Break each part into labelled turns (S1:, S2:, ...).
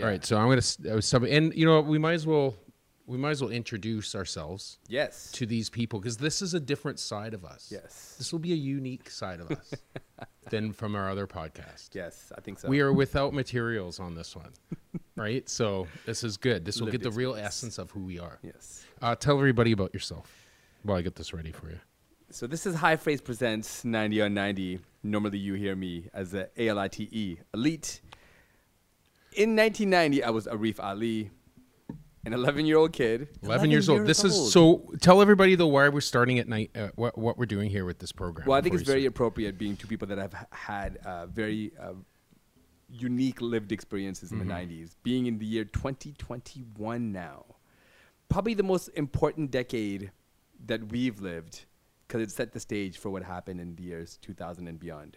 S1: All right, so I'm gonna s- uh, sub, and you know what, we might as well we might as well introduce ourselves
S2: Yes.
S1: to these people because this is a different side of us.
S2: Yes.
S1: this will be a unique side of us than from our other podcast.
S2: yes, I think so.
S1: We are without materials on this one, right? So this is good. This will
S2: Lived
S1: get the real essence of who we are.
S2: Yes.
S1: Uh, tell everybody about yourself while I get this ready for you.
S2: So this is High Phrase Presents 90 on 90. Normally you hear me as a A-L-I-T-E, E elite. In 1990, I was Arif Ali, an 11-year-old kid.
S1: 11 years old. This is so. Tell everybody though why we're starting at night. Uh, what what we're doing here with this program.
S2: Well, I think
S1: before
S2: it's
S1: you
S2: very
S1: start.
S2: appropriate being two people that have h- had uh, very uh, unique lived experiences in the 90s, being in the year 2021 now. Probably the most important decade that we've lived because it set the stage for what happened in the years 2000 and beyond.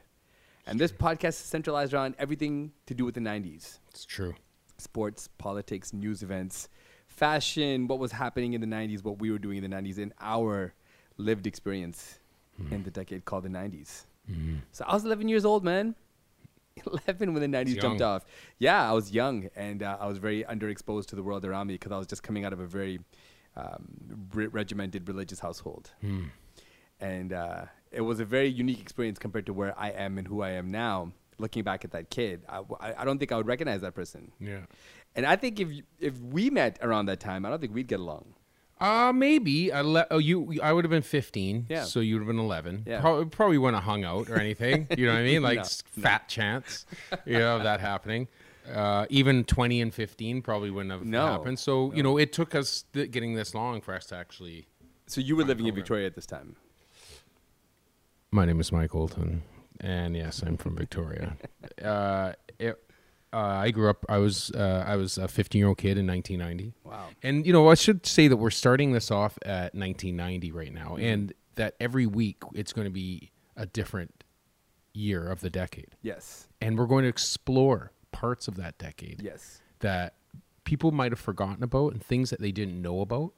S2: And this podcast is centralized around everything to do with the 90s
S1: It's true.
S2: sports, politics, news events, fashion, what was happening in the 90s, what we were doing in the 90s, and our lived experience in the decade called the 90s. So I was 11 years old, man. 11 when the 90s jumped
S1: young.
S2: off. Yeah, I was young and uh, I was very underexposed to the world around me because I was just coming out of a very um, re- regimented religious household. And uh, it was a very unique experience compared to where I am and who I am now. Looking back at that kid, I, w- I- I don't think I would recognize that person.
S1: Yeah.
S2: And I think if you- if we met around that time, I don't think we'd get along.
S1: Uh maybe I le- oh, you I would have been 15.
S2: Yeah.
S1: So you would have been 11.
S2: Yeah.
S1: Pro- probably wouldn't have hung out or anything. You know what I mean? Like
S2: No,
S1: s- fat chance, you know, of that happening. Uh, even 20 and 15 probably wouldn't have
S2: No,
S1: happened. So you know, it took us th- getting this long for us to actually.
S2: So you were living in
S1: over.
S2: Victoria at this time.
S1: My name is Mike Olton, and yes, I'm from Victoria. uh, it, uh, I grew up. I was uh, I was a 15 year old kid in 1990.
S2: Wow.
S1: And you know, I should say that we're starting this off at 1990 right now, and that every week it's going to be a different year of the decade,
S2: Yes.
S1: and we're going to explore parts of that decade
S2: Yes.
S1: that people might have forgotten about and things that they didn't know about,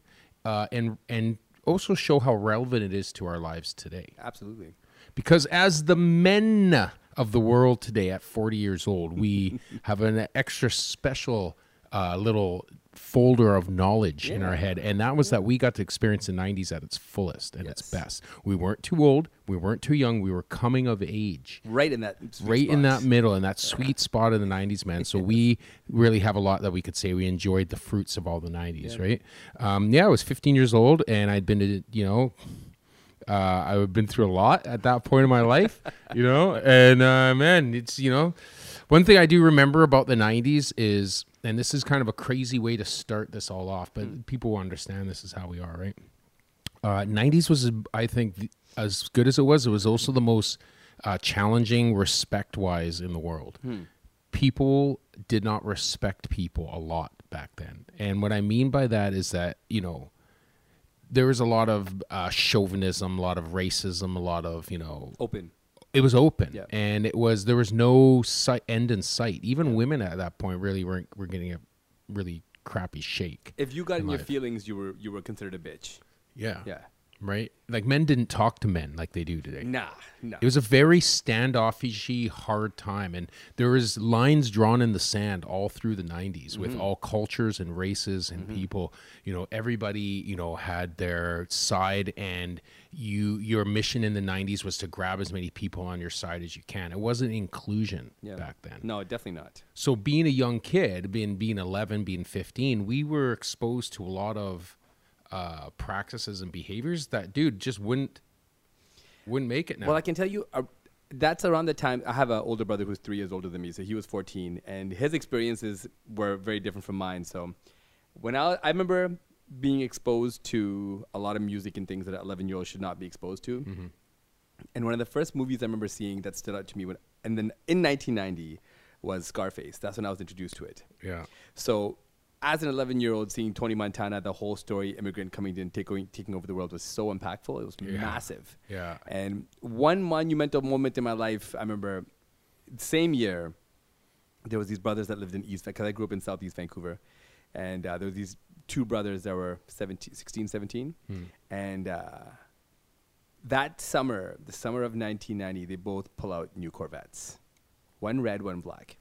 S1: uh, and and also show how relevant it is to our lives today.
S2: Absolutely.
S1: Because as the men of the world today at 40 years old, we have an extra special uh, little folder of knowledge in our head. And that was that we got to experience the 90s at its fullest and its
S2: Yes.
S1: best. We weren't too old, we weren't too young, we were coming of age.
S2: Right in that. sweet
S1: Right in
S2: spot.
S1: that middle, in that sweet spot of the '90s, man. So we really have a lot that we could say we enjoyed the fruits of all the '90s, right? Um, yeah, I was 15 years old, and I'd been to, you know, uh, I've been through a lot at that point in my life, you know, and uh, man, it's, you know, one thing I do remember about the 90s is, and this is kind of a crazy way to start this all off, but people will understand this is how we are, right? Uh, 90s was, I think, th- as good as it was, it was also the most uh, challenging respect wise in the world. People did not respect people a lot back then. And what I mean by that is that, you know, there was a lot of uh, chauvinism, a lot of racism, a lot of you know.
S2: Open.
S1: It was open,
S2: Yeah.
S1: and it was there was no sight, end in sight. Even women at that point really weren't were getting a really crappy shake.
S2: If you got in your
S1: life.
S2: feelings, you were you were considered a bitch.
S1: Yeah,
S2: Yeah.
S1: right. Like men didn't talk to men like they do today.
S2: Nah. Nah.
S1: It was a very standoffishy, hard time, and there was lines drawn in the sand all through the '90s
S2: Mm-hmm.
S1: with all cultures and races and people. You know, everybody you know had their side, and you your mission in the '90s was to grab as many people on your side as you can. It wasn't inclusion
S2: Yeah.
S1: back then.
S2: no, definitely not.
S1: So being a young kid, being being 11, being 15, we were exposed to a lot of uh, practices and behaviors that dude just wouldn't wouldn't make it now.
S2: Well, I can tell you, uh, that's around the time I have an older brother who's three years older than me, so he was 14, and his experiences were very different from mine. So, when I, I remember being exposed to a lot of music and things that an 11 year old should not be exposed to. And one of the first movies I remember seeing that stood out to me when, and then in 1990 was Scarface. That's when I was introduced to it.
S1: yeah.
S2: So, as an 11 year old, seeing Tony Montana, the whole story, immigrant coming in, taking, taking over the world, was so impactful. It was massive.
S1: Yeah.
S2: And one monumental moment in my life, I remember, same year, there was these brothers that lived in East, because I grew up in Southeast Vancouver, and uh, there was these two brothers that were 17, 16, 17, and uh, that summer, the summer of 1990, they both pull out new Corvettes, one red, one black,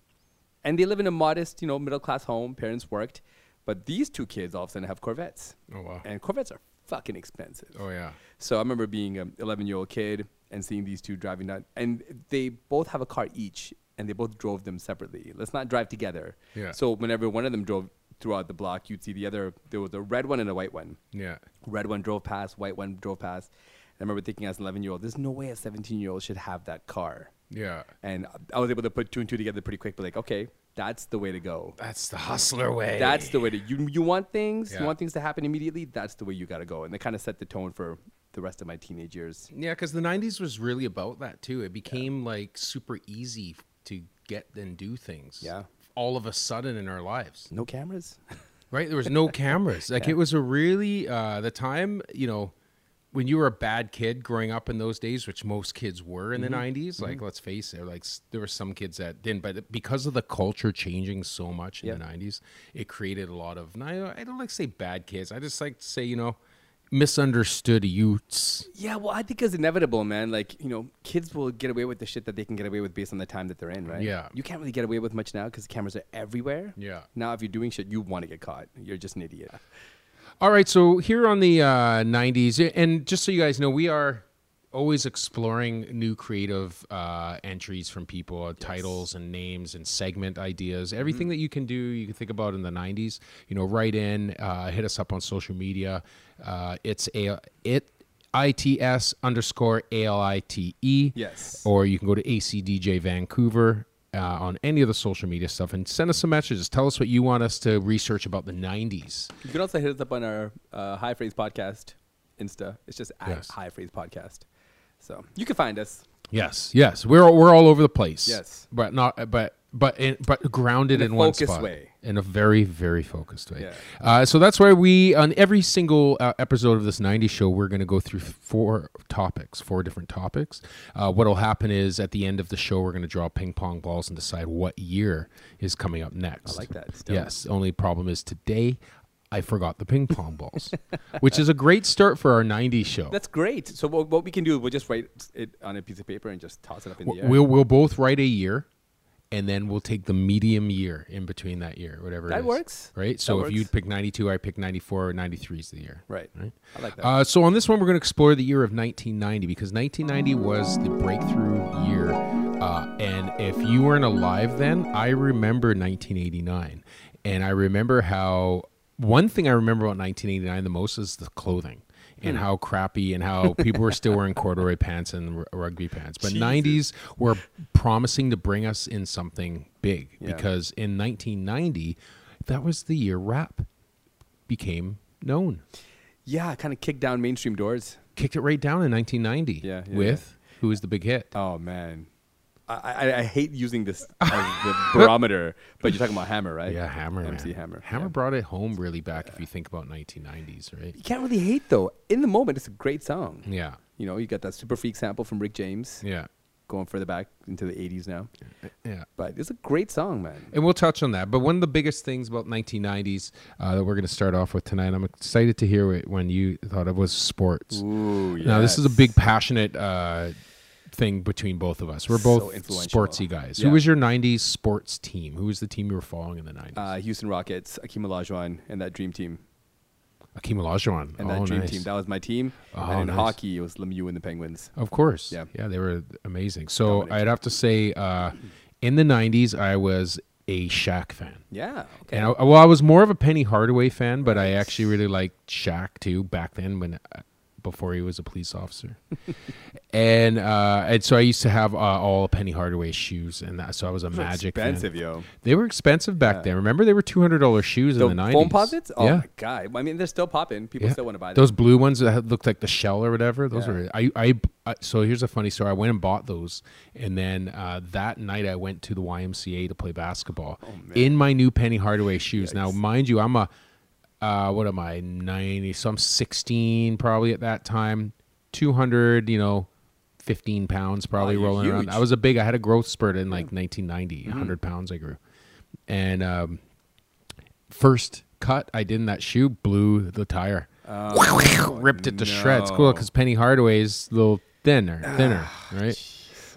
S2: And they live in a modest, you know, middle class home. Parents worked. But these two kids all of a sudden have Corvettes.
S1: Oh wow.
S2: And Corvettes are fucking expensive.
S1: Oh yeah.
S2: So I remember being an 11 year old kid and seeing these two driving down, and they both have a car each, and they both drove them separately. Let's not drive together.
S1: Yeah.
S2: So whenever one of them drove throughout the block, you'd see the other. There was a red one and a white one.
S1: Yeah.
S2: Red one drove past, white one drove past. And I remember thinking as an 11 year old, there's no way a 17 year old should have that car.
S1: Yeah.
S2: And I was able to put two and two together pretty quick, but like, okay, that's the way to go.
S1: That's the hustler way.
S2: That's the way to you. You want things.
S1: Yeah.
S2: You want things to happen immediately. That's the way you got to go. And that kind of set the tone for the rest of my teenage years.
S1: Yeah, because the '90s was really about that too. It became like super easy to get and do things.
S2: Yeah.
S1: All of a sudden in our lives,
S2: No cameras.
S1: right? There was no cameras. Like it was a really uh, the time. You know, when you were a bad kid growing up in those days, which most kids were in the '90s. Like, let's face it. Like s- there were some kids that didn't, but because of the culture changing so much in the
S2: Yeah.
S1: '90s, it created a lot of. and I, I don't like to say bad kids. I just like to say you know misunderstood youths.
S2: yeah, well, I think it's inevitable, man. Like you know, kids will get away with the shit that they can get away with based on the time that they're in, right?
S1: Yeah.
S2: You can't really get away with much now because cameras are everywhere.
S1: Yeah.
S2: Now, if you're doing shit, you want to get caught. You're just an idiot.
S1: All right, so here on the uh, 90s, and just so you guys know, we are always exploring new creative uh, entries from people, uh, titles and names and segment ideas, everything that you can do, you can think about in the 90s. You know, write in, uh, hit us up on social media. Uh, it's a it its underscore a l i t e.
S2: Yes.
S1: Or you can go to ACDJ Vancouver uh, on any of the social media stuff and send us some messages. Tell us what you want us to research about the 90s.
S2: You can also hit us up on our uh, High Phrase Podcast Insta. It's just at
S1: Yes.
S2: High Phrase Podcast. So you can find us.
S1: Yes, yes, we're all- we're all over the place.
S2: Yes.
S1: but not but but in, but grounded
S2: In
S1: in,
S2: a
S1: one
S2: focused
S1: spot
S2: way.
S1: in a very very focused way.
S2: Yeah.
S1: Uh, so that's why we on every single uh, episode of this '90s show we're going to go through four topics, four different topics. Uh, what'll happen is at the end of the show we're going to draw ping pong balls and decide what year is coming up next.
S2: like that, still.
S1: Yes. Only problem is today. I forgot the ping pong balls, which is a great start for our '90s show.
S2: That's great. So what, what we can do, we'll just write it on a piece of paper and just toss it up in the air.
S1: We'll we'll both write a year, and then we'll take the medium year in between that year, whatever. it
S2: That
S1: is,
S2: works.
S1: right? So
S2: That
S1: if you
S2: works.
S1: pick ninety two, I pick ninety four, or ninety three is the year,
S2: right.
S1: Right.
S2: I like that.
S1: Uh, so on this one, we're going to explore the year of 1990 because 1990 was the breakthrough year, uh, and if you weren't alive then, I remember 1989, and I remember how one thing I remember about 1989 the most is the clothing. And
S2: Hmm.
S1: how crappy, and how people were still wearing corduroy pants and r- rugby pants. But
S2: Jesus.
S1: 90s were promising to bring us in something big
S2: Yeah.
S1: because in 1990, that was the year rap became known
S2: yeah, kind of kick down mainstream doors.
S1: kicked it right down in 1990
S2: Yeah, yeah,
S1: with who was the big hit?
S2: Oh man, I, I, I hate using this as the barometer, but you're talking about Hammer, right?
S1: yeah, Hammer.
S2: MC
S1: man.
S2: Hammer.
S1: Hammer
S2: yeah.
S1: brought it home really back if you think about 1990s, right?
S2: You can't really hate though. In the moment, it's a great song.
S1: Yeah,
S2: You know, you got that super freak sample from Rick James,
S1: yeah,
S2: going further back into the '80s now.
S1: yeah.
S2: But it's a great song, man.
S1: And we'll touch on that. But one of the biggest things about 1990s uh, that we're going to start off with tonight, I'm excited to hear what when you thought it was sports.
S2: Ooh, yeah.
S1: Now, this is a big passionate uh, thing between both of us. We're
S2: So
S1: both
S2: influential.
S1: sportsy guys.
S2: Yeah.
S1: Who was your 90s sports team? Who was the team you were following in the 90s?
S2: Uh, Houston Rockets, Akeem Olajuwon, and that Dream Team,
S1: Akeem Olajuwon.
S2: and that
S1: Oh,
S2: Dream
S1: nice.
S2: Team. That was my team.
S1: Oh,
S2: and in
S1: nice.
S2: hockey, it was Lemieux and the Penguins.
S1: Of course.
S2: Yeah.
S1: Yeah, they were amazing. So
S2: Dominated.
S1: I'd have to say, uh, in the '90s, I was a Shaq fan.
S2: Yeah. Okay.
S1: And I, well, I was more of a Penny Hardaway fan, but I actually really liked Shaq too back then when uh, before he was a police officer. and uh, and so I used to have uh, all Penny Hardaway shoes, and that, so I was a Magic fan.
S2: expensive, yo.
S1: They were expensive back then. Remember, they were two hundred dollars shoes
S2: The
S1: in the '90s.
S2: foam posits? Oh
S1: yeah.
S2: my god! I mean, they're still popping. People still want to buy them.
S1: Those blue ones that had- looked like the shell or whatever. Those
S2: Yeah.
S1: were I, I I- So here's a funny story. I went and bought those, and then uh, that night I went to the YMCA to play basketball in my new Penny Hardaway shoes. Now,
S2: Oh, Yikes.
S1: mind you, I'm a uh, what am I ninety? So I'm 16 probably at that time. 200, you know. 15 pounds probably
S2: you're
S1: rolling around.
S2: huge. Mm-hmm.
S1: I was a big, I had a growth spurt in like 1990, 100 pounds I grew. And um, first cut I did in that shoe blew the tire. ripped it to shreds. Cool,
S2: Oh, no. Ah,
S1: because Penny Hardaway's a little thinner, thinner, right?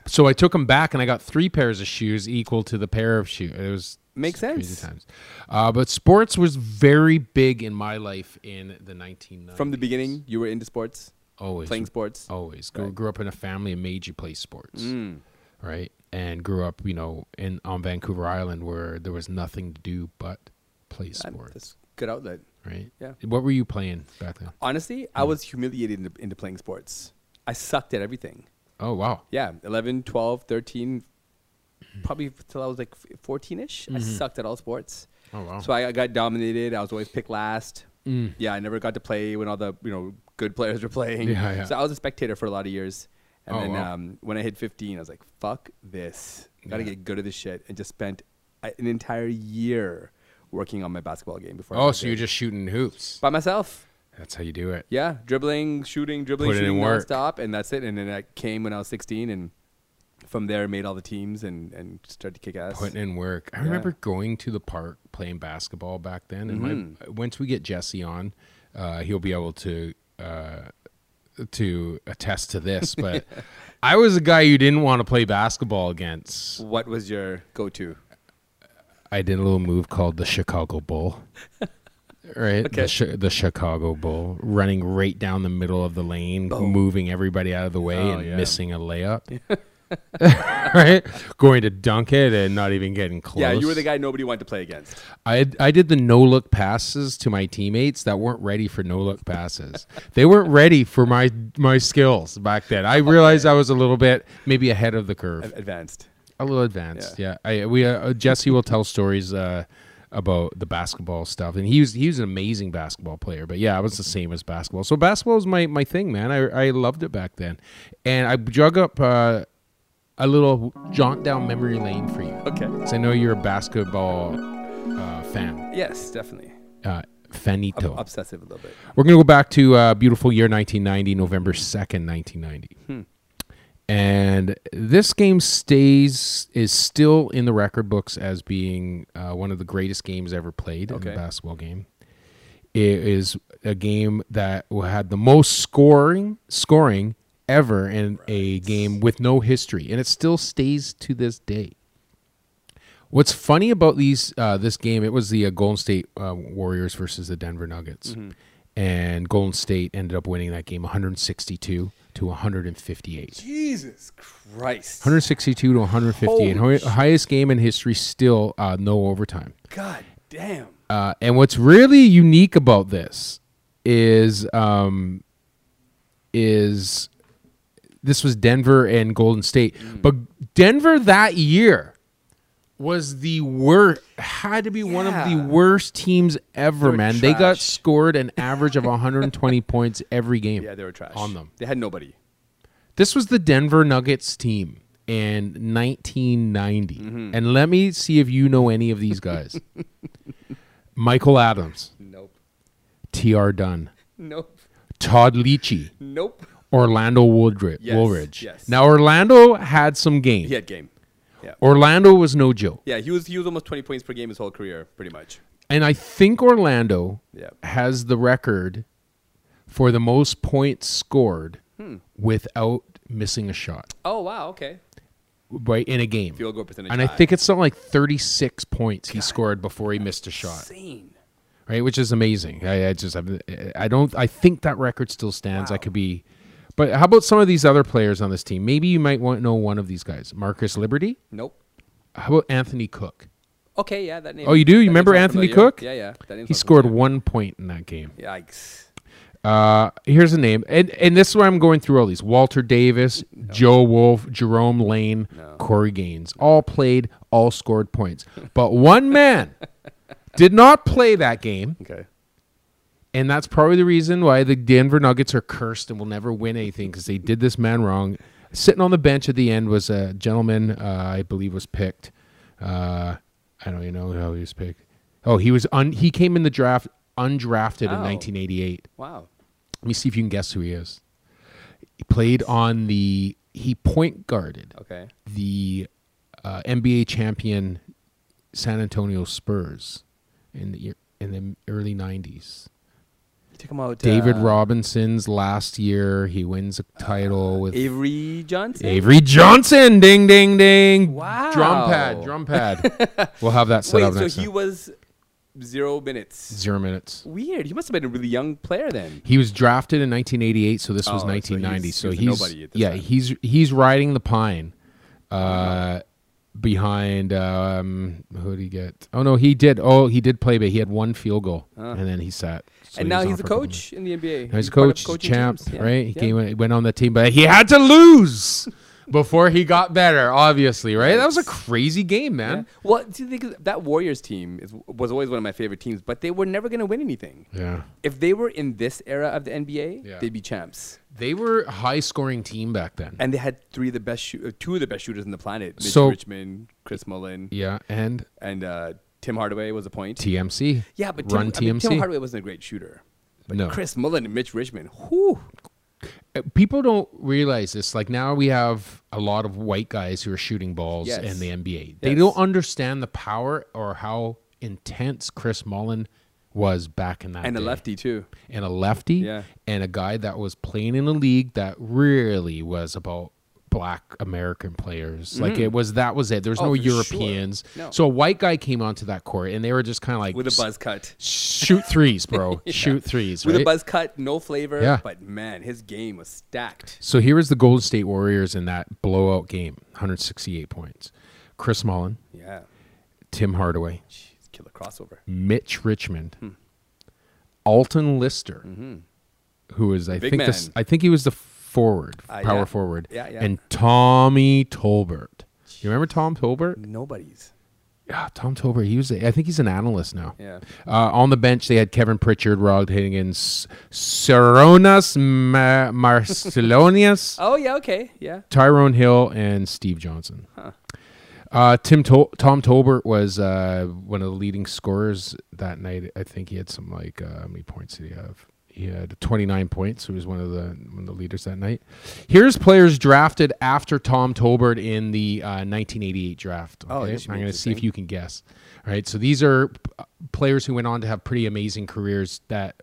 S1: So I took them back and I got three pairs of shoes equal to the pair of shoes. It was
S2: Makes
S1: crazy
S2: sense.
S1: times. Uh, but sports was very big in my life in the 1990s.
S2: From the beginning, you were into sports,
S1: always
S2: playing sports.
S1: always grew,
S2: Right.
S1: grew up in a family that made you play sports,
S2: Mm.
S1: right? And grew up, you know, in on Vancouver Island where there was nothing to do but play
S2: That-
S1: sports,
S2: That's good outlet.
S1: right?
S2: Yeah.
S1: What were you playing back then?
S2: Honestly, I was humiliated into, into playing sports. I sucked at everything.
S1: Oh wow,
S2: Yeah, 11, 12, 13, probably till I was like 14 ish. I
S1: Mm-hmm.
S2: sucked at all sports.
S1: oh wow.
S2: So I, I got dominated. I was always picked last.
S1: Mm.
S2: Yeah, I never got to play when all the you know good players were playing.
S1: Yeah, yeah.
S2: So I was a spectator for a lot of years. And
S1: Oh,
S2: then
S1: wow.
S2: um, when I hit 15, I was like, "Fuck this! Got to
S1: Yeah.
S2: get good at this shit." And just spent a, an entire year working on my basketball game before. I
S1: Oh,
S2: got
S1: so
S2: good.
S1: you're just shooting hoops.
S2: by myself.
S1: That's how you do it.
S2: Yeah, dribbling, shooting, dribbling,
S1: Put it in
S2: shooting
S1: work.
S2: nonstop, and that's it. And then I came when I was 16, and from there made all the teams and and started to kick ass.
S1: Putting in work. I
S2: Yeah.
S1: remember going to the park playing basketball back then. And my,
S2: Mm-hmm.
S1: once we get Jesse on, uh, he'll be able to uh, to attest to this. But I was a guy you didn't want to play basketball against.
S2: What was your go-to?
S1: I did a little move called the Chicago Bull. Right, the,
S2: Okay.
S1: chi- the Chicago Bull running right down the middle of the lane, moving everybody out of the way
S2: Oh,
S1: and
S2: yeah.
S1: missing a layup. right, going to dunk it and not even getting close.
S2: Yeah, you were the guy nobody wanted to play against.
S1: I I did the no look passes to my teammates that weren't ready for no look passes. they weren't ready for my my skills back then.
S2: Oh,
S1: I realized I was a little bit maybe ahead of the curve,
S2: A- Advanced.
S1: a little advanced. Yeah, I we uh, Jesse will tell stories uh, about the basketball stuff, and he was he was an amazing basketball player. But yeah, I was the same as basketball. So basketball was my my thing, man. I I loved it back then, and I drug up uh, a little jaunt down memory lane for you.
S2: Okay.
S1: 'Cause I know you're a basketball uh, fan
S2: Yes, definitely.
S1: uh,
S2: Ob-
S1: Fanito.
S2: obsessive a little bit.
S1: We're going to go back to uh, beautiful year 1990, November 2nd, 1990. And this game stays is still in the record books as being uh, one of the greatest games ever played in
S2: Okay.
S1: a basketball game. It is a game that had the most scoring scoring ever in a game with no history, and it still stays to this day. What's funny about these uh, this game? It was the uh, Golden State uh, Warriors versus the Denver Nuggets, and Golden State ended up winning that game 162 to 158.
S2: Jesus Christ.
S1: 162 to 158,
S2: Holy
S1: Hi- highest game in history. Still uh, no overtime.
S2: God damn.
S1: Uh, and what's really unique about this is um, is this was Denver and Golden State,
S2: Mm.
S1: but Denver that year was the worst had to be one of the
S2: Yeah.
S1: worst teams ever
S2: They're
S1: man they got
S2: trash.
S1: scored an average of 120 points every game
S2: Yeah, they were trash.
S1: on them
S2: They had nobody.
S1: this was the denver nuggets team in 1990
S2: Mm-hmm.
S1: and let me see if you know any of these guys michael adams
S2: Nope.
S1: T.R. Dunn,
S2: Nope.
S1: Todd Leachy,
S2: Nope.
S1: Orlando Woodridge.
S2: Yes,
S1: Woolridge.
S2: yes.
S1: Now Orlando had some game.
S2: He had game. Yeah.
S1: Orlando was no joke,
S2: Yeah, he was he was almost 20 points per game his whole career, pretty much.
S1: and I think Orlando
S2: Yeah.
S1: has the record for the most points scored
S2: Hmm.
S1: without missing a shot
S2: Oh, wow, okay.
S1: right in a game.
S2: Field goal percentage.
S1: and I
S2: high.
S1: think it's something like 36 points he scored before he missed a shot,
S2: insane.
S1: right? Which is amazing. I, I just, I, I don't, I think that record still stands. I could be, but how about some of these other players on this team? Maybe you might want to know one of these guys, Marcus Liberty.
S2: Nope.
S1: How about Anthony Cook?
S2: Okay, yeah, that name.
S1: Oh, you do? You
S2: that name
S1: remember
S2: sounds
S1: Anthony
S2: familiar.
S1: Cook?
S2: Yeah, yeah. That name
S1: He
S2: sounds
S1: scored
S2: familiar.
S1: one point in that game.
S2: Yikes.
S1: Uh, here's a name, and and this is where I'm going through all these: Walter Davis, Joe Wolf, Jerome Lane, Corey Gaines, all played, all scored points. But one man did not play that game,
S2: Okay.
S1: and that's probably the reason why the Denver Nuggets are cursed and will never win anything because they did this man wrong. Sitting on the bench at the end was a gentleman uh, I believe was picked. Uh, I don't even know how he was picked. Oh, he was un- he came in the draft undrafted in
S2: Oh.
S1: 1988.
S2: Wow.
S1: Let me see if you can guess who he is. He played on the he point guarded
S2: Okay.
S1: the uh, NBA champion San Antonio Spurs in the year- in the early '90s.
S2: Check him out.
S1: David
S2: uh,
S1: Robinson's last year, he wins a
S2: Uh,
S1: title with
S2: Avery Johnson.
S1: Avery Johnson. Ding, ding, ding.
S2: Wow.
S1: Drum pad, drum pad. we'll have that set
S2: Wait,
S1: up
S2: so
S1: next
S2: he
S1: time.
S2: was zero minutes.
S1: Zero minutes.
S2: Weird. He must have been a really young player then.
S1: He was drafted in 1988, so this was
S2: Oh, so
S1: 1990.
S2: he's-
S1: So
S2: he's a
S1: he's,
S2: nobody at this
S1: yeah,
S2: time.
S1: he's he's riding the pine, uh, behind um, who did he get? Oh no, he did. Oh, he did play, but he had one field goal, and then he sat. So
S2: and
S1: he
S2: now
S1: was on
S2: he's
S1: for
S2: a
S1: couple minutes.
S2: coach in the NBA.
S1: Now he's a
S2: part of
S1: coach, he's
S2: coaching
S1: champ,
S2: teams. Yeah,
S1: right? He
S2: yeah.
S1: came went, went on that team, but he had to lose before he got better. Obviously, right? That was a crazy game,
S2: Yeah.
S1: man.
S2: Well, see, the thing is, that Warriors team is, was always one of my favorite teams, but they were never going to win anything.
S1: Yeah,
S2: If they were in this era of the NBA,
S1: Yeah.
S2: they'd be champs.
S1: they were a high-scoring team back then.
S2: And they had three of the best, shoo- uh, two of the best shooters in the planet: Mitch
S1: So-
S2: Richmond, Chris Mullen,
S1: yeah, and
S2: and uh, Tim Hardaway was a point.
S1: TMC.
S2: yeah, but Tim,
S1: run
S2: I mean,
S1: TMC.
S2: Tim Hardaway wasn't a great shooter. But
S1: No.
S2: Chris Mullen and Mitch Richmond. Whew.
S1: Uh, people don't realize this. Like now we have a lot of white guys who are shooting balls
S2: Yes.
S1: in the NBA. They
S2: Yes.
S1: don't understand the power or how intense Chris Mullen was back in that
S2: And a
S1: day.
S2: lefty too.
S1: and a lefty
S2: Yeah.
S1: and a guy that was playing in a league that really was about black american players like it was that was it there was
S2: Mm-hmm. Oh,
S1: no
S2: for sure.
S1: europeans
S2: No.
S1: so a white guy came onto that court and they were just kind of like
S2: With a
S1: "S-
S2: buzz cut.
S1: shoot threes bro shoot threes
S2: With a
S1: right?
S2: buzz cut, no flavor.
S1: Yeah.
S2: But man, his game was stacked.
S1: So here is the Golden State Warriors in that blowout game, 168 points. Chris Mullen,
S2: Yeah.
S1: Tim Hardaway,
S2: Jeez, killer crossover.
S1: Mitch Richmond, Alton Lister, who is I
S2: Mm-hmm. Big
S1: think this
S2: man.
S1: I think he was the forward,
S2: Uh,
S1: power
S2: yeah.
S1: forward,
S2: Yeah, yeah.
S1: and Tommy Tolbert. You remember Tom Tolbert?
S2: Nobody's.
S1: Yeah, Tom Tolbert. He was. A, I think he's an analyst now.
S2: Yeah.
S1: Uh, on the bench, they had Kevin Pritchard, Rod Higgins, Saronas Ma- Marcelonius.
S2: Oh yeah. Okay. Yeah.
S1: Tyrone Hill and Steve Johnson.
S2: Huh.
S1: Uh, Tim Tol- Tom Tolbert was uh, one of the leading scorers that night. I think he had some like uh, how many points did he have? He had 29 points. He was one of the one of the leaders that night. Here's players drafted after Tom Tolbert in the uh, 1988 draft.
S2: Oh,
S1: okay?
S2: this should be
S1: I'm going to see if
S2: interesting.
S1: you can guess. All right, so these are uh, players who went on to have pretty amazing careers that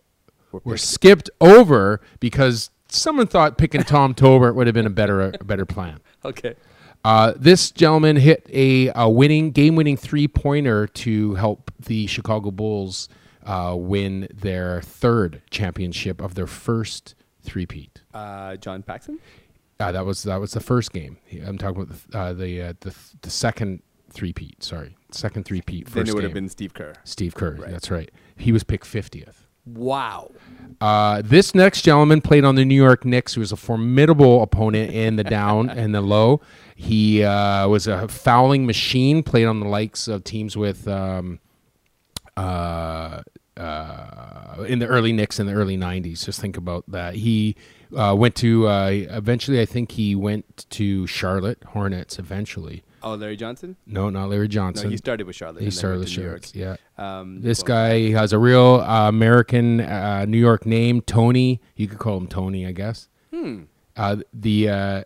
S2: We're
S1: were skipped over because someone thought picking Tom Tolbert would have been a better a better plan.
S2: Okay.
S1: Uh, this gentleman hit a, a winning game winning three pointer to help the Chicago Bulls uh, win their third championship of their first three-peat.
S2: Uh, John Paxson.
S1: Uh, that was that was the first game. I'm talking about the uh, the, uh, the the second three-peat. Sorry, second three-peat. First
S2: then it would
S1: game.
S2: have been Steve Kerr.
S1: Steve Kerr. That's right. He was picked 50th.
S2: Wow.
S1: Uh, this next gentleman played on the New York Knicks, who was a formidable opponent in the down and the low. He uh, was a fouling machine, played on the likes of teams with um, uh, uh, in the early Knicks in the early 90s. Just think about that. He uh, went to, uh, eventually, I think he went to Charlotte Hornets eventually.
S2: Oh, Larry Johnson.
S1: No, not Larry
S2: No,
S1: Johnson.
S2: he started with Charlotte.
S1: he
S2: and then
S1: started
S2: went
S1: with
S2: to New
S1: Charlotte. Yeah.
S2: York. Um,
S1: This
S2: well,
S1: guy has a real uh, American uh, New York name, Tony. You could call him Tony, I guess. Uh, the uh,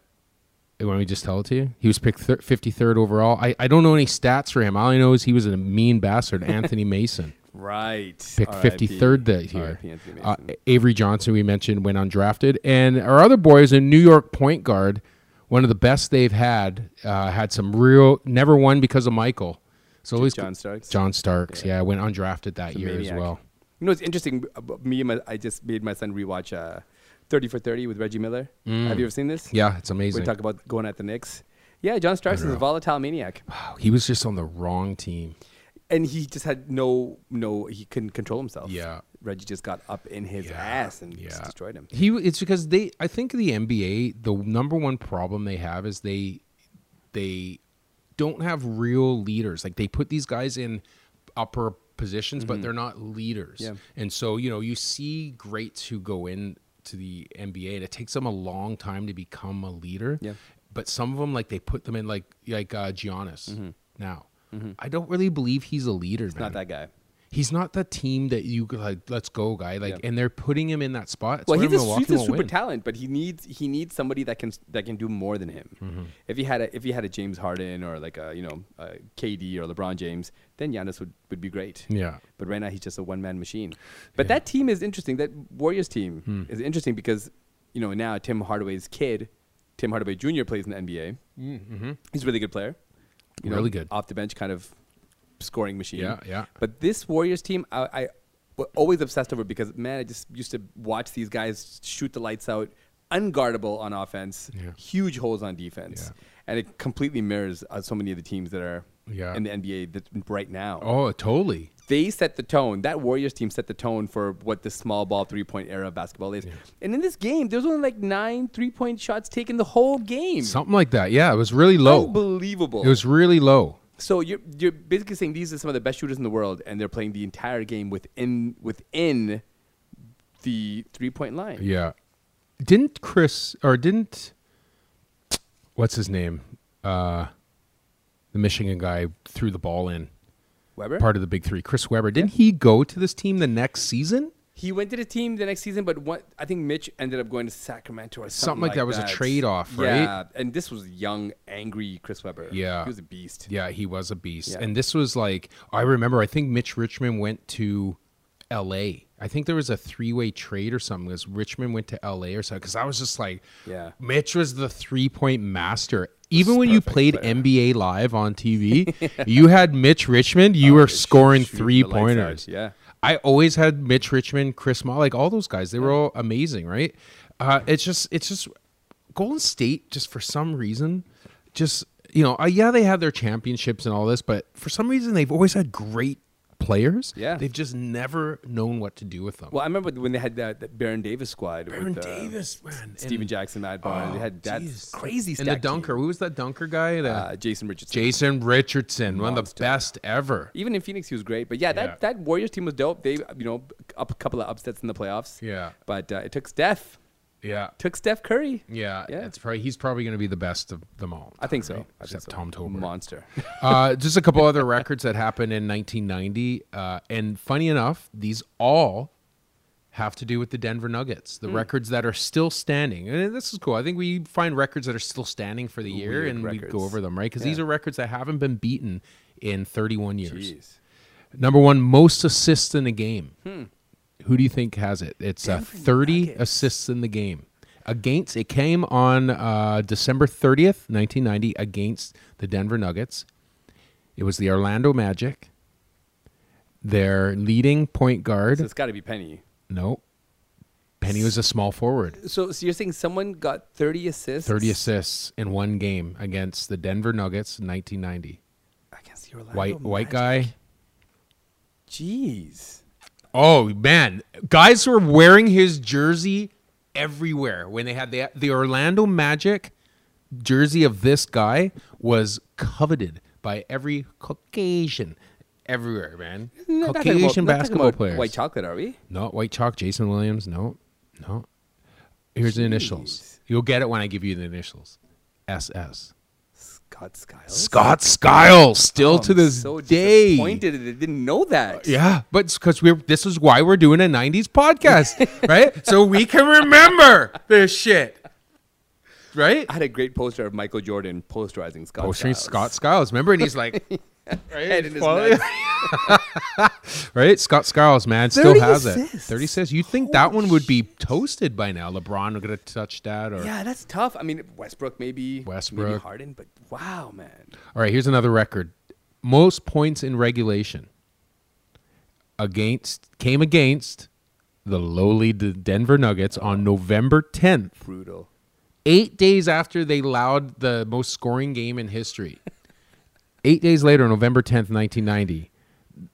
S1: want me to just tell it to you? He was picked thir- 53rd overall. I, I don't know any stats for him. All I know is he was a mean bastard, Anthony Mason.
S2: Right.
S1: Picked
S2: RIP.
S1: 53rd that year.
S2: RIP Anthony
S1: Uh,
S2: Mason.
S1: Avery Johnson, we mentioned, went undrafted. And our other boy is a New York point guard, one of the best they've had. Uh, had some real, never won because of Michael. So always
S2: John Starks.
S1: John Starks, yeah, went undrafted that
S2: a
S1: year
S2: maniac.
S1: as well.
S2: You know, it's interesting. b- b- Me and my, I just made my son rewatch uh, 30 for 30 with Reggie Miller. Have you
S1: Mm.
S2: ever seen this?
S1: Yeah, it's
S2: We
S1: amazing.
S2: talk about going at the Knicks. Yeah, John Starks is a volatile maniac,
S1: Wow, he was just on the wrong team.
S2: and he just had no, no, he couldn't control himself.
S1: Yeah.
S2: Reggie just got up in his
S1: Yeah,
S2: ass and
S1: yeah.
S2: just destroyed him.
S1: He it's because they I think the NBA the number one problem they have is they they don't have real leaders. Like they put these guys in upper positions but they're not leaders.
S2: Mm-hmm. Yeah.
S1: And so, you know, you see greats who go in to the NBA and it takes them a long time to become a leader.
S2: Yeah.
S1: But some of them like they put them in like like uh Giannis now. I don't really believe he's a leader, man.
S2: Mm-hmm. Not that guy.
S1: He's not the team that you go, like. Let's go, guy. Like,
S2: Yeah.
S1: and they're putting him in that spot. It's
S2: Well,
S1: where
S2: he's a,
S1: Milwaukee
S2: he's a
S1: will
S2: super
S1: win.
S2: talent, but he needs he needs somebody that can that can do more than him.
S1: Mm-hmm.
S2: If he had a if he had a James Harden or like a you know a KD or LeBron James, then Giannis would, would be great.
S1: Yeah.
S2: But right now he's just a one man machine. But that team is interesting. That Warriors team
S1: Hmm.
S2: is interesting because you know now Tim Hardaway's kid, Tim Hardaway Jr. plays in the NBA.
S1: Mm-hmm.
S2: He's a really good player. You know,
S1: Really good.
S2: off the bench kind of scoring machine.
S1: Yeah, yeah.
S2: But this Warriors team, I, I was always obsessed over because man, I just used to watch these guys shoot the lights out, unguardable on offense,
S1: Yeah.
S2: huge holes on defense,
S1: Yeah.
S2: and it completely mirrors uh, so many of the teams that are
S1: Yeah.
S2: in the NBA that right now.
S1: Oh, totally.
S2: They set the tone. That Warriors team set the tone for what the small ball three point era of basketball is. And in this game, there's only like nine three point shots taken the whole game.
S1: Something like that. Yeah, it was really low.
S2: Unbelievable.
S1: It was really low.
S2: So you're you're basically saying these are some of the best shooters in the world, and they're playing the entire game within within the three point line.
S1: Yeah. Didn't Chris or didn't what's his name? Uh the Michigan guy threw the ball in.
S2: Weber.
S1: Part of the big three. Chris Webber. Didn't he go to this team the next season?
S2: He went to the team the next season, but what I think Mitch ended up going to Sacramento or something,
S1: Something like that was a trade-off, right?
S2: Yeah, and this was young, angry Chris Webber.
S1: Yeah.
S2: he was a beast.
S1: Yeah, he was a beast.
S2: Yeah.
S1: And this was like I remember I think Mitch Richmond went to LA. I think there was a three-way trade or something because Richmond went to LA or something. Because I was just like,
S2: Yeah.
S1: Mitch was the three-point master. Even when you
S2: perfect
S1: played
S2: player.
S1: NBA Live on TV, you had Mitch Richmond. You were scoring
S2: Shooting Oh, the lights out,
S1: three-pointers.
S2: Yeah,
S1: I always had Mitch Richmond, Chris Ma, like all those guys. They were all amazing, right? Uh, it's just, it's just Golden State. Just for some reason, just you know, uh, yeah, they have their championships and all this, but for some reason, they've always had great players.
S2: Yeah.
S1: they've just never known what to do with them.
S2: well, I remember when they had that, that Baron Davis squad.
S1: Aaron
S2: with, uh,
S1: Davis, man, oh,
S2: Steven Jackson, Matt Barnes. they had that
S1: jeez.
S2: crazy
S1: and
S2: stacked
S1: the
S2: team.
S1: dunker. Who was that dunker guy? That
S2: uh, Jason Richardson.
S1: Jason Richardson, one of the
S2: Monster.
S1: best ever.
S2: Even in Phoenix, he was great. But yeah, that,
S1: Yeah.
S2: that Warriors team was dope. They, you know, up a couple of upsets in the playoffs.
S1: Yeah.
S2: But uh, it took Steph.
S1: Yeah.
S2: Took Steph Curry.
S1: Yeah,
S2: Yeah.
S1: it's probably he's probably going to be the best of them all.
S2: I think so.
S1: right?
S2: I think
S1: Except
S2: so.
S1: Tom Tolbert.
S2: Monster.
S1: uh, just a couple other records that happened in 1990. Uh, and funny enough, these all have to do with the Denver Nuggets,
S2: Hmm.
S1: the records that are still standing. And this is cool. I think we find records that are still standing for the year
S2: Weird
S1: and we
S2: records.
S1: go over them, right? Because these
S2: Yeah.
S1: are records that haven't been beaten in 31 years.
S2: Jeez.
S1: Number one, most assists in a game. Who do you think has it? It's uh, 30 assists in the game. Against, it came on uh, December 30th, 1990, against the Denver Nuggets. It was the Orlando Magic. Their leading point
S2: So
S1: guard.
S2: it's got to be Penny.
S1: No. Penny was a small forward.
S2: So, so you're saying someone got 30 assists?
S1: 30 assists in one game against the Denver Nuggets in 1990.
S2: Against the Orlando
S1: White, white
S2: Magic.
S1: guy.
S2: Jeez.
S1: Oh man, guys were wearing his jersey everywhere when they had the the Orlando Magic jersey of this guy was coveted by every Caucasian everywhere, man.
S2: Not talking about-
S1: Caucasian
S2: not talking
S1: basketball
S2: about
S1: players.
S2: White chocolate, are we?
S1: no, white chalk. Jason Williams. No, no. Here's the initials. You'll get it when I give you the initials. SS.
S2: Scott Skiles.
S1: Scott Skiles, still
S2: Oh,
S1: to
S2: I'm
S1: this
S2: so
S1: day.
S2: disappointed that they didn't know that.
S1: Yeah, but because we're this is why we're doing a '90s podcast, right? So we can remember this shit, right?
S2: I had a great poster of Michael Jordan posterizing Scott
S1: Postering
S2: Skiles.
S1: Scott Skiles, remember? And he's like,
S2: Head in his
S1: Well,
S2: nuts.
S1: right? Scott Skiles, man, still
S2: 30
S1: has it.
S2: assists.
S1: Thirty assists. You'd think that one would be toasted by now. LeBron would have touched that, or
S2: Yeah, that's tough. I mean, Westbrook maybe, maybe
S1: Westbrook.
S2: Harden, but wow, man.
S1: all right. Here's another record: most points in regulation against came against the lowly D- Denver Nuggets on November 10th.
S2: Brutal.
S1: eight days after they allowed the most scoring game in history. eight days later, November 10th, 1990,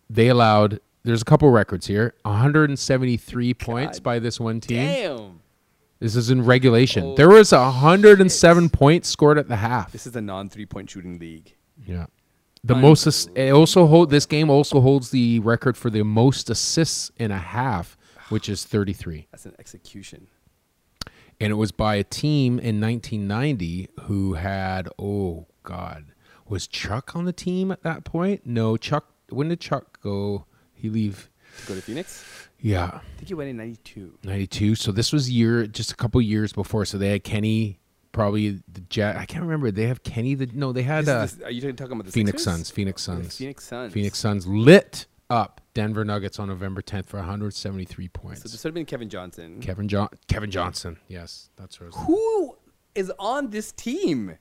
S1: they allowed, there's a couple records here 173 points by this one team.
S2: Damn.
S1: This is in regulation. there was 107 points scored at the half.
S2: This is a non three point shooting league.
S1: Yeah. The most ass- it also hold this game also holds the record for the most assists in a half, which is 33.
S2: That's an execution.
S1: and it was by a team in 1990 who had oh god was chuck on the team at that point no chuck when did chuck go He leave.
S2: to go to Phoenix.
S1: Yeah.
S2: I think he went in '92.
S1: 92 so this was year just a couple years before so they had kenny probably the jet i can't remember they have kenny the no they had uh,
S2: Are you talking about the
S1: phoenix
S2: Sixers?
S1: suns phoenix
S2: Or the
S1: suns
S2: Phoenix Suns.
S1: phoenix suns lit up denver nuggets on november 10th for 173
S2: So
S1: points
S2: this would have been Kevin Johnson.
S1: kevin john kevin johnson yes that's what it was.
S2: Who is on this team?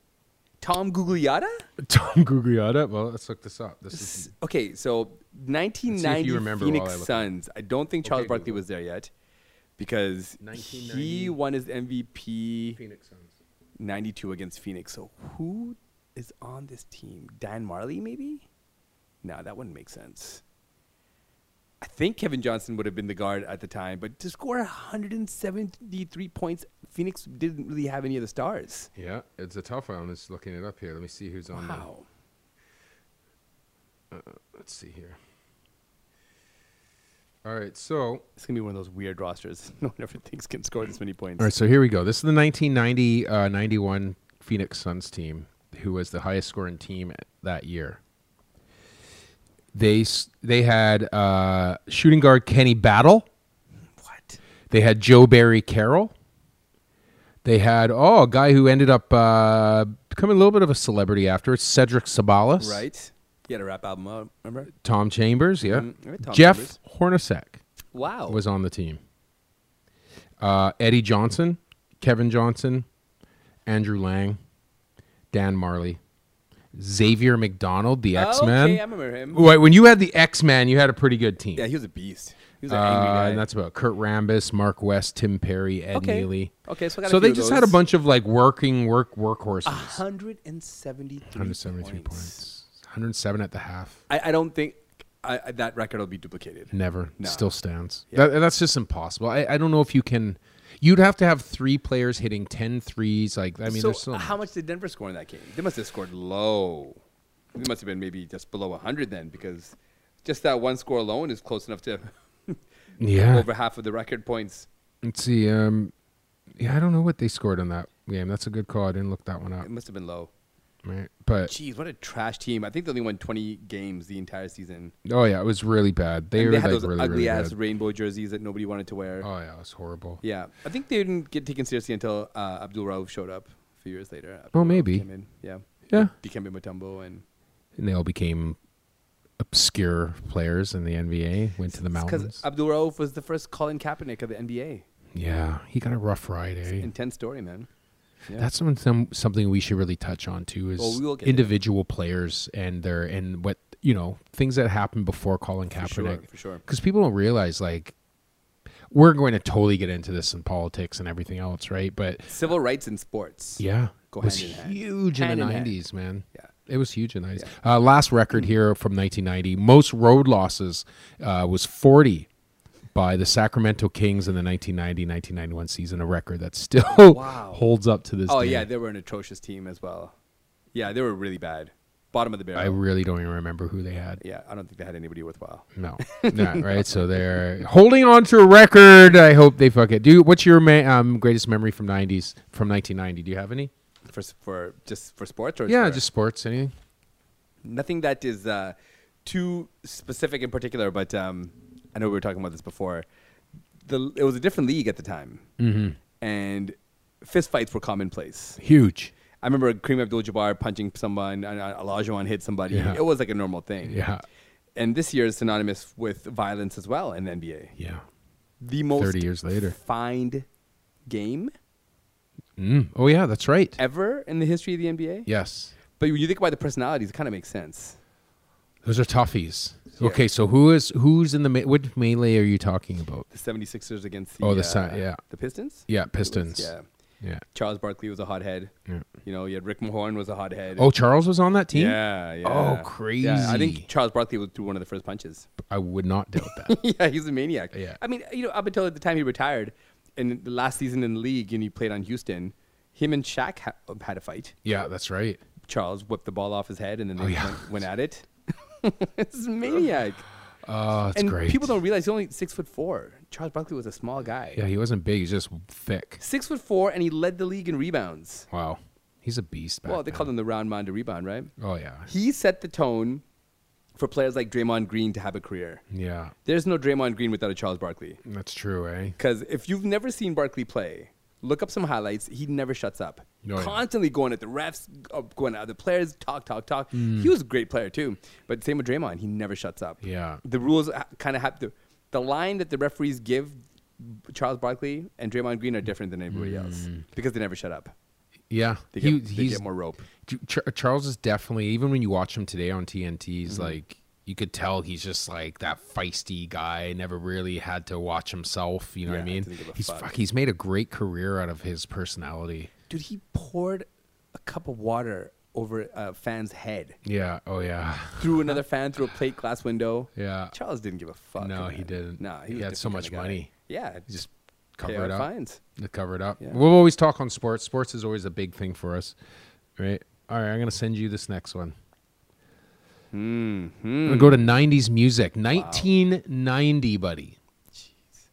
S2: Tom Gugliotta?
S1: tom gugliotta well let's look this up this is
S2: S- Okay, so
S1: you
S2: 1990
S1: remember while I
S2: Phoenix
S1: look.
S2: Suns. I don't think Charles
S1: Okay,
S2: Barkley
S1: Google.
S2: was there yet because he
S1: 1990
S2: won his MVP
S1: phoenix suns
S2: 92 against Phoenix. So who is on this team? Dan Marley, maybe? No, that wouldn't make sense. I think Kevin Johnson would have been the guard at the time, but to score 173 points, Phoenix didn't really have any of the stars.
S1: yeah it's a tough one i'm just looking it up here let me see who's on the
S2: Wow.
S1: let's see here all right so
S2: It's gonna be one of those weird rosters. No one ever thinks can score this many points.
S1: All right, so here we go. This is the 1990 uh, 91 Phoenix Suns team, who was the highest scoring team that year. They s- they had uh, shooting guard Kenny Battle.
S2: What?
S1: They had Joe Barry Carroll. They had oh a guy who ended up uh, becoming a little bit of a celebrity after Cedric Sabalas,
S2: Right? He had a rap album. out, Remember?
S1: Tom Chambers, yeah.
S2: Mhm, I remember Tom
S1: Jeff
S2: Chambers. Oh.
S1: Hornacek
S2: Wow.
S1: was on the team. Uh, Eddie Johnson, Kevin Johnson, Andrew Lang, Dan Marley, Xavier McDonald, the X
S2: Okay, I
S1: Man.
S2: remember him.
S1: Right, when you had the X Man, you had a pretty good team.
S2: Yeah, he was a beast. He was an angry
S1: Uh,
S2: guy.
S1: and that's about Kurt Rambis, Mark West, Tim Perry, Ed
S2: okay.
S1: Neely.
S2: Okay, so I got
S1: So
S2: a few
S1: they
S2: of
S1: just had a
S2: those.
S1: bunch of like working work workhorses.
S2: 173,
S1: 173 points. 107 at the half.
S2: I, I don't think I, I- that record will be duplicated.
S1: Never.
S2: No.
S1: Still stands.
S2: Yeah.
S1: That, that's just impossible. I, I don't know if you can. You'd have to have three players hitting 10 threes. Like, I mean,
S2: so
S1: there's so
S2: how much did Denver score in that game? They must have scored low. They must have been maybe just below 100 then, because just that one score alone is close enough to
S1: Yeah.
S2: over half of the record points.
S1: Let's see. Um, yeah, I don't know what they scored on that game. That's a good call. I didn't look that one up.
S2: It must have been low.
S1: Right. But,
S2: Jeez, what a trash team! I think they only won 20 games the entire season.
S1: oh, yeah, it was really bad. They
S2: And
S1: were
S2: they had
S1: like
S2: those
S1: really,
S2: ugly
S1: really
S2: ass
S1: bad.
S2: rainbow jerseys that nobody wanted to wear.
S1: Oh, yeah, it was horrible.
S2: Yeah, I think they didn't get taken seriously until uh, Abdul Rauf showed up a few years later. Abdul
S1: Oh,
S2: Rauf
S1: maybe.
S2: came in. Yeah,
S1: Yeah.
S2: Dikembe Mutombo and
S1: And they all became obscure players in the NBA, went to the
S2: because
S1: mountains.
S2: Abdul Rauf was the first Colin Kaepernick of the NBA.
S1: yeah, he got a rough ride, eh?
S2: Intense story, man. Yeah.
S1: That's some, some something we should really touch on too is
S2: Well, we will get there.
S1: individual players and their and what you know things that happened before Colin
S2: for sure,
S1: Kaepernick
S2: for sure.
S1: because people don't realize like we're going to totally get into this in politics and everything else, right? But
S2: Civil rights in sports.
S1: yeah,
S2: Go
S1: it was
S2: hand in hand.
S1: huge in
S2: Hand
S1: the
S2: in hand.
S1: nineties, man.
S2: Yeah.
S1: It was huge in the 90s. Uh, last record here from 1990. Most road losses uh, was 40 by the Sacramento Kings in the 1990-1991 season, a record that still
S2: Wow.
S1: holds up to this
S2: Oh
S1: day.
S2: yeah, they were an atrocious team as well. Yeah, they were really bad. Bottom of the
S1: I
S2: barrel.
S1: really don't even remember who they had.
S2: yeah, I don't think they had anybody worthwhile.
S1: No, not right. So they're holding on to a record. I hope they fuck it. Do you- what's your ma- um, greatest memory from '90s from 1990? Do you have any?
S2: For s- for just for sports or
S1: Yeah,
S2: for-
S1: just sports. Anything?
S2: nothing that is uh, too specific in particular. But um, I know we were talking about this before. The it was a different league at the time, mm-hmm. and fistfights were commonplace.
S1: Huge.
S2: I remember Kareem Abdul-Jabbar punching someone, and uh, Olajuwon hit somebody.
S1: Yeah.
S2: It was like a normal thing.
S1: Yeah,
S2: And this year is synonymous with violence as well in the NBA.
S1: yeah.
S2: The most
S1: Thirty years later.
S2: fined game
S1: Mm. Oh yeah, that's right.
S2: ever in the history of the NBA.
S1: Yes,
S2: But when you think about the personalities, it kind of makes sense.
S1: those are toughies.
S2: Yeah.
S1: Okay, so who is who's in the me- what melee are you talking about?
S2: The 76ers against the
S1: Oh, the
S2: uh,
S1: Si- yeah.
S2: the Pistons.
S1: Yeah,
S2: It was-
S1: Pistons.
S2: yeah.
S1: yeah.
S2: Charles Barkley was a hothead.
S1: Yeah.
S2: You know, you had Rick Mahorn was a hothead.
S1: Oh, Charles was on that team.
S2: yeah, yeah.
S1: Oh,
S2: Yeah, I
S1: crazy.
S2: think Charles Barkley was through one of the first punches.
S1: I would not doubt that.
S2: yeah, he's a maniac.
S1: Yeah.
S2: I mean, you know, up until the time he retired, in the last season in the league, and he played on Houston. Him and Shaq ha- had a fight.
S1: yeah, that's right.
S2: Charles whipped the ball off his head, and then they
S1: Oh, yeah.
S2: went, went at it. it's a maniac.
S1: Oh, it's
S2: and
S1: great.
S2: people don't realize he's only six foot four. Charles Barkley was a small guy.
S1: yeah, he wasn't big. He's just thick.
S2: Six foot four, and he led the league in rebounds.
S1: Wow, he's a beast. Back
S2: well, they
S1: then.
S2: called him the round man to rebound, right?
S1: Oh yeah,
S2: he set the tone for players like Draymond Green to have a career.
S1: Yeah,
S2: There's no Draymond Green without a Charles Barkley.
S1: that's true, eh?
S2: Because if you've never seen Barkley play, look up some highlights. He never shuts up.
S1: Oh, yeah.
S2: Constantly going at the refs, uh, going at other players, talk, talk, talk. He was a great player too. But same with Draymond, he never shuts up.
S1: Mm. Yeah.
S2: The rules kind of have to. The line that the referees give Charles Barkley and Draymond Green are different than anybody else
S1: Mm.
S2: because they never shut up.
S1: Yeah,
S2: They
S1: He-
S2: get, they get more rope.
S1: Ch- Ch- Charles is definitely even when you watch him today on TNT, he's
S2: Mm-hmm.
S1: like you could tell he's just like that feisty guy. Never really had to watch himself. You know what I
S2: Yeah,
S1: mean?
S2: doesn't give a
S1: He's
S2: fuck.
S1: fuck, he's made a great career out of his personality.
S2: Dude, he poured a cup of water over a fan's head,
S1: Yeah. Oh yeah.
S2: threw another fan through a plate glass window.
S1: Yeah.
S2: Charles didn't give a fuck.
S1: No,
S2: man.
S1: he didn't.
S2: No,
S1: He
S2: was
S1: had so
S2: different
S1: much
S2: kinda guy.
S1: money.
S2: Yeah,
S1: He Just
S2: pay
S1: cover it
S2: our
S1: up.
S2: fines.
S1: To cover it up.
S2: Yeah.
S1: We'll always talk on sports. Sports is always a big thing for us, right? All right, I'm gonna send you this next one.
S2: Mm-hmm.
S1: I'm gonna go
S2: Hmm.
S1: to '90s music, 1990, buddy.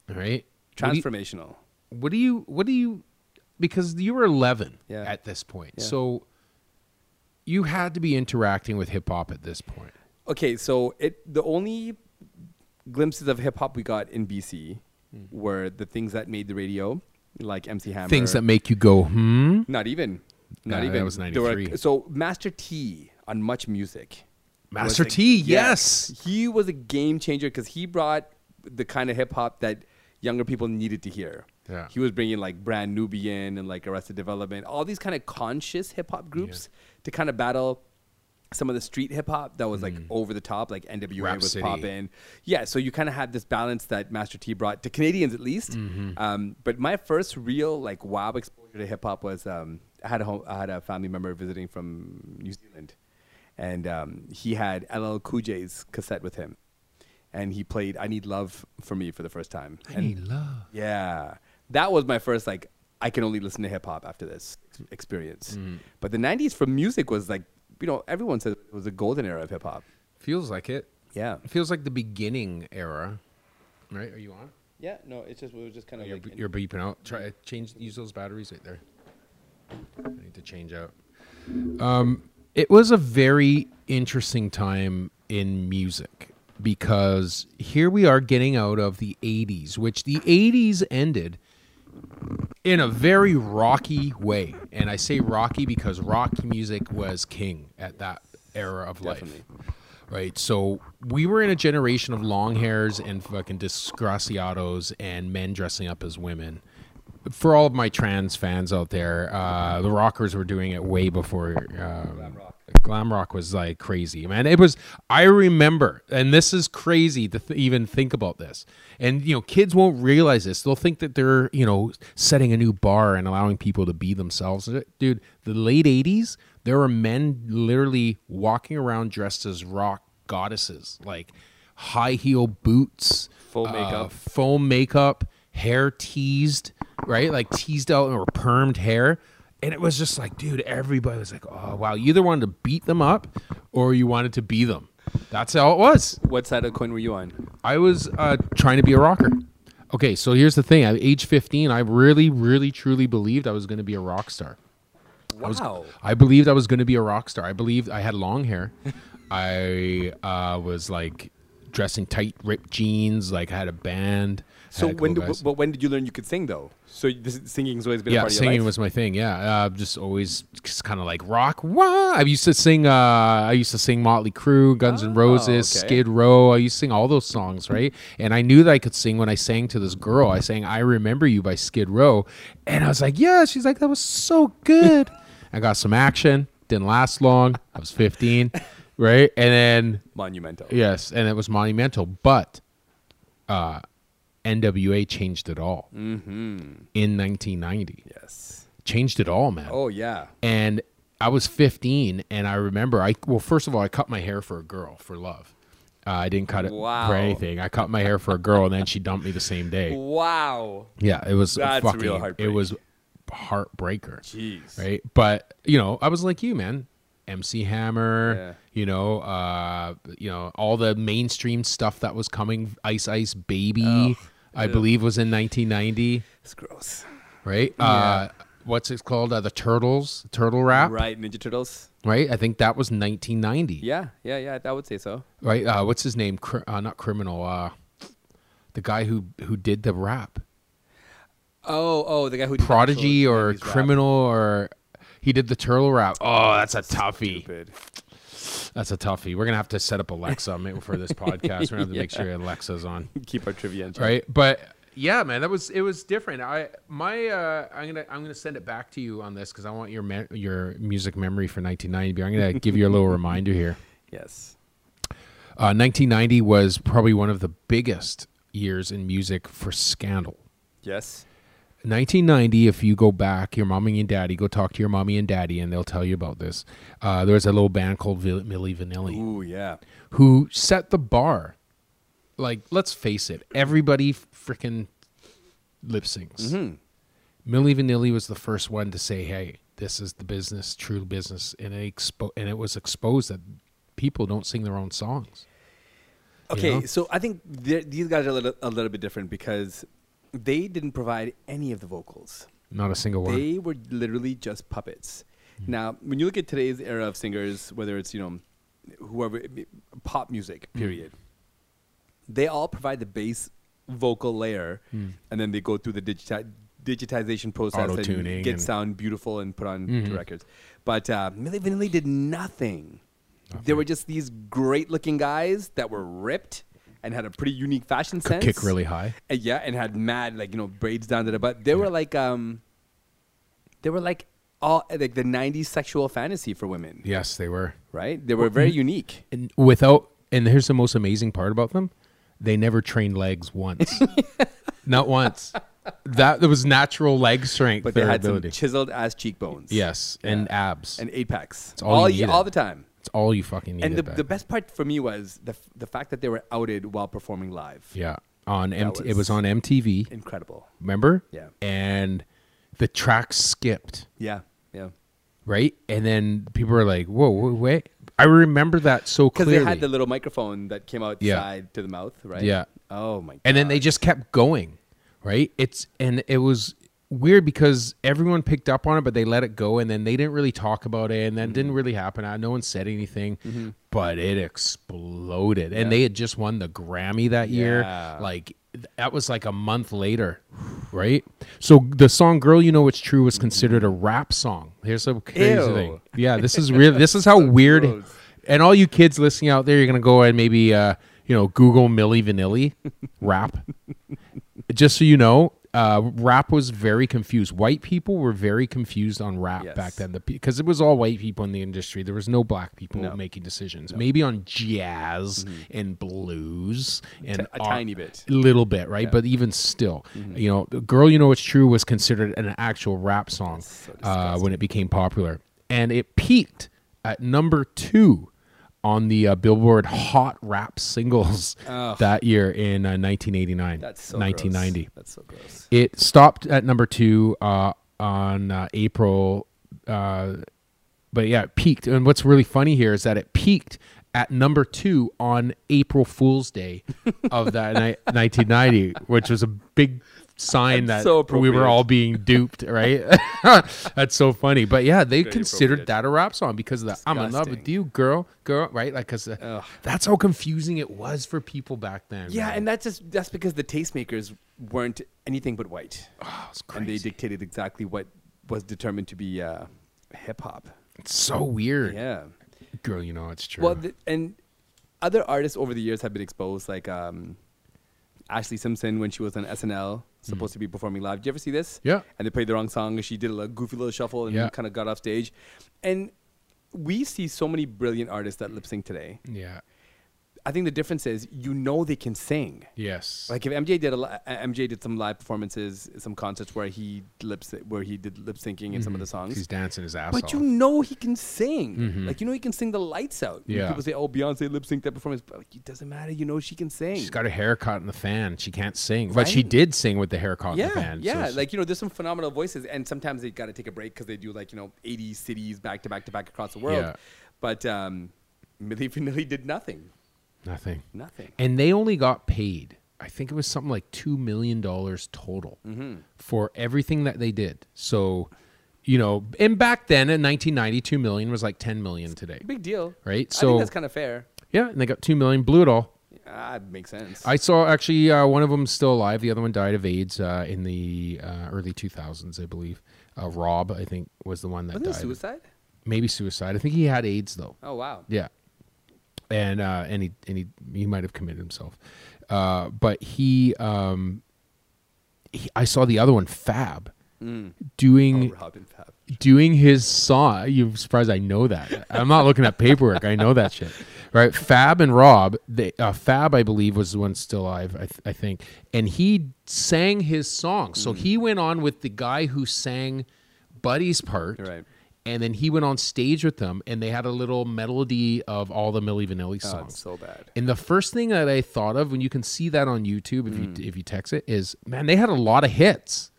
S1: All right. What do you-
S2: Transformational.
S1: what do you what do you because you were 11
S2: Yeah.
S1: at this point
S2: Yeah.
S1: so you had to be interacting with hip-hop at this point
S2: Okay, so it the only glimpses of hip hop we got in BC
S1: Hmm.
S2: were the things that made the radio, like MC Hammer.
S1: things that make you go hmm
S2: not even,
S1: Nah,
S2: not
S1: that
S2: even.
S1: was
S2: There were-
S1: 93.
S2: so Master T on Much Music.
S1: master
S2: was a-
S1: t
S2: yeah,
S1: yes
S2: he was a game changer because he brought the kind of hip hop that younger people needed to hear.
S1: Yeah.
S2: He was bringing like Brand Nubian and like Arrested Development, all these kind of conscious hip hop groups to kind of battle some of the street hip hop that was like
S1: Mm.
S2: over the top, like NWA was
S1: Rhapsody.
S2: popping. Yeah, so you kind of had this balance that Master T brought to Canadians at least.
S1: Mm-hmm.
S2: Um, but my first real like wow exposure to hip hop was um, I had a home, I had a family member visiting from New Zealand, and um, he had LL Cool J's cassette with him, and he played "I Need Love" for me for the first time.
S1: i
S2: And-
S1: need love
S2: yeah. That was my first like I can only listen to hip hop after this ex- experience.
S1: Mm-hmm.
S2: But the 90s for music was like, you know, everyone said it was the golden era of hip hop.
S1: feels like it
S2: Yeah.
S1: feels like the beginning era right are you on
S2: Yeah, no, it's just it was just kind of
S1: you're,
S2: like
S1: you're beeping out try change use those batteries right there i need to change out Um, it was a very interesting time in music because here we are getting out of the 80s which the 80s ended in a very rocky way and i say rocky because rock music was king at that era of life
S2: Definitely.
S1: right so we were in a generation of long hairs and fucking disgraciados and men dressing up as women for all of my trans fans out there uh, the rockers were doing it way before um, glam
S2: rock.
S1: glam rock was like crazy man it was i remember and this is crazy to th- even think about this and you know kids won't realize this they'll think that they're you know setting a new bar and allowing people to be themselves dude the late 80s there were men literally walking around dressed as rock goddesses like high heel boots
S2: Full
S1: uh,
S2: makeup.
S1: foam makeup, hair teased, right? Like teased out or permed hair. And it was just like, dude, everybody was like, oh, wow. You either wanted to beat them up or you wanted to be them. That's how it was.
S2: What side of the coin were you on?
S1: I was uh, trying to be a rocker. Okay, so here's the thing. At age 15, I really, really, truly believed I was going to be a rock star.
S2: Wow.
S1: I believed I was going to be a rock star. I believed I had long hair. I uh, was like dressing tight, ripped jeans. Like I had a band.
S2: So
S1: Had a
S2: when
S1: cool
S2: did,
S1: guys.
S2: but when did you learn you could sing though? So this, singing's always been a
S1: yeah,
S2: part of your
S1: singing
S2: life?
S1: was my thing. Yeah, uh, just always just kind of like rock. Wah! I used to sing. Uh, I used to sing Motley Crue, Guns N' Roses,
S2: Oh, okay.
S1: Skid Row. I used to sing all those songs, right? And I knew that I could sing when I sang to this girl. I sang "I Remember You" by Skid Row, and I was like, "Yeah." She's like, "That was so good." I got some action. Didn't last long. I was 15, right? And then
S2: monumental.
S1: Yes, and it was monumental. But uh, NWA changed it all
S2: Mm.
S1: in 1990.
S2: Mm-hmm, Yes.
S1: Changed it all, man.
S2: Oh yeah.
S1: And I was 15, and I remember I well, first of all, I cut my hair for a girl for love. Uh, I didn't cut it
S2: Wow.
S1: for anything. I cut my hair for a girl, and then she dumped me the same day.
S2: Wow.
S1: Yeah, it was
S2: That's
S1: fucking.
S2: real
S1: it
S2: heartbreak.
S1: was heartbreaker
S2: Jeez.
S1: right? But you know, I was like you, man. MC Hammer,
S2: Yeah.
S1: you know, uh, you know, all the mainstream stuff that was coming. Ice Ice Baby,
S2: Oh,
S1: I believe, was in 1990,
S2: It's gross.
S1: right? Uh, what's it called? Uh, the Turtles, Turtle Rap,
S2: Right, Ninja Turtles.
S1: right? I think that was 1990.
S2: Yeah, yeah, yeah. I would say so.
S1: Right? Uh, what's his name? Cri- uh, not criminal. Uh, the guy who who did the rap,
S2: Oh, oh, the guy who did the
S1: Prodigy
S2: actual
S1: or
S2: 90s rap.
S1: Criminal or he did the turtle rap. Oh, that's a toughie.
S2: Stupid.
S1: That's a toughie. We're gonna have to set up Alexa ma- for this podcast. We're gonna have to make sure Alexa's on,
S2: Keep our trivia in check.
S1: right? But yeah, man, that was it was different. I my uh, I'm gonna I'm gonna send it back to you on this because I want your me- your music memory for 1990. I'm gonna give you a little reminder here.
S2: Yes.
S1: Uh, 1990 was probably one of the biggest years in music for scandal.
S2: Yes.
S1: 1990, if you go back, your mommy and daddy, go talk to your mommy and daddy, and they'll tell you about this. Uh, there was a little band called Vil- Milli Vanilli
S2: Ooh, yeah.
S1: who set the bar. Like, let's face it, everybody freaking lip syncs.
S2: Mm-hmm.
S1: Millie Vanilli was the first one to say, "Hey, this is the business, true business," and it expo- and it was exposed that people don't sing their own songs.
S2: Okay,
S1: know?
S2: so I think they're- these guys are a little, a little bit different because they didn't provide any of the vocals.
S1: Not a single one. Hmm.
S2: They were literally just puppets. Now, when you look at today's era of singers, whether it's you know, whoever, pop
S1: Hmm.
S2: music, period, they all provide the bass vocal layer,
S1: Hmm.
S2: and then they go through the digiti- digitization process
S1: Auto-tuning
S2: and get
S1: and- Mm-hmm.
S2: sound beautiful and put on to records. But uh, Milli Vanilli did nothing. They were just these great-looking guys that were ripped and had a pretty unique fashion sense.
S1: kick really high.
S2: Uh, yeah, and had mad like you know braids down to the butt. They were like um, they were like all like the '90s sexual fantasy for women,
S1: Yes, they were.
S2: right? They were very unique.
S1: mm-hmm. And without and here's the most amazing part about them. They never trained legs once. Not once. That there was natural leg strength.
S2: But they had some
S1: variability.
S2: chiseled ass cheekbones.
S1: Yes, and abs.
S2: and eight packs.
S1: all you
S2: all, ye-
S1: needed.
S2: all the time.
S1: It's all you fucking need.
S2: And the, the best part for me was the f- the fact that they were outed while performing live.
S1: yeah, on MT, it
S2: was-
S1: was on MTV.
S2: Incredible.
S1: Remember?
S2: Yeah.
S1: And the track skipped,
S2: Yeah, yeah.
S1: right? And then people were like, "Whoa, whoa wait!" I remember that so
S2: Because
S1: clearly.
S2: they had the little microphone that came out
S1: Yeah.
S2: side to the mouth, right?
S1: Yeah.
S2: Oh my.
S1: and then they just kept going right it's and it was weird because everyone picked up on it but they let it go and then they didn't really talk about it and that
S2: Mm-hmm.
S1: didn't really happen I- no one said anything but it exploded and they had just won the grammy that year
S2: Yeah.
S1: like that was like a month later right so the song girl you know it's true was considered a rap song here's a crazy
S2: Ew.
S1: thing yeah this is real this is how weird
S2: gross.
S1: and all you kids listening out there, you're gonna go and maybe uh, you know Google Milli Vanilli rap. Just so you know, uh, rap was very confused. White people were very confused on rap
S2: Yes.
S1: back then, because it was all white people in the industry. There was no black people
S2: No. Mm-hmm.
S1: making decisions. Maybe on jazz and blues and
S2: a
S1: ar-
S2: tiny bit.
S1: little bit, right? But even still,
S2: Mm-hmm.
S1: you know, the "Girl, You Know It's True" was considered an actual rap song uh, when it became popular, and it peaked at number two on the uh, Billboard Hot Rap Singles that year in uh, 1989,
S2: That's so. gross.
S1: 1990.
S2: That's so gross.
S1: It stopped at number two uh, on uh, April, uh, but yeah, it peaked. And what's really funny here is that it peaked at number two on April Fool's Day of that ni- 1990, which was a big sign that
S2: That's so
S1: we were
S2: appropriate.
S1: all being duped, right? That's so funny. But yeah, they considered
S2: appropriate.
S1: that a rap song because of the "I'm in love with
S2: Disgusting.
S1: you, girl, girl," right? Like, because that's how confusing it was for people back then.
S2: Yeah,
S1: man.
S2: and that's just that's because the tastemakers weren't anything but white,
S1: Oh, it's
S2: and they
S1: crazy.
S2: dictated exactly what was determined to be uh, hip hop.
S1: It's so weird.
S2: Yeah.
S1: Girl, you know it's true.
S2: Well, th- and other artists over the years have been exposed, like um, Ashley Simpson when she was on SNL, supposed to be performing live. Did you ever see this?
S1: Mm-hmm. Yeah.
S2: And they played the wrong song, and she did a little goofy little shuffle and
S1: Yeah.
S2: kind of got off stage. And we see so many brilliant artists that lip sync today.
S1: yeah.
S2: I think the difference is you know they can sing.
S1: Yes.
S2: Like if MJ did a li- uh, MJ did some live performances, some concerts where he lips where he did lip syncing in some of the
S1: Mm-hmm. he's
S2: songs.
S1: dancing his ass
S2: But
S1: off.
S2: you know he can sing. Like you know he can sing the lights out. You know,
S1: Yeah.
S2: People say, "Oh, Beyonce lip synced that performance," but like, it doesn't matter. You know she can sing.
S1: She's got her hair caught in the fan. She can't sing, but she
S2: Right.
S1: did sing with the hair caught in
S2: yeah,
S1: the fan. so
S2: yeah.
S1: it's-
S2: like you know, there's some phenomenal voices, and sometimes they got to take a break because they do like you know 80 cities back to back to back across the world.
S1: Yeah.
S2: But um, Milli Vanilli did nothing.
S1: nothing.
S2: Nothing.
S1: And they only got paid. I think it was
S2: Mm-hmm.
S1: something like two million dollars total for everything that they did. So you know, and back then in 1990, 2 million was like 10 million today,
S2: Big deal.
S1: right?
S2: I think
S1: So
S2: that's kind of fair.
S1: yeah, and they got 2 million, blew it all.
S2: Ah, it makes sense.
S1: I saw actually uh, one of them still alive. The other one died of AIDS uh, in the uh, early 2000s, I believe. Uh, Rob, I think, was the one that
S2: Wasn't it
S1: died.
S2: suicide?
S1: Maybe suicide. I think he had AIDS though.
S2: Oh wow.
S1: Yeah, and uh, and he and he, he might have committed himself, uh, but he, um, he I saw the other one, Fab, doing
S2: Oh, Robin Fab.
S1: doing his song. You're surprised I know that. I'm not looking at paperwork. I know that shit. Right? Fab and Rob. They, uh, Fab, I believe, was the one still alive. I, th- I think, and he sang his song.
S2: Mm.
S1: So he went on with the guy who sang Buddy's part.
S2: Right.
S1: And then he went on stage with them, and they had a little melody of all the Milli Vanilli
S2: Oh,
S1: songs.
S2: it's so bad.
S1: And the first thing that I thought of when you can see that on YouTube if
S2: Mm.
S1: you if you text it is man they had a lot of hits.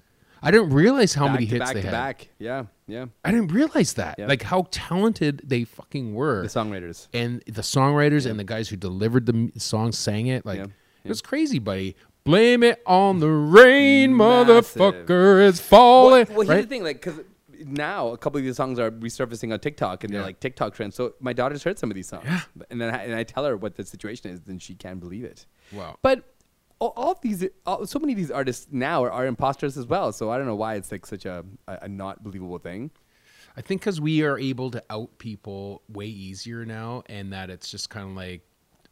S1: I didn't realize how
S2: back
S1: many
S2: to
S1: hits
S2: back
S1: they
S2: to
S1: had.
S2: back. Yeah, yeah.
S1: I didn't realize that
S2: Yeah.
S1: like how talented they fucking were
S2: The songwriters.
S1: and the songwriters and the guys who delivered the m- song sang it like
S2: Yeah.
S1: it was crazy buddy. Blame it on the rain,
S2: Massive.
S1: motherfucker! It's falling.
S2: Well, well, here's
S1: right?
S2: the thing, like, because now a couple of these songs are resurfacing on TikTok, and they're
S1: Yeah.
S2: like TikTok trends. So my daughter's heard some of these songs, and then I, and I tell her what the situation is, then she can't believe it.
S1: Wow.
S2: But all, all of these, all, so many of these artists now are, are imposters as well. So I don't know why it's like such a a, a not believable thing.
S1: I think because we are able to out people way easier now, and that it's just kind of like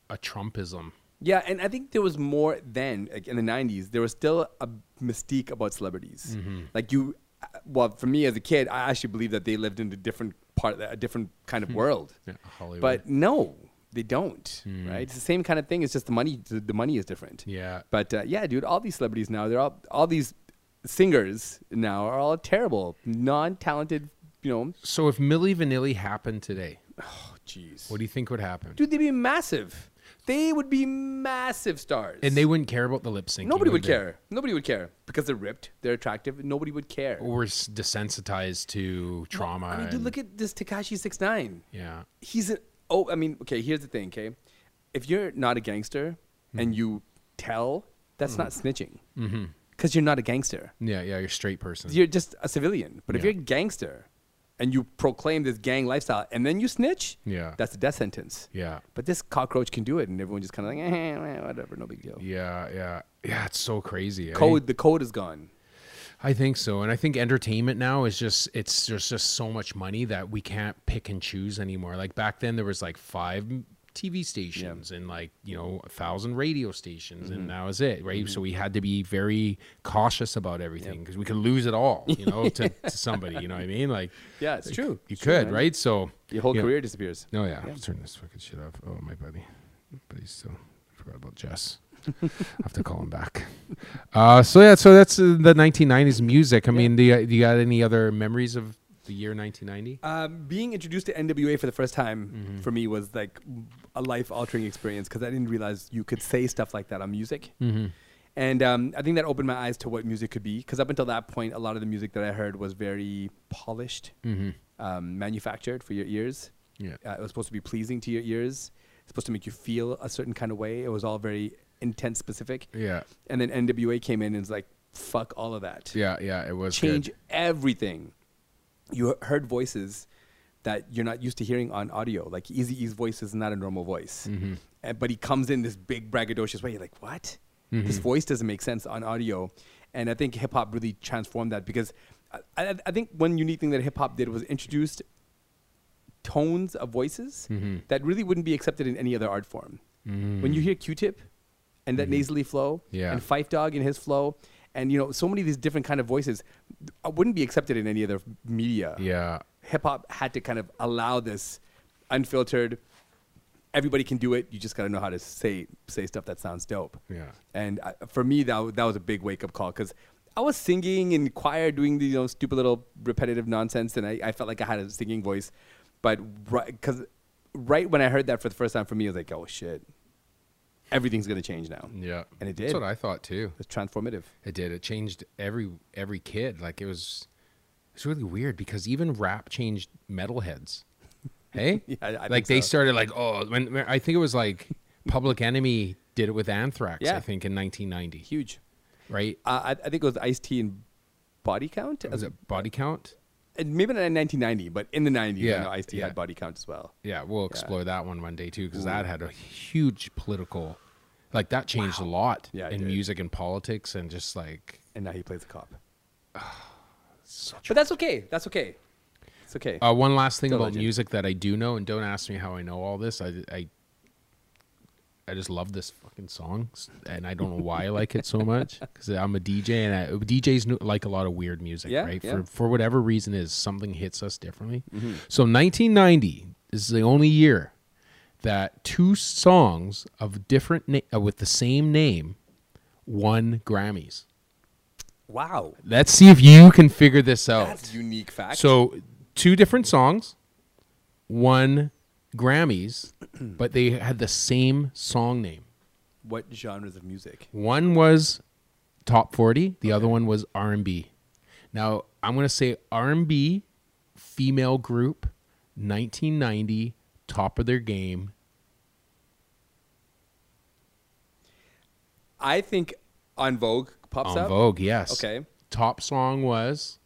S1: a Trumpism.
S2: Yeah, and I think there was more then, like in the '90s. There was still a mystique about celebrities.
S1: Mm-hmm.
S2: Like you, uh, well, for me as a kid, I actually believed that they lived in a different part, a different kind of world.
S1: Hmm. Yeah, Hollywood.
S2: But no, they don't. Right? It's the same kind of thing. It's just the money. The, the money is different.
S1: Yeah.
S2: But uh, yeah, dude, all these celebrities now, they're all all these singers now are all terrible, non-talented. You know,
S1: So if Milli Vanilli happened today,
S2: oh jeez,
S1: what do you think would happen?
S2: dude, they'd be massive. They would be massive stars.
S1: And they wouldn't care about the lip sync.
S2: Nobody would care. Nobody would care because they're ripped. They're attractive. Nobody would care.
S1: We're s- desensitized to trauma.
S2: I mean, dude,
S1: and-
S2: look at this Takashi Six Nine.
S1: yeah.
S2: He's an oh. I mean, okay. Here's the thing. Okay, if you're not a gangster
S1: Hmm.
S2: and you tell, that's not snitching.
S1: Mm-hmm.
S2: Because you're not a gangster.
S1: Yeah, yeah, you're a straight person.
S2: You're just a civilian. But if
S1: Yeah.
S2: you're a gangster and you proclaim this gang lifestyle and then you snitch,
S1: Yeah.
S2: that's a death sentence.
S1: yeah.
S2: But this cockroach can do it, and everyone just kind of like, eh, eh, whatever, no big deal.
S1: Yeah, yeah. Yeah, it's so crazy. eh?
S2: Code. The code is gone.
S1: I think so. And I think entertainment now is just it's there's just so much money that we can't pick and choose anymore. Like back then there was like five TV stations and like, you know, a thousand radio stations
S2: Mm-hmm.
S1: and that was it, right? So we had to be very cautious about everything because we could lose it all, you know, to, to somebody, you know what I mean? Like
S2: Yeah, it's true.
S1: you
S2: It's true,
S1: could,
S2: man.
S1: right? So
S2: Your whole
S1: you know-
S2: career disappears.
S1: Oh yeah. Let's turn this fucking shit off. Oh my buddy, buddy still forgot about Jess. I have to call him back. Uh, so yeah, so that's uh, the 1990s music. I mean, do you, do you got any other memories of the year 1990?
S2: Um, being introduced to NWA for the first time for me was like a life altering experience because I didn't realize you could say stuff like that on music.
S1: Mm.
S2: And um, I think that opened my eyes to what music could be because up until that point, a lot of the music that I heard was very polished, um, manufactured for your ears.
S1: Yeah.
S2: Uh, it was supposed to be pleasing to your ears, it's supposed to make you feel a certain kind of way. It was all very intense, specific.
S1: Yeah,
S2: And then NWA came in and was like, fuck all of that
S1: yeah, yeah. It was
S2: change
S1: Good.
S2: everything. You he- heard voices that you're not used to hearing on audio. Like Easy E's voice is not a normal voice,
S1: Mm-hmm.
S2: and, but he comes in this big braggadocious way. You're like, what?
S1: Mm-hmm.
S2: This voice doesn't make sense on audio, and I think hip hop really transformed that because I, I, I think one unique thing that hip hop did was introduced tones of
S1: Mm-hmm.
S2: voices that really wouldn't be accepted in any other art form. When you hear Q-Tip and that nasally flow,
S1: Mm-hmm. Yeah.
S2: and Fife Dog and his flow, and you know so many of these different kind of voices th- uh, wouldn't be accepted in any other media.
S1: Yeah,
S2: Hip hop had to kind of allow this unfiltered. Everybody can do it. You just got to know how to say say stuff that sounds dope.
S1: yeah,
S2: And I, for me, that wa- that was a big wake up call because I was singing in choir, doing the you know, stupid little repetitive nonsense, and I, I felt like I had a singing voice. But because right when I heard that for the first time, for me, I was like, oh shit, everything's gonna change now.
S1: yeah.
S2: And it
S1: That's
S2: did.
S1: what I thought too.
S2: It's transformative.
S1: It did. It changed every every kid. Like it was, it's really weird because even rap changed metalheads. Hey,
S2: Yeah, I- I
S1: like
S2: think
S1: they
S2: so.
S1: started like oh when, when- I think it was like Public Enemy did it with Anthrax. I
S2: Yeah.
S1: think in 1990,
S2: Huge.
S1: right?
S2: Uh, I, I think it was Ice T and Body Count.
S1: Was
S2: as-
S1: it Body Count?
S2: and maybe not in 1990, but in the 90s,
S1: Yeah,
S2: I know Ice-T
S1: yeah.
S2: had body count as well.
S1: Yeah, we'll explore that one one day too, because that had a huge political, like that changed a lot
S2: Yeah, it
S1: in
S2: did.
S1: music and politics and just like.
S2: And now he plays a cop.
S1: Such
S2: But that's okay. That's okay. It's okay.
S1: uh, one last thing
S2: Still
S1: about
S2: legend.
S1: music that I do know, and don't ask me how I know all this. I, I, I just love this fucking song, s- and I don't know why I like it so much because I'm a DJ, and I, DJs kn- like a lot of weird music,
S2: Yeah,
S1: right?
S2: yeah. Mm-hmm.
S1: For for whatever reason, is something hits us differently. So 1990 is the only year that two songs of different na- uh, with the same name won Grammys.
S2: wow.
S1: Let's see if you can figure this out.
S2: That's unique fact.
S1: Oh. So two different songs, one Grammys, but they had the same song name.
S2: what genres of music?
S1: One was top 40, the other one was R&B. Now, I'm going to say R&B female group 1990 top of their game.
S2: I think On Vogue pops
S1: on
S2: up.
S1: Vogue, yes.
S2: Okay.
S1: Top song was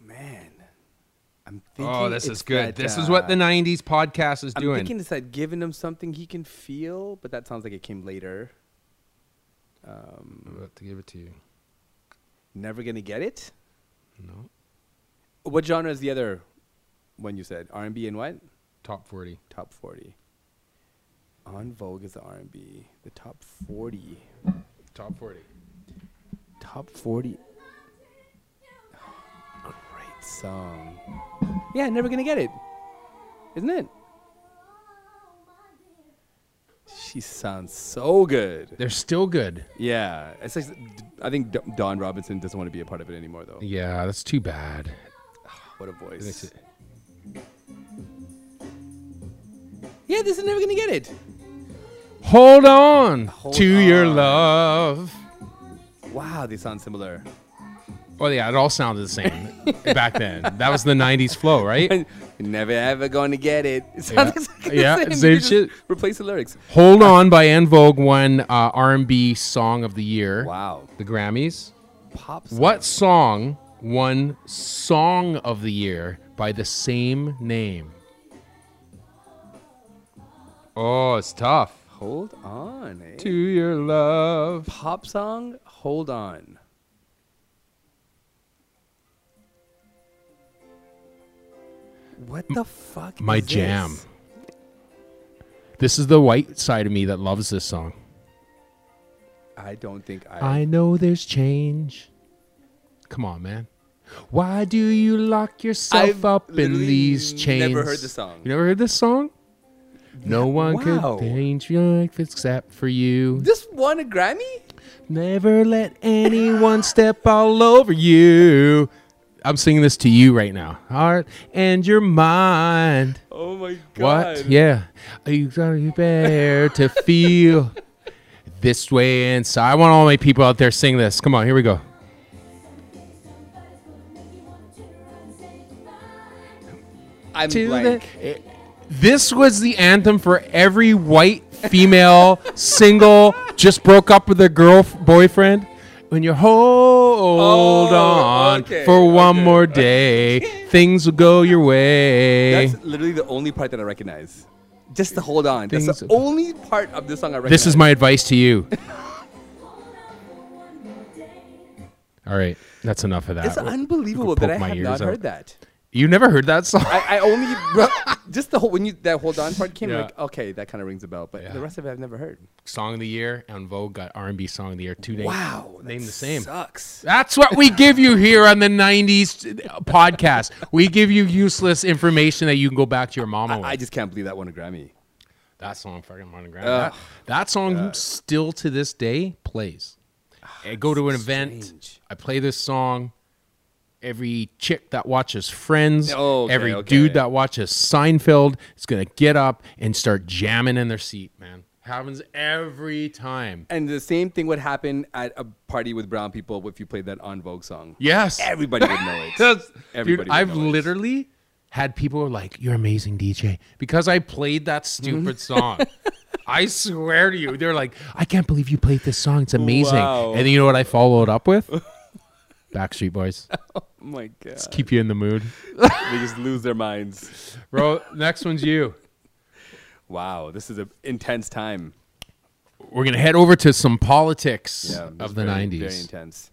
S2: Man. I'm
S1: Oh,
S2: thinking it's that, uh,
S1: 90s podcast is
S2: I'm thinking it's that giving him something he can feel, but that sounds like it came later.
S1: I'm about to give it to you.
S2: Never gonna get it.
S1: No.
S2: What genre is the other one you said? R and B and what?
S1: Top 40.
S2: Top forty. On Vogue is the R and B. The top forty.
S1: Top 40.
S2: Top forty. Great song. Yeah, never gonna get it. Isn't it? She sounds so good.
S1: They're still good.
S2: Yeah, it's like, I think D- Don Robinson doesn't want to be a part of it anymore, though.
S1: Yeah, that's too bad.
S2: What a voice.
S1: That's it.
S2: Yeah, this is never gonna get it.
S1: Hold on
S2: Hold
S1: to your
S2: on.
S1: love.
S2: Wow, they sound similar.
S1: Well, yeah, it all sounded the same back then. That was the '90s flow, right?
S2: never ever gonna get it. It sounds
S1: Yeah.
S2: exactly
S1: Yeah,
S2: the same.
S1: same
S2: You just
S1: shit.
S2: Replace the lyrics.
S1: Hold on by En Vogue won uh, R&B Song of the Year,
S2: Wow.
S1: the Grammys.
S2: Pops.
S1: What song won Song of the Year by the same name? Oh, it's tough.
S2: Hold on. eh?
S1: To your love.
S2: Pop song. Hold on. What the fuck?
S1: my
S2: is this?
S1: jam. This is the white side of me that loves this song.
S2: I don't think I.
S1: I know there's change. Come on, man. Why do you lock yourself
S2: I've
S1: up in
S2: literally
S1: these chains?
S2: never heard the song.
S1: You never heard this song? No one
S2: Wow.
S1: could change your life except for you.
S2: this won a Grammy?
S1: Never let anyone step all over you. I'm singing this to you right now. Heart and your mind.
S2: Oh my god.
S1: What? Yeah. Are you going to bear to feel this way inside? I want all my people out there sing this. Come on, here we go.
S2: I'm
S1: To
S2: blank.
S1: the- this was the anthem for every white female single just broke up with their girl boyfriend. When you hold
S2: Oh,
S1: on
S2: okay,
S1: for one
S2: okay,
S1: more day, things will go your way.
S2: That's literally the only part that I recognize. Just the hold on. That's
S1: Things-
S2: the only part of this song I recognize.
S1: This is my advice to you. All right, that's enough of that.
S2: It's
S1: Well,
S2: unbelievable
S1: poke
S2: that I
S1: my
S2: have
S1: ears
S2: not
S1: out.
S2: heard that.
S1: You never heard that song?
S2: I, I only just the whole when you that hold on part came
S1: Yeah.
S2: like okay that kind of rings a bell, but
S1: Yeah.
S2: the rest of it I've never heard.
S1: song of the year and Vogue got R&B song of the year two days.
S2: Wow,
S1: name
S2: that
S1: the same.
S2: sucks.
S1: That's what we give you here on the 90s podcast. We give you useless information that you can go back to your mama
S2: I,
S1: with.
S2: I just can't believe that won a Grammy.
S1: that song fucking Martin Graham. that, that song still to this day plays. I go to an event,
S2: strange.
S1: I play this song. Every chick that watches Friends,
S2: Oh, okay,
S1: every
S2: okay.
S1: dude that watches Seinfeld is going to get up and start jamming in their seat, man. Happens every time.
S2: And the same thing would happen at a party with brown people if you played that on Vogue song.
S1: Yes.
S2: Everybody would know it.
S1: That's-
S2: Everybody
S1: dude,
S2: would
S1: I've
S2: know it.
S1: literally had people were like, "You're amazing, DJ," because I played that stupid song. I swear to you, they're like, "I can't believe you played this song. It's amazing."
S2: Wow.
S1: And you know what I followed up with? Backstreet Boys.
S2: Oh my god.
S1: Just keep you in the mood.
S2: they just lose their minds.
S1: Bro, next one's you.
S2: Wow, this is an intense time.
S1: We're going to head over to some politics
S2: Yeah, it's
S1: of the
S2: very- Very
S1: 90s.
S2: intense.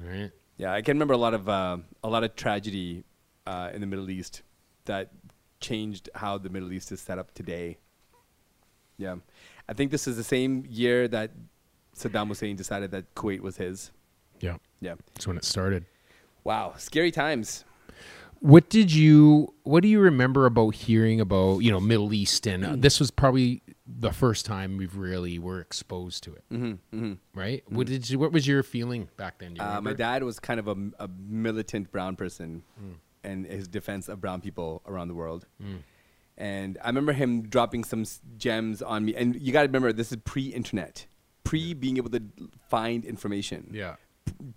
S1: All right.
S2: Yeah, I can remember a lot of uh, a lot of tragedy uh, in the Middle East that changed how the Middle East is set up today. Yeah, I think this is the same year that Saddam Hussein decided that Kuwait was his.
S1: Yeah.
S2: Yeah.
S1: That's when it started.
S2: Wow, scary times.
S1: What did you what do you remember about hearing about, you know, Middle East and uh, this was probably the first time we've really were exposed to it,
S2: Mm-hmm, mm-hmm.
S1: right? What did you what was your feeling back then? Do you
S2: Uh, my
S1: remember?
S2: dad was kind of a, a militant brown person
S1: Hmm.
S2: and his defense of brown people around the world. And I remember him dropping some s- gems on me. And you got to remember, this is pre internet, pre being able to d- find information.
S1: Yeah.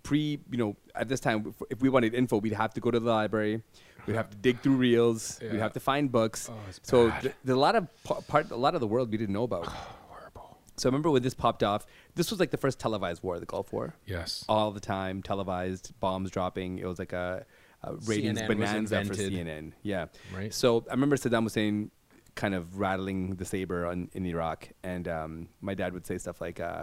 S2: Pre, you know, at this time, if- if we wanted info, we'd have to go to the library. We'd have to dig through reels. We'd
S1: Yeah.
S2: have to find books.
S1: Oh, it's
S2: so
S1: bad.
S2: th- there's a lot of pa- part, a lot of the world we didn't know about.
S1: Horrible.
S2: So I remember when this popped off. This was like the first televised war, the Gulf War
S1: Yes.
S2: all the time, televised, bombs dropping. It was like a, a ratings
S1: CNN was
S2: bonanza for
S1: invented.
S2: CNN. Yeah.
S1: Right.
S2: So I remember Saddam Hussein kind of rattling the saber on, in Iraq, and um, my dad would say stuff like, uh,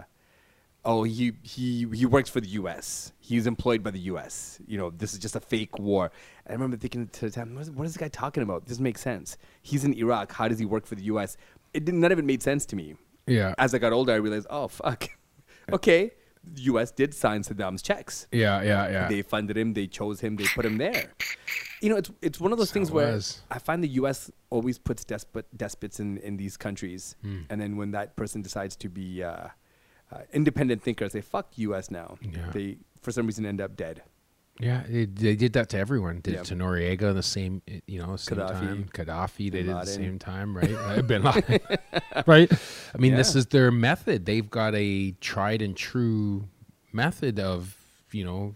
S2: "Oh, he he he works for the U.S. He's employed by the U.S. You know, this is just a fake war." And I remember thinking to the time, what is, "What is this guy talking about? This makes sense. He's in Iraq. How does he work for the U.S.?" It didn't, none of it made sense to me
S1: yeah.
S2: as I got older, I realized, oh fuck, okay, the U.S. did sign Saddam's checks.
S1: yeah, yeah, yeah.
S2: They funded him. They chose him. They put him there. You know, it's it's one of those
S1: So
S2: things
S1: it
S2: where
S1: was.
S2: I find the U.S. always puts despot despots in in these countries,
S1: Hmm.
S2: and then when that person decides to be uh, uh, independent thinker, say fuck U.S. now,
S1: Yeah.
S2: they for some reason end up dead.
S1: Yeah, they, they did that to everyone. Did
S2: Yeah.
S1: it to Noriega the same, eh, you know, same
S2: Gaddafi,
S1: time. Gaddafi, they
S2: Bin
S1: did it
S2: Laden.
S1: the same time, right? Uh, Bin Laden, right? I mean, this
S2: Yeah.
S1: is their method. They've got a tried and true method of, you know,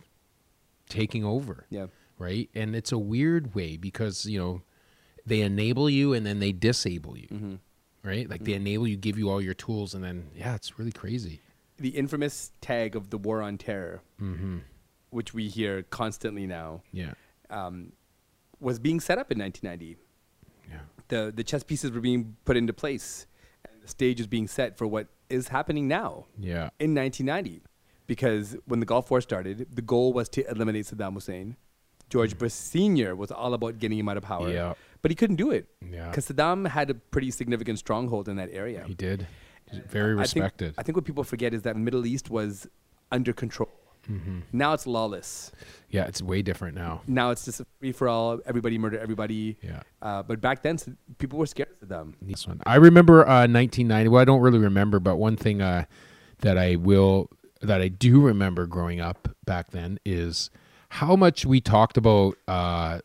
S1: taking over,
S2: Yeah,
S1: right? And it's a weird way because you know they enable you and then they disable you,
S2: Mm-hmm.
S1: right? Like they enable you, give you all your tools, and then yeah, it's really crazy.
S2: the infamous tag of the war on terror,
S1: Hmm.
S2: which we hear constantly now,
S1: Mm-hmm. Yeah,
S2: um, was being set up in 1990.
S1: yeah,
S2: the the chess pieces were being put into place and the stage was being set for what is happening now
S1: yeah,
S2: in 1990 because when the Gulf War started the goal was to eliminate Saddam Hussein George Bush senior was all about getting him out of power
S1: Yeah.
S2: but he couldn't do it
S1: Yeah.
S2: cuz Saddam had a pretty significant stronghold in that area
S1: He did. He's Very
S2: I think-
S1: respected.
S2: I think, what people forget is that Middle East was under control
S1: Mm-hmm.
S2: now it's lawless
S1: yeah, it's way different now.
S2: now it's just a free for all everybody murder everybody
S1: Yeah.
S2: uh, but back then s- people were scared of Saddam
S1: This one. I remember uh, 1990. Well, I don't really remember, but one thing uh, that I will that I do remember growing up back then is how much we talked about uh,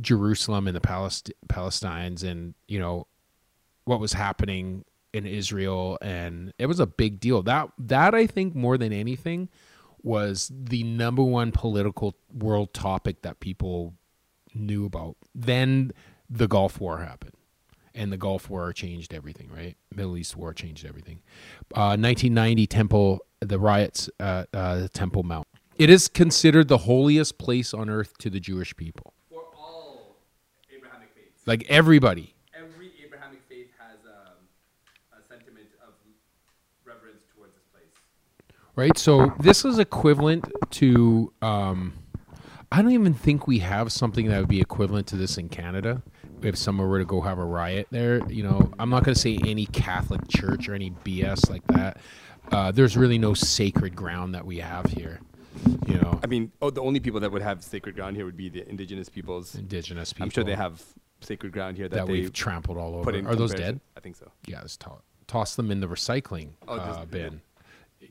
S1: Jerusalem and the Palest- Palestinians, and you know what was happening in Israel, and it was a big deal. That that I think more than anything was the number one political world topic that people knew about. Then the Gulf War happened, and the Gulf War changed everything. Right, Middle East War changed everything. Uh, 1990 Temple, the riots at uh, Temple Mount. It is considered the holiest place on earth to the Jewish people.
S2: for all Abrahamic faiths.
S1: Like everybody,
S2: Every Abrahamic faith has um, a, a sentiment of reverence towards this place.
S1: right? So this is equivalent to. Um, I don't even think we have something that would be equivalent to this in Canada. If someone were to go have a riot there, you know, I'm not going to say any Catholic church or any BS like that. Uh, there's really no sacred ground that we have here, you know,
S2: I mean, oh, the only people that would have sacred ground here would be the indigenous peoples.
S1: indigenous people.
S2: I'm sure they have sacred ground here that,
S1: that,
S2: they
S1: we've trampled all over.
S2: put in.
S1: Are those
S2: comparison.
S1: dead?
S2: I think so.
S1: Yeah, just to- toss them in the recycling
S2: Oh,
S1: uh,
S2: just-
S1: bin.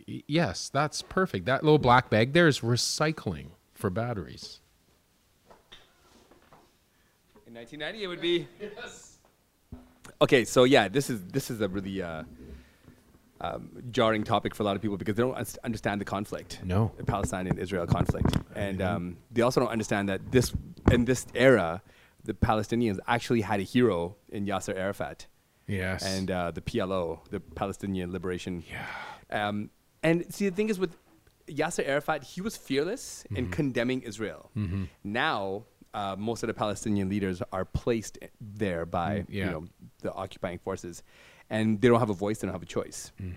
S1: Y- Yes, that's perfect. That little black bag there is recycling for batteries.
S2: In 1990, it would be. Yes. Okay, so yeah, this is this is a really uh, um, jarring topic for a lot of people because they don't un- understand the conflict.
S1: No.
S2: the Palestinian-Israel conflict, and um, they also don't understand that this in this era, the Palestinians actually had a hero in Yasser Arafat
S1: Yes.
S2: and uh, the PLO, the Palestinian Liberation. Yeah. Um, and see, the thing is with Yasser Arafat, he was fearless in
S1: Mm-hmm.
S2: condemning Israel. Now, uh, most of the Palestinian leaders are placed there by
S1: Mm, yeah.
S2: you know the occupying forces, and they don't have a voice. They don't have a choice.
S1: Mm.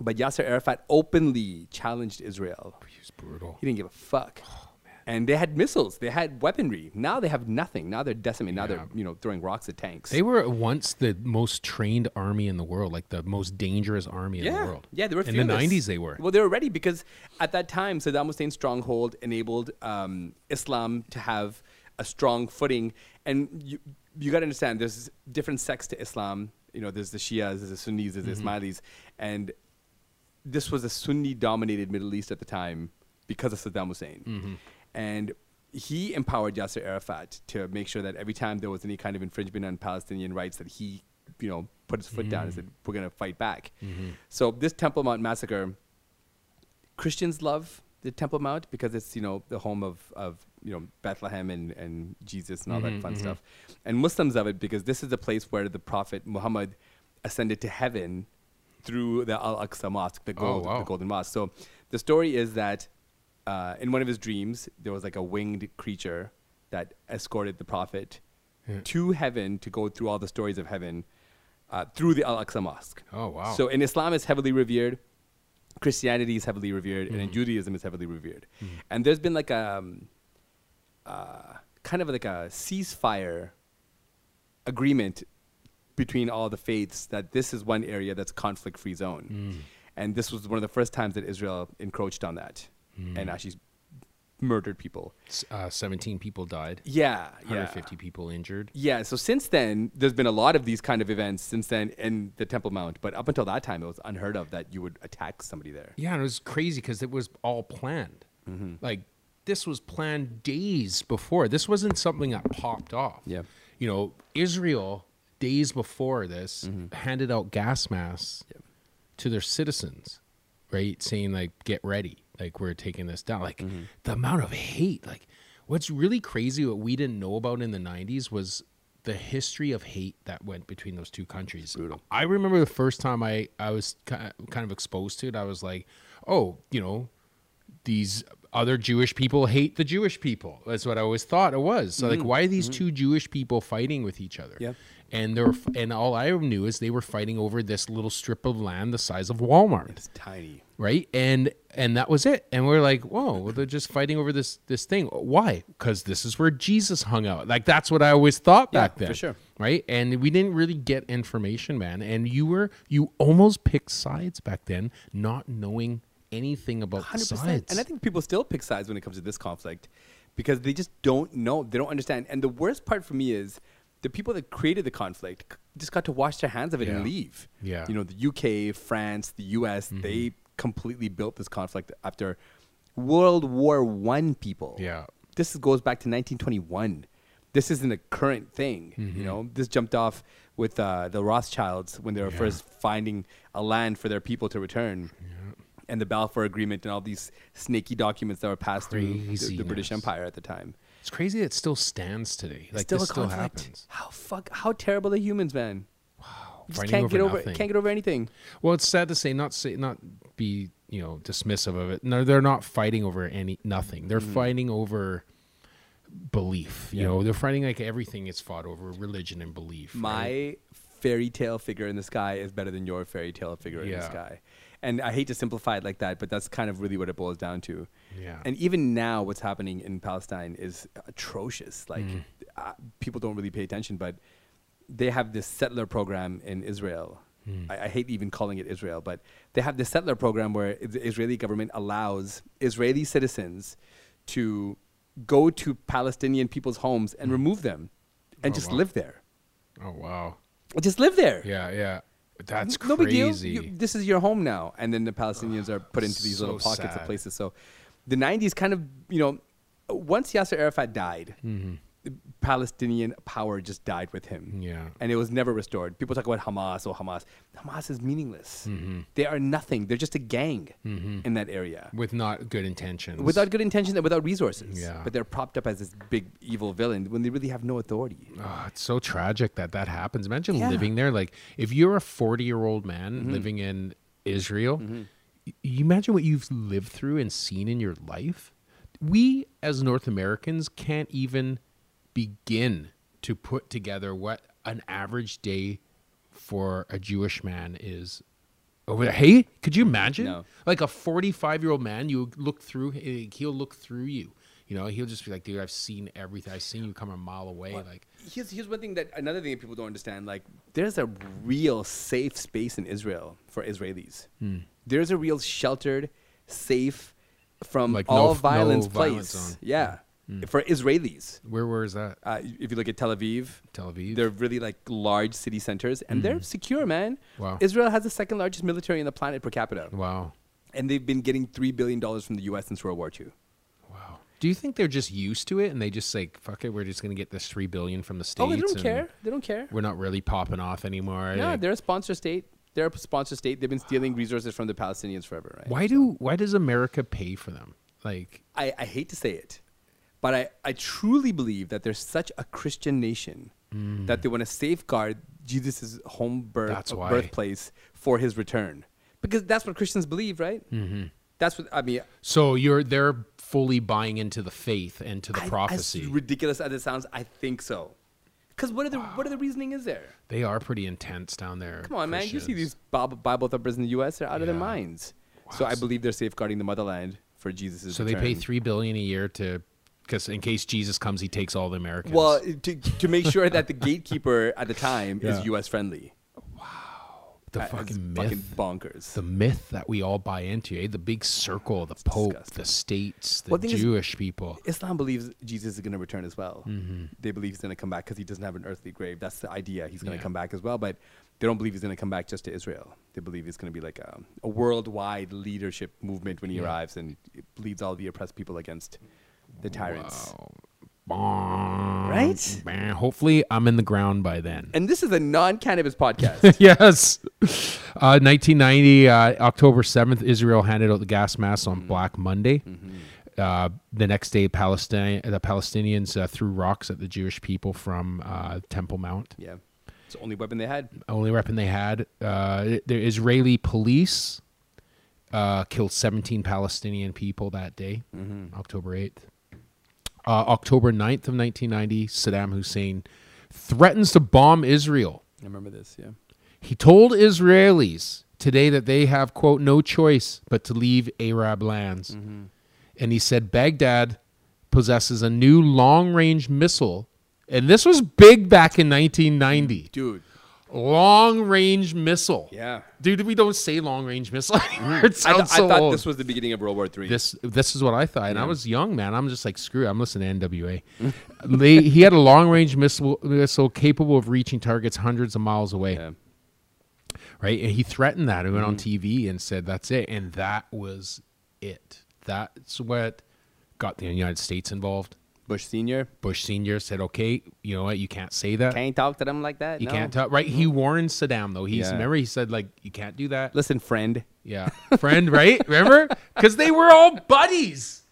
S2: But Yasser Arafat openly challenged Israel.
S1: He's brutal.
S2: He didn't give a fuck.
S1: Oh,
S2: And they had missiles. They had weaponry. Now they have nothing. Now they're decimated. Now they're you know throwing rocks at tanks.
S1: They were once the most trained army in the world, like the most dangerous army in the world.
S2: Yeah, they were
S1: in
S2: fearless.
S1: the '90s. They were.
S2: Well, they were ready because at that time, Saddam Hussein's stronghold enabled um, Islam to have a strong footing. And you, you got to understand, there's different sects to Islam. You know, there's the Shias, there's the Sunnis, there's
S1: Mm-hmm.
S2: the Ismailis, and this was a Sunni-dominated Middle East at the time because of Saddam Hussein, and. He empowered Yasser Arafat to make sure that every time there was any kind of infringement on Palestinian rights, that he, you know, put his foot down and said, "We're going to fight back." So this Temple Mount massacre, Christians love the Temple Mount because it's you know the home of, of you know Bethlehem and, and Jesus and all that fun stuff, and Muslims love it because this is the place where the Prophet Muhammad ascended to heaven through the Al Aqsa Mosque, the gold,
S1: wow.
S2: the golden mosque. So the story is that uh, in one of his dreams there was like a winged creature that escorted the Prophet to heaven to go through all the stories of heaven uh, through the Al Aqsa Mosque.
S1: Oh, wow.
S2: So in Islam is heavily revered. Christianity is heavily revered, and in Judaism is heavily revered. And there's been like a um, uh, kind of like a ceasefire agreement between all the faiths that this is one area that's conflict-free zone, and this was one of the first times that Israel encroached on that and actually murdered people.
S1: S- Uh, 17 people died.
S2: Yeah, yeah.
S1: 150 people injured.
S2: Yeah, so since then, there's been a lot of these kind of events since then in the Temple Mount. But up until that time, it was unheard of that you would attack somebody there.
S1: Yeah, and it was crazy because it was all planned.
S2: Mm-hmm.
S1: Like this was planned days before. This wasn't something that popped off.
S2: Yeah.
S1: You know, Israel days before this
S2: Mm-hmm.
S1: handed out gas masks to their citizens, right? Saying like, "Get ready, like we're taking this down." Like the amount of hate. Like what's really crazy, what we didn't know about in the '90s was the history of hate that went between those two countries. I remember the first time I I was ki- kind of exposed to it. I was like, "Oh, you know, these." Other Jewish people hate the Jewish people. That's what I always thought it was. So, like, why are these two Jewish people fighting with each other?
S2: Yeah.
S1: and they were, f- and all I knew is they were fighting over this little strip of land the size of Walmart,
S2: It's tiny.
S1: right? And and that was it. And we're like, whoa, well, they're just fighting over this this thing. Why? Because this is where Jesus hung out. Like that's what I always thought back
S2: Yeah,
S1: then,
S2: for sure.
S1: right? And we didn't really get information, man. And you were you almost picked sides back then, not knowing anything about the
S2: 100%.
S1: sides.
S2: And I think people still pick sides when it comes to this conflict because they just don't know. They don't understand. And the worst part for me is the people that created the conflict c- just got to wash their hands of it
S1: Yeah.
S2: and leave.
S1: Yeah. Mm-hmm.
S2: You know, the UK, France, the US, they completely built this conflict after World War One people.
S1: Yeah.
S2: This goes back to 1921. This isn't a current thing,
S1: Mm-hmm.
S2: you know. This jumped off with uh, the Rothschilds when they were first finding a land for their people to return, and the Balfour Agreement and all these snaky documents that were passed through the- the, British
S1: Craziness.
S2: Empire at the time.
S1: it's crazy that it still stands today. Like
S2: still
S1: this
S2: a
S1: still
S2: conflict.
S1: happens.
S2: How fuck? How terrible are humans, man? Wow. Just
S1: Fighting
S2: can't
S1: over
S2: get over
S1: nothing.
S2: can't get over anything.
S1: Well, it's sad to say, not say, not be you know dismissive of it. No, they're not fighting over any nothing. They're
S2: Mm.
S1: fighting over belief. You know, they're fighting like everything is fought over religion and belief.
S2: My
S1: right?
S2: fairy tale figure in the sky is better than your fairy tale figure in the
S1: Yeah.
S2: sky. And I hate to simplify it like that, but that's kind of really what it boils down to.
S1: Yeah.
S2: And even now, what's happening in Palestine is atrocious. Like,
S1: Mm.
S2: uh, people don't really pay attention, but they have this settler program in Israel.
S1: Mm.
S2: I, I hate even calling it Israel, but they have this settler program where the Israeli government allows Israeli citizens to go to Palestinian people's homes and remove them and
S1: Mm. Oh,
S2: just
S1: wow.
S2: live there
S1: oh wow,
S2: just live there.
S1: yeah, yeah, that's
S2: No big deal.
S1: crazy.
S2: You, this is your home now. And then the Palestinians are put into these little
S1: so
S2: pockets of
S1: sad.
S2: places. So the 90s kind of, you know, once Yasser Arafat died,
S1: Mm-hmm.
S2: the Palestinian power just died with him.
S1: Yeah.
S2: And it was never restored. People talk about Hamas or Hamas. Hamas is meaningless.
S1: Mm-hmm.
S2: They are nothing. They're just a gang in that area
S1: With not good intentions.
S2: without good intentions and without resources.
S1: Yeah.
S2: But they're propped up as this big evil villain when they really have no authority.
S1: Oh, it's so tragic that that happens. Imagine
S2: Yeah. Mm-hmm.
S1: living there. Like, if you're a 40 year old man living in Israel, you imagine what you've lived through and seen in your life. We as North Americans can't even begin to put together what an average day for a Jewish man is over there. Hey, could you imagine?
S2: No.
S1: Like a 45 year old man, you look through, eh, he'll look through you. You know, he'll just be like, dude, I've seen everything. I've seen you come a mile away. Like,
S2: Here's, here's one thing that another thing that people don't understand. Like, there's a real safe space in Israel for Israelis.
S1: Hmm.
S2: There's a real sheltered, safe from
S1: Like, no
S2: all
S1: f- no
S2: violence place.
S1: violence zone. Hmm.
S2: Yeah, for Israelis.
S1: where, where is that?
S2: Uh, if you look at Tel Aviv,
S1: Tel Aviv? Hmm.
S2: they're really like large city centers, and they're secure, man.
S1: Wow.
S2: Israel has the second largest military on the planet per capita,
S1: Wow.
S2: and they've been getting three billion dollars from the U.S. since World War II.
S1: Wow. Do you think they're just used to it and they just like fuck it? We're just gonna get this three billion from the states.
S2: Oh, they don't
S1: and
S2: care. They don't care.
S1: We're not really popping off anymore.
S2: No,
S1: Like,
S2: they're a sponsor state. They're a sponsor state. They've been stealing resources from the Palestinians forever, right?
S1: why do why does America pay for them? Like
S2: I, I hate to say it, but I, I truly believe that there's such a Christian nation that they want to safeguard Jesus' home birth
S1: Mm. That's
S2: uh,
S1: why.
S2: birthplace for his return. Because that's what Christians believe, right? Mm-hmm. That's what I mean.
S1: so you're they're fully buying into the faith and to the
S2: I-
S1: prophecy.
S2: As ridiculous as it sounds, I think so. Because what are the what are the reasoning is there?
S1: they are pretty intense down there.
S2: Come on, man! You see
S1: Christians.
S2: these Bible, Bible thumpers in the U.S. They're out of their
S1: Yeah.
S2: minds. So I believe they're safeguarding the motherland for Jesus'
S1: So they pay three billion a year to because in case Jesus comes, he takes all the Americans.
S2: Well, to, to make sure that the gatekeeper at the time
S1: Yeah.
S2: is U.S. friendly.
S1: the
S2: Uh, it's
S1: fucking myth.
S2: fucking bonkers.
S1: the myth that we all buy into, eh? The big circle, the Pope,
S2: disgusting.
S1: the states, the
S2: Well, the thing is-
S1: Jewish people.
S2: Islam believes Jesus is going to return as well.
S1: Mm-hmm.
S2: They believe he's going to come back because he doesn't have an earthly grave. That's the idea. He's going to
S1: Yeah.
S2: come back as well, but they don't believe he's going to come back just to Israel. They believe it's going to be like a, a worldwide leadership movement when he arrives and it leads all the oppressed people against the tyrants.
S1: Right?
S2: Right?
S1: Hopefully, I'm in the ground by then.
S2: And this is a non-cannabis podcast.
S1: yes. Uh, 1990, uh, October 7th, Israel handed out the gas masks
S2: Mm-hmm.
S1: on Black Monday. Uh, the next day, Palestine, the Palestinians uh, threw rocks at the Jewish people from uh, Temple Mount.
S2: yeah, it's the only weapon they had.
S1: Only weapon they had. Uh, the Israeli police uh, killed 17 Palestinian people that day, October 8th. Uh, October 9th of 1990, Saddam Hussein threatens to bomb Israel.
S2: I remember this. Yeah.
S1: He told Israelis today that they have, quote, no choice but to leave Arab lands. And he said Baghdad possesses a new long range missile. And this was big back in 1990.
S2: Dude,
S1: Long range missile.
S2: yeah.
S1: Dude, we don't say long range missile. anymore. it
S2: Mm. I, th-
S1: sounds
S2: I
S1: so
S2: thought
S1: old.
S2: this was the beginning of World War Three.
S1: This this is what I thought, and I was young, man. I'm just like, screw. It. I'm listening to NWA. they, he had a long range missile, missile capable of reaching targets hundreds of miles away,
S2: yeah. Mm-hmm.
S1: right? And he threatened that. He went on TV and said, "That's it," and that was it. That's what got the United States involved.
S2: Bush Senior
S1: Bush Senior said, "Okay, you know what? You can't say that.
S2: can't talk to them like that.
S1: you
S2: no.
S1: can't talk." Right? He warned Saddam though. He's
S2: Yeah.
S1: remember he said like, "You can't do that."
S2: Listen, friend.
S1: Yeah. Friend, right? Remember? Because they were all buddies.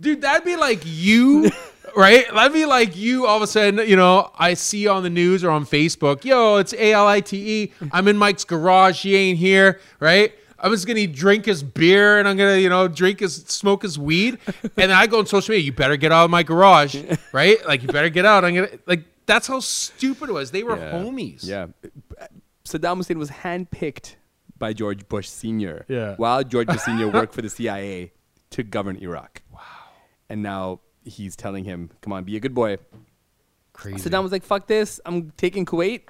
S1: Dude, that'd be like you, right? That'd be like you all of a sudden, you know, I see on the news or on Facebook, yo, it's A L I T E. I'm in Mike's garage. He ain't here, right? I'm just gonna drink his beer and I'm gonna, you know, drink his, smoke his weed. And then I go on social media, you better get out of my garage, right? Like, you better get out. I'm gonna, like, that's how stupid it was. They were homies.
S2: Yeah. Saddam Hussein was handpicked by George Bush Sr.
S1: Yeah.
S2: While George Bush Sr. worked for the CIA to govern Iraq. Wow. And now he's telling him, come on, be a good boy.
S1: Crazy.
S2: Saddam was like, fuck this. I'm taking Kuwait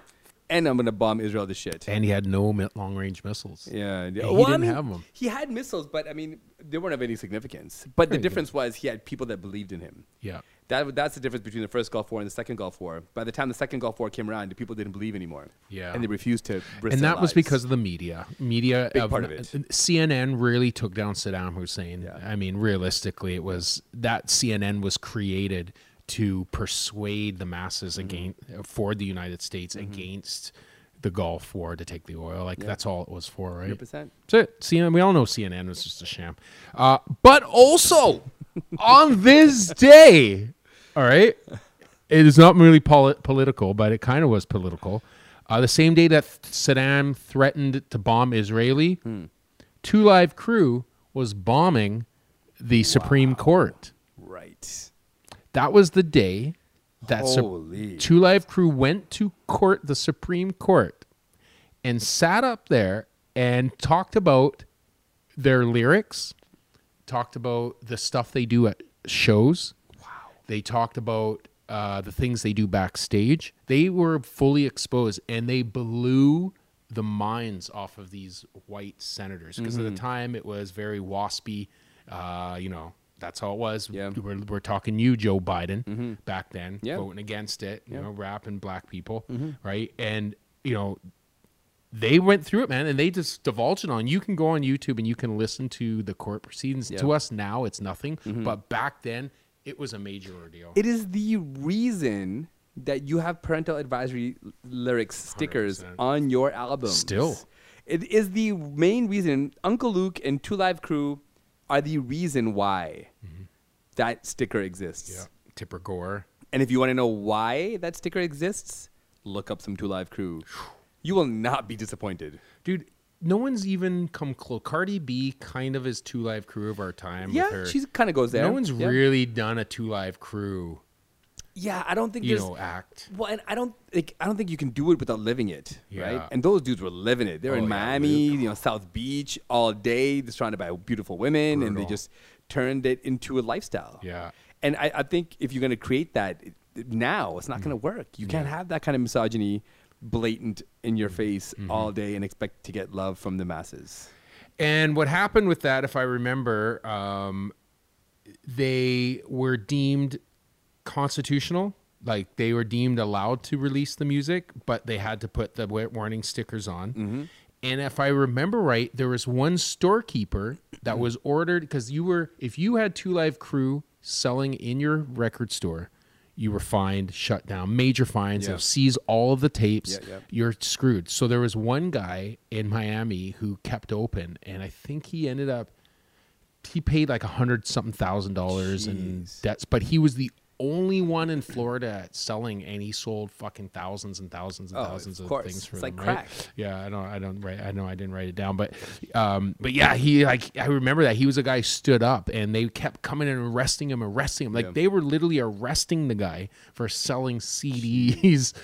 S2: and I'm going to bomb Israel to shit.
S1: And he had no long range missiles.
S2: Yeah. d-
S1: he didn't have 'em.
S2: He had missiles, but I mean, they weren't of any significance. But the
S1: Very good.
S2: difference was he had people that believed in him.
S1: Yeah.
S2: That, that's the difference between the first Gulf War and the second Gulf War. By the time the second Gulf War came around, the people didn't believe anymore.
S1: Yeah.
S2: And they refused to risk
S1: and
S2: their
S1: that was
S2: lives.
S1: because of the media. Media
S2: Big part of it.
S1: CNN really took down Saddam Hussein.
S2: Yeah.
S1: I mean, realistically, it was that CNN was created to persuade the
S2: Mm-hmm.
S1: masses against for the United States against the Gulf War to take the oil. Like that's all it was for, right?
S2: 100%.
S1: That's it. CNN. We all know CNN was just a sham. Uh, but also on this day, all right, it is not merely poli- political, but it kind of was political. Uh, the same day that Saddam threatened to bomb Israeli, Two Live Crew was bombing the Supreme Court.
S2: Right.
S1: That was the day that Sup-
S2: Holy.
S1: Two Live Crew went to court, the Supreme Court, and sat up there and talked about their lyrics, talked about the stuff they do at shows. Wow. They talked about uh, the things they do backstage. They were fully exposed and they blew the minds off of these white senators because
S2: Mm-hmm.
S1: at the time it was very waspy. Uh, you know, that's how it was.
S2: Yeah.
S1: We're, we're talking you, Joe Biden, back then,
S2: Mm-hmm. Yeah. Mm-hmm.
S1: voting against it, you know, rap and black people, right? And, you know, they went through it, man, and they just divulged it on. You can go on YouTube and you can listen to the court proceedings.
S2: Yeah. Mm-hmm.
S1: To us now, it's nothing, but back then, it was a major ordeal.
S2: It is the reason that you have parental advisory l- lyrics stickers
S1: 100%.
S2: on your album.
S1: Still.
S2: It is the main reason Uncle Luke and Two Live Crew are the reason why that sticker exists.
S1: Mm-hmm. yeah, Tipper Gore.
S2: And if you want to know why that sticker exists, look up some Two Live Crew. You will not be disappointed.
S1: Dude, no one's even come close. Cardi B kind of is two live crew of our time. with
S2: yeah,
S1: her.
S2: she kind of goes there.
S1: No one's
S2: yeah.
S1: really done a two live crew,
S2: Yeah, I don't think
S1: you
S2: there's
S1: know, act.
S2: Well, and I don't like I don't think you can do it without living it,
S1: Yeah.
S2: right? And those dudes were living it. They were
S1: Oh,
S2: in
S1: yeah,
S2: Miami, you know, South Beach all day, they're surrounded by beautiful women, and they
S1: Brutal.
S2: just turned it into a lifestyle.
S1: Yeah.
S2: And I, I think if you're going to create that it- it- now,
S1: Mm.
S2: it's not going to work. You can't have that kind of misogyny blatant in
S1: Mm.
S2: your face
S1: Mm-hmm.
S2: all day and expect to get love from the masses.
S1: And what happened with that, if I remember, um, they were deemed constitutional. Like they were deemed allowed to release the music, but they had to put the wa- warning stickers on. And if I remember right, there was one storekeeper that was ordered because you were, if you had Two Live Crew selling in your record store, you were fined, shut down, major fines.
S2: Yeah.
S1: They'll seize all of the tapes.
S2: Yeah, yeah.
S1: You're screwed. So there was one guy in Miami who kept open, and I think he ended up he paid like a hundred something thousand dollars in
S2: Jeez.
S1: debts, but he was the only one in Florida selling, and he sold fucking thousands and thousands and
S2: Oh,
S1: thousands
S2: of
S1: of
S2: course.
S1: things for
S2: It's
S1: them,
S2: like
S1: right?
S2: crack.
S1: Yeah, I don't, I don't write, I know I didn't write it down, but, um, but yeah, he like I remember that he was a guy who stood up, and they kept coming and arresting him, arresting him, like
S2: Yeah.
S1: they were literally arresting the guy for selling CDs.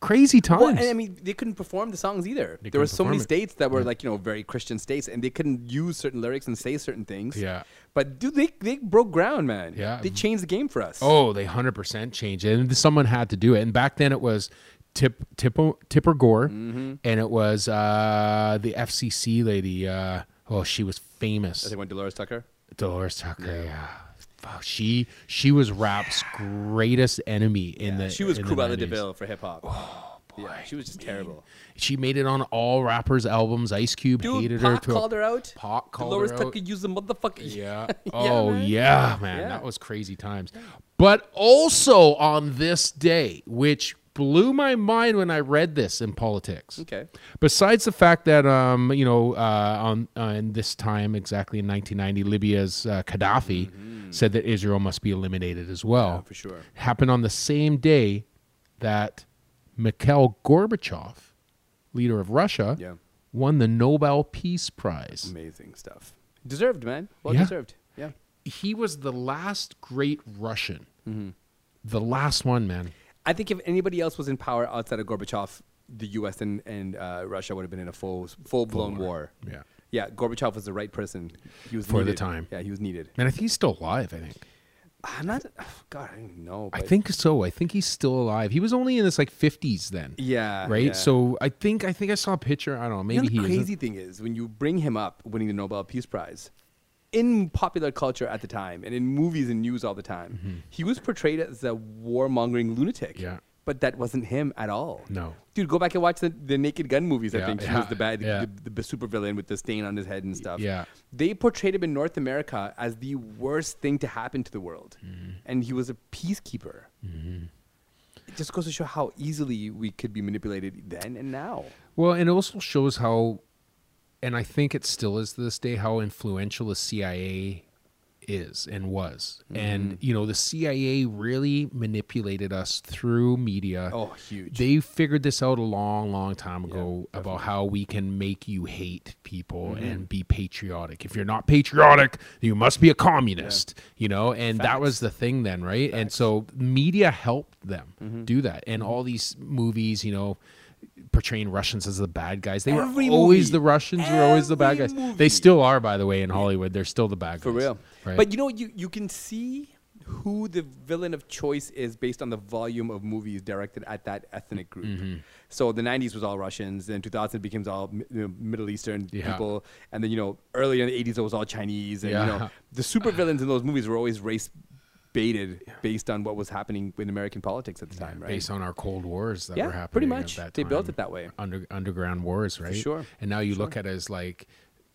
S1: Crazy times.
S2: Well, and I mean, they couldn't perform the songs either. there were
S1: couldn't
S2: so many
S1: perform it.
S2: states that were like you know very Christian states, and they couldn't use certain lyrics and say certain things.
S1: Yeah.
S2: But dude, they they broke ground, man.
S1: Yeah.
S2: They changed the game for us.
S1: Oh, they hundred percent changed it, and someone had to do it. And back then, it was Tip Tipper Tipper Gore,
S2: Mm-hmm.
S1: and it was uh, the FCC lady. Uh, oh, she was
S2: I
S1: famous,
S2: think when Dolores Tucker.
S1: Dolores Tucker. Yeah. Fuck, she she was rap's greatest enemy in the.
S2: she was
S1: in the
S2: Cruella de
S1: 90s.
S2: Vil for hip hop. Oh boy. Yeah, she was just terrible.
S1: She made it on all rappers' albums. Ice Cube
S2: Dude,
S1: hated
S2: Pac
S1: her to a-
S2: called her out.
S1: Pac called
S2: Dolores
S1: her out.
S2: Tucker used the motherfucker.
S1: Yeah. Oh,
S2: man.
S1: yeah, man.
S2: Yeah.
S1: That was crazy times. But also on this day, which blew my mind when I read this in politics.
S2: Okay.
S1: Besides the fact that, um, you know, uh, on uh, in this time exactly in 1990, Libya's uh, Gaddafi said that Israel must be eliminated as well.
S2: Mm-hmm. Yeah, for sure.
S1: Happened on the same day that Mikhail Gorbachev, leader of Russia,
S2: Yeah.
S1: won the Nobel Peace Prize
S2: Amazing stuff. Deserved, man. Well
S1: Yeah.
S2: deserved. Yeah.
S1: he was the last great Russian.
S2: Mm-hmm.
S1: The last one, man.
S2: I think if anybody else was in power outside of Gorbachev, the U.S. and, and uh, Russia would have been in a full full blown war.
S1: Yeah.
S2: Yeah, Gorbachev was the right person. He was
S1: For the
S2: needed.
S1: time.
S2: Yeah, he was needed.
S1: And I think he's still alive, I think.
S2: I'm not. God, I don't even know.
S1: I
S2: but-
S1: think so. I think he's still alive. He was only in his like 50s then.
S2: Yeah.
S1: Right?
S2: yeah.
S1: So I think I think I saw a picture, I don't know,
S2: You know,
S1: maybe
S2: the
S1: he
S2: crazy
S1: is
S2: thing is when you bring him up winning the Nobel Peace Prize in popular culture at the time and in movies and news all the time, he was portrayed as a warmongering lunatic.
S1: Mm-hmm. Yeah.
S2: But that wasn't him at all.
S1: No.
S2: Dude, go back and watch the, the Naked Gun movies. I
S1: Yeah,
S2: think he
S1: yeah,
S2: was the bad,
S1: yeah.
S2: the, the supervillain with the stain on his head and stuff.
S1: yeah.
S2: They portrayed him in North America as the worst thing to happen to the world.
S1: Mm-hmm.
S2: And he was a peacekeeper. It just goes to show how easily we could be manipulated then and now.
S1: Well, and it also shows how and I think it still is to this day how influential the CIA is and was.
S2: Mm.
S1: And, you know, the CIA really manipulated us through media.
S2: Oh, huge.
S1: They figured this out a long, long time ago about how we can make you hate people
S2: Mm-hmm.
S1: and be patriotic. If you're not patriotic, you must be a communist, you know? And that was the thing then, right? And so media helped them
S2: Mm-hmm.
S1: do that. And all these movies, you know, portraying Russians as the bad guys. They
S2: Every
S1: were always
S2: movie.
S1: the Russians were always the bad
S2: Every
S1: guys.
S2: movie.
S1: They still are, by the way, in Hollywood. They're still the bad guys.
S2: For real.
S1: Right?
S2: But you know, you, you can see who the villain of choice is based on the volume of movies directed at that ethnic group.
S1: Mm-hmm.
S2: So the 90s was all Russians, then 2000 becomes all mi- you know, Middle Eastern
S1: Yeah.
S2: people, and then, you know, early in the 80s it was all Chinese. And, you know,
S1: Yeah.
S2: the supervillains in those movies were always race baited based on what was happening in American politics at the time, right?
S1: based on our Cold Wars that
S2: Yeah,
S1: were
S2: pretty
S1: happening. at
S2: much.
S1: that
S2: They built
S1: time.
S2: it that way.
S1: Under, underground wars, right?
S2: sure,
S1: And now you look at it as like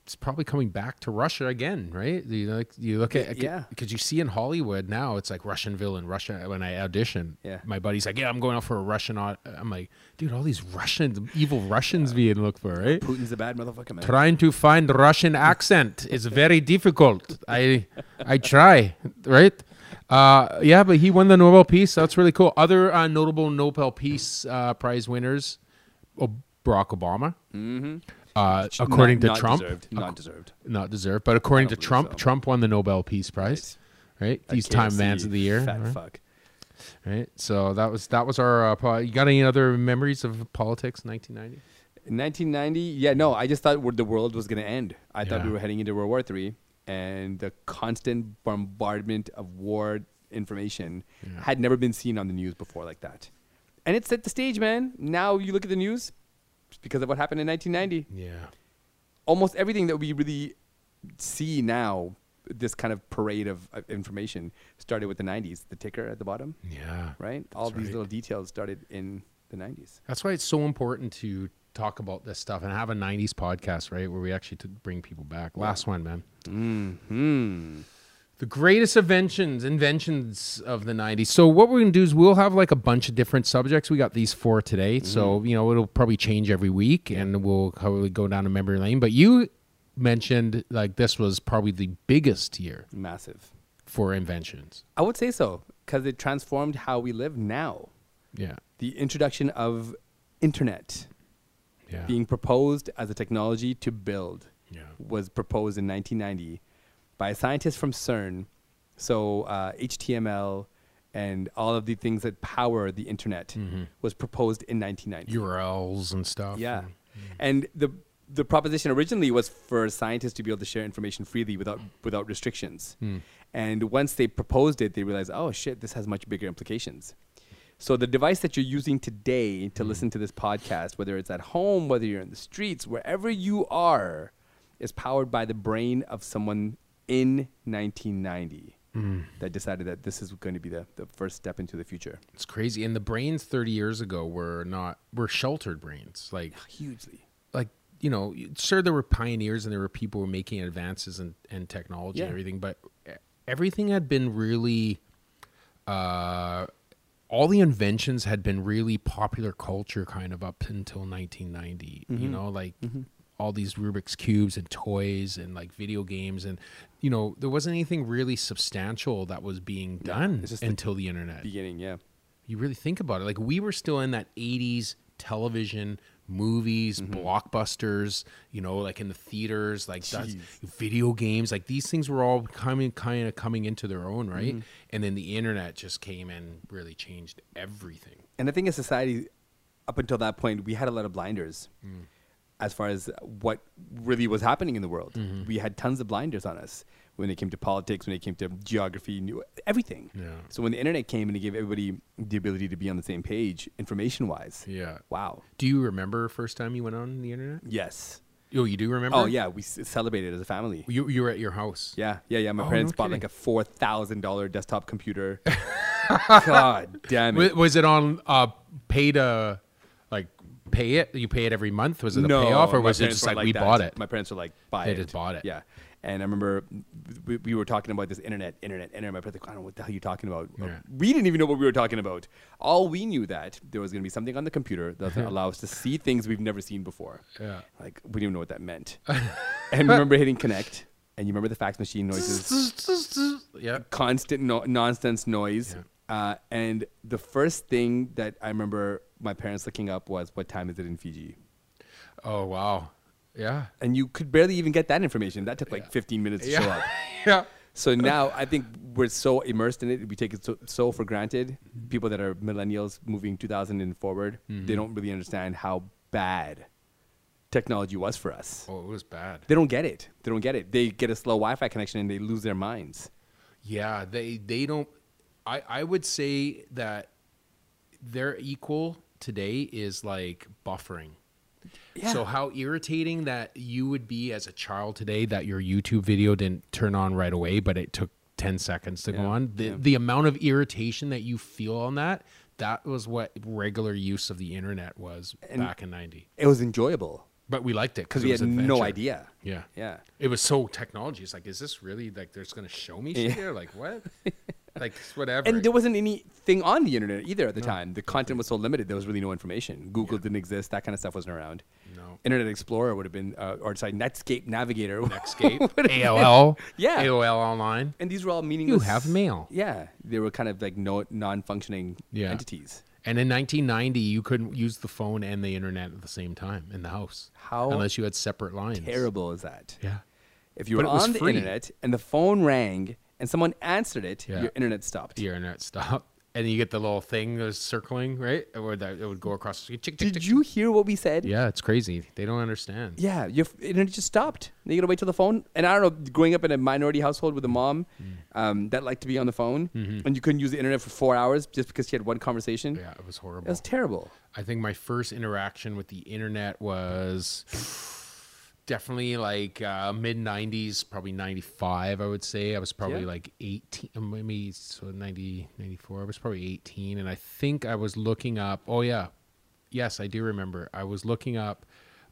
S1: it's probably coming back to Russia again, right? You know, like you look at
S2: yeah.
S1: because you see in Hollywood now it's like Russian villain, Russia. When I audition,
S2: Yeah.
S1: my buddy's like, yeah, I'm going out for a Russian. Aud-. I'm like, dude, all these Russians, evil Russians, being looked for, right?
S2: Putin's a bad motherfucker, man.
S1: Trying to find Russian accent is very difficult. I I try, right? Uh, yeah, but he won the Nobel Peace. That's really cool. Other uh, notable Nobel Peace uh, Prize winners: oh, Barack Obama, uh, according
S2: Not-
S1: to
S2: Mm-hmm. not
S1: Trump,
S2: Deserved, not deserved.
S1: not deserved, but according
S2: I
S1: to
S2: don't believe
S1: Trump,
S2: so.
S1: Trump won the Nobel Peace Prize. Right,
S2: A
S1: he's Time
S2: KFC
S1: Man's of the Year.
S2: Fat
S1: Right?
S2: fuck.
S1: Right? so that was that was our. Uh, po- you got any other memories of politics? Nineteen ninety.
S2: In 1990, yeah, no, I just thought wor- the world was going to end. I thought we
S1: Yeah.
S2: were heading into World War III, and the constant bombardment of war information had never been seen on the news before like that. And it set the stage, man. Now you look at the news, it's because of what happened in 1990.
S1: Yeah,
S2: Almost everything that we really see now, this kind of parade of, of information, started with the 90s. The ticker at the bottom,
S1: yeah.
S2: right? All these
S1: right.
S2: little details started in the 90s.
S1: That's why it's so important to talk about this stuff and have a 90s podcast, right? Where we actually t- bring people back. Last one, man. Mm-hmm.
S2: Hmm.
S1: The greatest inventions, inventions of the 90s. So what we're going to do is we'll have like a bunch of different subjects. We got these four
S2: Mm-hmm.
S1: today. So, you know, it'll probably change every week and we'll probably go down a memory lane. But you mentioned like this was probably the biggest year
S2: Massive.
S1: for inventions.
S2: I would say so because it transformed how we live now.
S1: Yeah.
S2: The introduction of internet
S1: Yeah.
S2: being proposed as a technology to build
S1: Yeah.
S2: was proposed in 1990 by a scientist from CERN. So uh, HTML and all of the things that power the internet was proposed in 1990.
S1: URLs and stuff.
S2: Yeah. And the the proposition originally was for scientists to be able to share information freely without without restrictions. And once they proposed it, they realized, oh shit, this has much bigger implications. So the device that you're using today to listen to this podcast, whether it's at home, whether you're in the streets, wherever you are, is powered by the brain of someone in 1990 that decided that this is going to be the, the first step into the future.
S1: It's crazy. And the brains 30 years ago were not, were sheltered brains. Like,
S2: Hugely.
S1: like you know sure there were pioneers and there were people who were making advances in, in technology
S2: Yeah.
S1: and everything but e- everything had been really uh all the inventions had been really popular culture kind of up until 1990 you
S2: Mm-hmm.
S1: know like all these rubik's cubes and toys and like video games and you know there wasn't anything really substantial that was being done
S2: it's just the
S1: until the internet
S2: Beginning, yeah.
S1: you really think about it like we were still in that 80s television movies
S2: Mm-hmm.
S1: blockbusters you know like in the theaters like that's, video games like these things were all coming kind of coming into their own right
S2: Mm-hmm.
S1: and then the internet just came and really changed everything
S2: and I think as society, up until that point, we had a lot of blinders
S1: Mm.
S2: as far as what really was happening in the world.
S1: Mm-hmm.
S2: We had tons of blinders on us when it came to politics, when it came to geography, new, everything.
S1: Yeah.
S2: So when the internet came and it gave everybody the ability to be on the same page, information wise,
S1: yeah
S2: wow.
S1: do you remember first time you went on the internet
S2: Yes.
S1: oh you do remember
S2: Oh, yeah. We s- celebrated as a family.
S1: you, you were at your house
S2: Yeah, yeah, yeah. My
S1: Oh,
S2: parents
S1: no
S2: bought like a four thousand dollar desktop computer. God damn it!
S1: Wa- was it on uh pay to like pay it you pay it every month was it a payoff or
S2: my
S1: was it
S2: parents
S1: just
S2: weren't
S1: like, we
S2: that.
S1: bought it
S2: My parents were like, buy
S1: They
S2: it.
S1: just bought it.
S2: Yeah. And I remember we, we were talking about this internet, internet, internet. My parents like, I don't know what the hell you're talking about. Uh,
S1: Yeah.
S2: We didn't even know what we were talking about. All we knew that there was going to be something on the computer that's going to allow us to see things we've never seen before.
S1: Yeah.
S2: Like, we didn't even know what that meant. and I remember hitting connect. and you remember the fax machine noises,
S1: yeah.
S2: constant no- nonsense noise. Uh, and the first thing that I remember my parents looking up was, "What time is it in Fiji?"
S1: Oh wow. Yeah.
S2: And you could barely even get that information. That took like 15 minutes to show up.
S1: yeah.
S2: So now I think we're so immersed in it, we take it so, so for granted.
S1: Mm-hmm.
S2: People that are millennials moving 2000 and forward, they don't really understand how bad technology was for us.
S1: Oh, it was bad.
S2: They don't get it. They don't get it. They get a slow Wi-Fi connection and they lose their minds.
S1: Yeah, they they don't. I I would say that their equal today is like buffering.
S2: Yeah.
S1: So how irritating that you would be as a child today that your YouTube video didn't turn on right away, but it took ten seconds to go
S2: Yeah,
S1: on. The
S2: yeah.
S1: the amount of irritation that you feel on that. That was what regular use of the internet was
S2: And-
S1: back in '90,
S2: It was enjoyable
S1: but we liked it
S2: because
S1: because
S2: we
S1: it was
S2: had no
S1: adventure.
S2: idea.
S1: Yeah,
S2: Yeah.
S1: it was so technology. It's like, is this really like there's gonna show me shit here? Like what? like it's whatever.
S2: And there wasn't anything on the internet either at the time. The content was so limited. There was really no information. Google didn't exist. That kind of stuff wasn't around.
S1: No.
S2: Internet Explorer would have been, uh, or sorry, Netscape Navigator.
S1: Netscape, AOL,
S2: Yeah.
S1: AOL Online.
S2: and these were all meaningless.
S1: You have mail.
S2: Yeah, they were kind of like no non-functioning
S1: Yeah.
S2: entities.
S1: And in 1990, you couldn't use the phone and the internet at the same time in the house.
S2: How
S1: Unless you had separate lines.
S2: Terrible is that?
S1: Yeah.
S2: If you
S1: But
S2: were
S1: it was
S2: on the
S1: free.
S2: internet and the phone rang and someone answered it,
S1: Yeah.
S2: your internet stopped.
S1: The internet stopped. And you get the little thing that's circling, right? Or that it would go across. the Tick, tick,
S2: Did
S1: tick.
S2: you hear what we said?
S1: Yeah, it's crazy. They don't understand.
S2: Yeah, your f- internet just stopped. You gotta wait till the phone. And I don't know, growing up in a minority household with a mom
S1: Mm-hmm.
S2: um, that liked to be on the phone, and you couldn't use the internet for four hours just because she had one conversation.
S1: Yeah, it was horrible.
S2: It was terrible.
S1: I think my first interaction with the internet was definitely like uh, mid 90s, probably 95, I would say. I was probably
S2: Yeah.
S1: like 18, uh, maybe so 90, 94. I was probably 18. And I think I was looking up, oh, yeah. Yes, I do remember. I was looking up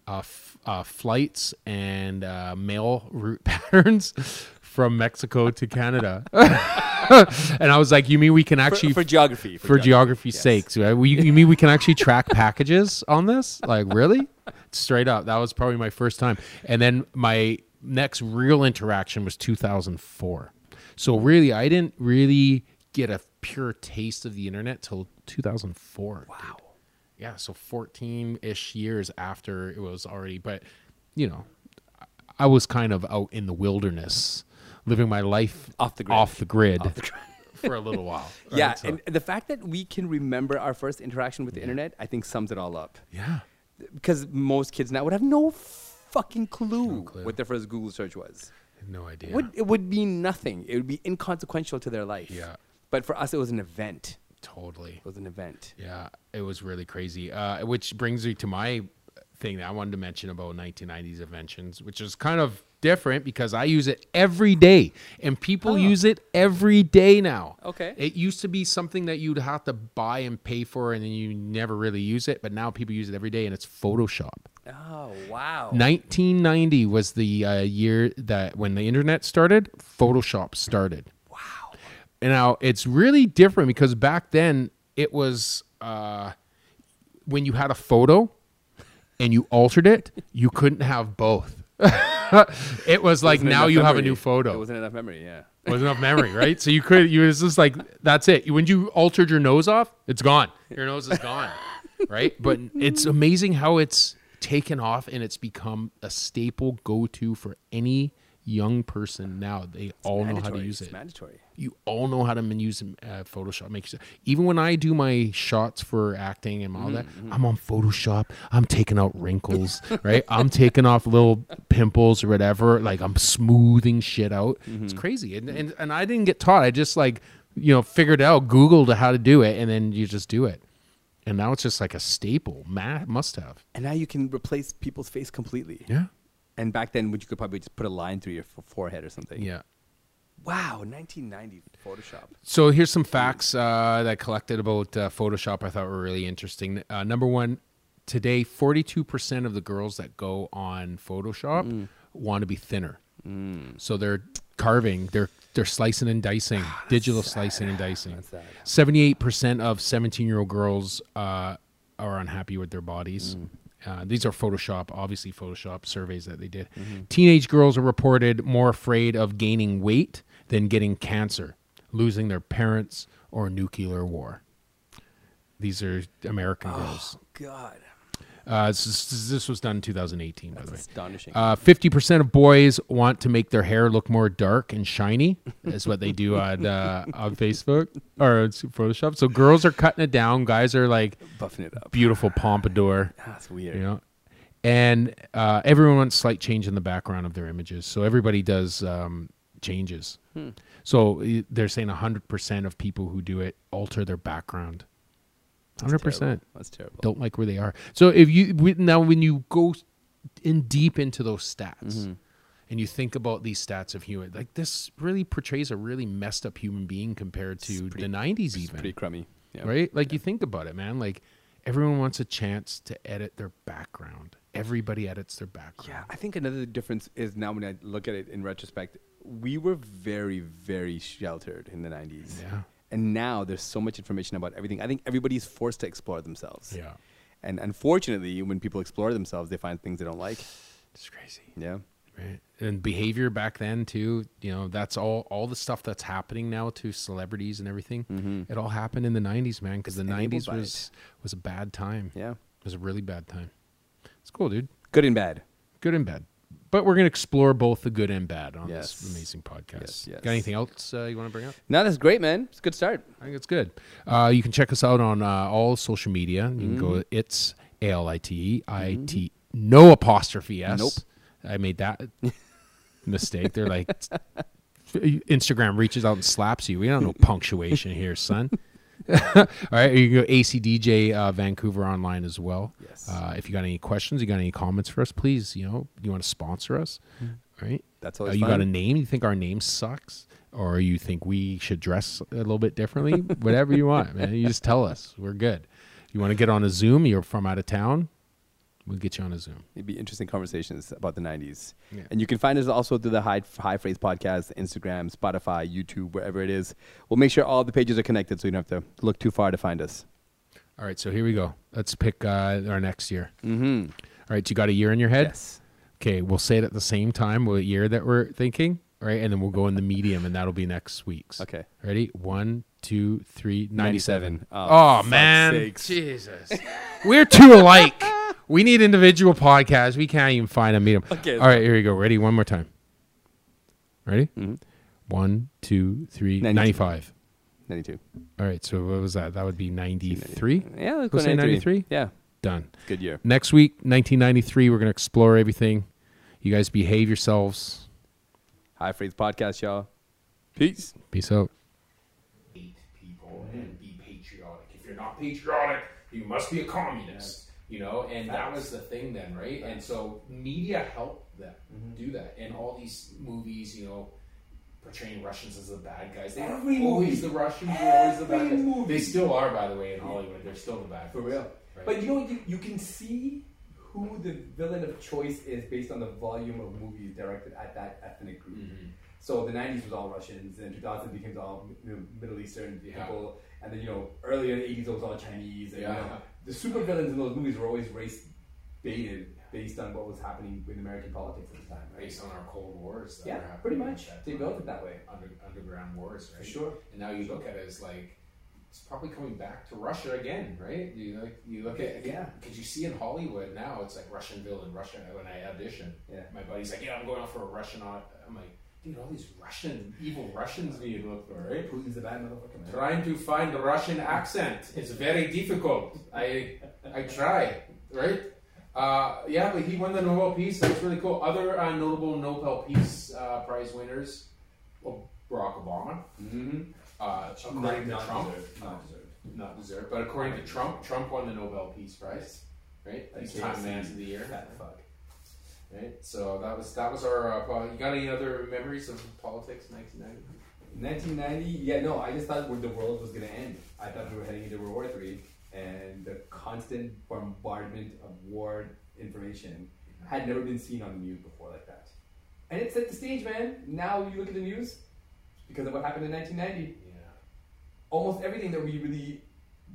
S1: uh, f- uh, flights and uh, mail route patterns from Mexico to Canada. and I was like, you mean we can
S2: For,
S1: actually
S2: for geography.
S1: for geography's sakes, right? We, you mean we can actually track packages on this? Like, really? Straight up, that was probably my first time. And then my next real interaction was 2004. So really, I didn't really get a pure taste of the internet till 2004. Wow. Yeah, so 14-ish years after it was already, but you know, I- I was kind of out in the wilderness, living my life
S2: Off the grid.
S1: off the grid, for a little while. right?
S2: Yeah,
S1: So- Mm-hmm.
S2: and the fact that we can remember our first interaction with the internet, I think sums it all up.
S1: Yeah.
S2: because most kids now would have no fucking clue,
S1: clue.
S2: what their first Google search was.
S1: No idea.
S2: Would, it would be nothing. It would be inconsequential to their life.
S1: Yeah.
S2: But for us, it was an event.
S1: totally.
S2: It was an event.
S1: Yeah, it was really crazy. Uh, which brings me to my thing that I wanted to mention about 1990s inventions, which is kind of different because I use it every day and people use it every day now.
S2: Okay.
S1: It used to be something that you'd have to buy and pay for and then you never really use it, but now people use it every day and it's Photoshop.
S2: Oh wow.
S1: 1990 was the uh, year that when the internet started, Photoshop started.
S2: wow.
S1: And now it's really different because back then it was uh, when you had a photo and you altered it, you couldn't have both. it was like
S2: Wasn't
S1: now
S2: enough
S1: you have a
S2: memory.
S1: new photo.
S2: It wasn't enough memory. Yeah.
S1: Wasn't enough memory, right? So you could you was just like that's it. When you altered your nose off, it's gone. Your nose is gone, right? But it's amazing how it's taken off and it's become a staple go-to for any young person now. They all know how to
S2: Mandatory.
S1: use
S2: It's
S1: it
S2: mandatory.
S1: you all know how to man- use uh, Photoshop. Make sure. Even when I do my shots for acting and all that, I'm on Photoshop. I'm taking out wrinkles, right? I'm taking off little pimples or whatever. Like I'm smoothing shit out. It's crazy. And, and and I didn't get taught. I just like you know figured out, Googled how to do it, and then you just do it. And now it's just like a staple, ma- must have.
S2: And now you can replace people's face completely.
S1: Yeah.
S2: And back then, would you could probably just put a line through your f- forehead or something.
S1: Yeah.
S2: Wow, 1990 Photoshop.
S1: So here's some facts uh, that I collected about uh, Photoshop I thought were really interesting. Uh, number one, today 42% of the girls that go on Photoshop want to be thinner. So they're carving, they're they're slicing and dicing, digital slicing and dicing.
S2: sad.
S1: 78% of 17 year old girls uh, are unhappy with their bodies. Uh, these are Photoshop, obviously Photoshop surveys that they did. Teenage girls are reported more afraid of gaining weight than getting cancer, losing their parents, or nuclear war. These are American girls.
S2: Oh, God,
S1: Uh, this, is- this was done in 2018, by the way.
S2: astonishing.
S1: Uh, Fifty percent of boys want to make their hair look more dark and shiny. Is what they do on uh, on Facebook or it's Photoshop. So girls are cutting it down. Guys are like
S2: Buffing it up.
S1: beautiful pompadour.
S2: That's weird.
S1: You know, and uh, everyone wants slight change in the background of their images. So everybody does um, changes.
S2: Hmm.
S1: So uh, they're saying hundred percent of people who do it alter their background. Hundred
S2: That's
S1: percent
S2: terrible. That's terrible.
S1: don't like where they are. So if you we- now when you go in deep into those stats
S2: Mm-hmm.
S1: and you think about these stats of human, like this really portrays a really messed up human being compared to the '90s,
S2: It's
S1: even
S2: pretty crummy. Yeah.
S1: right? Like you think about it, man. Like everyone wants a chance to edit their background. Everybody edits their
S2: Yeah,
S1: background.
S2: I think another difference is now when I look at it in retrospect, we were very, very sheltered in the 90s.
S1: Yeah.
S2: And now there's so much information about everything. I think everybody's forced to explore themselves.
S1: yeah,
S2: And unfortunately, when people explore themselves, they find things they don't like.
S1: it's crazy.
S2: Yeah.
S1: Right. And behavior back then too, you know, that's all all the stuff that's happening now to celebrities and everything. It all happened in the 90s, man, cuz the
S2: Mm-hmm. enabled
S1: 90s
S2: by
S1: was was a bad time.
S2: Yeah.
S1: It was a really bad time. It's cool, dude.
S2: Good and bad.
S1: Good and bad. But we're going to explore both the good and bad on
S2: Yes.
S1: this amazing podcast.
S2: Yes, yes.
S1: Got anything else uh, you want to bring up?
S2: Now that's great, man. It's a good start.
S1: I think it's good. Uh, you can check us out on uh, all social media. You can
S2: Mm-hmm.
S1: go it's A L I T E I T no apostrophe S.
S2: Nope.
S1: I made that mistake. They're like Instagram reaches out and slaps you. We don't know punctuation here, son. all right, you can go ACDJ uh, Vancouver online as well.
S2: Yes.
S1: Uh, if you got any questions, you got any comments for us, please. You know, you want to sponsor us,
S2: Mm-hmm.
S1: all right?
S2: That's
S1: Uh,
S2: always
S1: you got
S2: fun.
S1: a name? You think our name sucks, or you think we should dress a little bit differently? Whatever you want, man. You just tell us. We're good. You want to get on a Zoom? You're from out of town. We'll get you on a Zoom.
S2: It'd be interesting conversations about the 90s.
S1: Yeah.
S2: And you can find us also through the High, High Phrase podcast, Instagram, Spotify, YouTube, wherever it is. We'll make sure all the pages are connected so you don't have to look too far to find us.
S1: All right, so here we go. Let's pick uh, our next year.
S2: Mm-hmm.
S1: All right, you got a year in your head.
S2: Yes.
S1: Okay, we'll say it at the same time. What year that we're thinking? All right, and then we'll go in the medium, and that'll be next week's.
S2: Okay.
S1: Ready? One, two, three, 97.
S2: 97.
S1: Oh,
S2: Oh, fuck's
S1: man.
S2: sakes.
S1: Jesus. We're too alike. We need individual podcasts. We can't even find a medium.
S2: Okay.
S1: All right, here we go. Ready? One more time. Ready?
S2: Mm-hmm.
S1: One, two, three,
S2: 92.
S1: 95.
S2: 92.
S1: All right, so what was that? That would be 93.
S2: Yeah, let's
S1: We'll
S2: go
S1: say
S2: 93.
S1: 93?
S2: Yeah.
S1: Done.
S2: Good year.
S1: Next week, 1993, we're going to explore everything. You guys behave yourselves.
S2: High Phrase podcast, y'all. Peace.
S1: Peace out.
S3: hate people and be patriotic. If you're not patriotic, you must be a communist.
S1: you know and that was the thing then right and so media helped them
S4: Mm-hmm.
S1: do that and all these movies you know portraying russians as the bad guys they
S3: Every
S1: were always
S3: movie.
S1: the russians were always the bad
S3: Every
S1: guys
S3: movie.
S1: they still are by the way in hollywood they're still the bad guys. Right.
S4: But you know, you, you can see who the villain of choice is based on the volume of movies directed at that ethnic group.
S1: Mm-hmm.
S4: So the 90s was all Russians, and 2000 becomes all you know, Middle Eastern
S1: Yeah.
S4: people, and then, you know, earlier in the 80s it was all Chinese. And, you
S1: Yeah.
S4: know, the super villains in those movies were always race baited based on what was happening with American politics at the time, right?
S1: based on our cold wars that
S4: Yeah,
S1: were happening
S4: pretty
S1: at
S4: much.
S1: that
S4: They
S1: time.
S4: built it that way.
S1: Under, underground wars right
S4: sure.
S1: and now you look at it as like it's probably coming back to russia again right you like you look at
S4: Yeah.
S1: because you see in hollywood now it's like russian villain russian when i audition
S4: Yeah.
S1: my buddy's like, yeah, I'm going out for a Russian. au-" I'm like, dude, all these Russian evil Russians we look for, right?
S4: Putin's a bad motherfucker, man.
S1: Trying to find a Russian accent is very difficult. I I try, right? Uh, yeah, but he won the Nobel Peace. That's really cool. Other uh, notable Nobel Peace uh, Prize winners: well, Barack Obama,
S4: Mm-hmm.
S1: uh, according to Trump,
S4: deserved. Not deserved.
S1: not deserved, but according to Trump, Trump won the Nobel Peace Prize, right? He's
S4: Okay.
S1: Time Man of the Year.
S4: Fat fuck.
S1: Right. So that was that was our. Uh, pol- you got any other memories of politics? Nineteen ninety.
S4: 1990, yeah, no, I just thought the world was going to end. I thought we were heading into World War Three, and the constant bombardment of war information had never been seen on the news before like that. And it set the stage, man. Now you look at the news, because of what happened in 1990,
S1: Yeah.
S4: almost everything that we really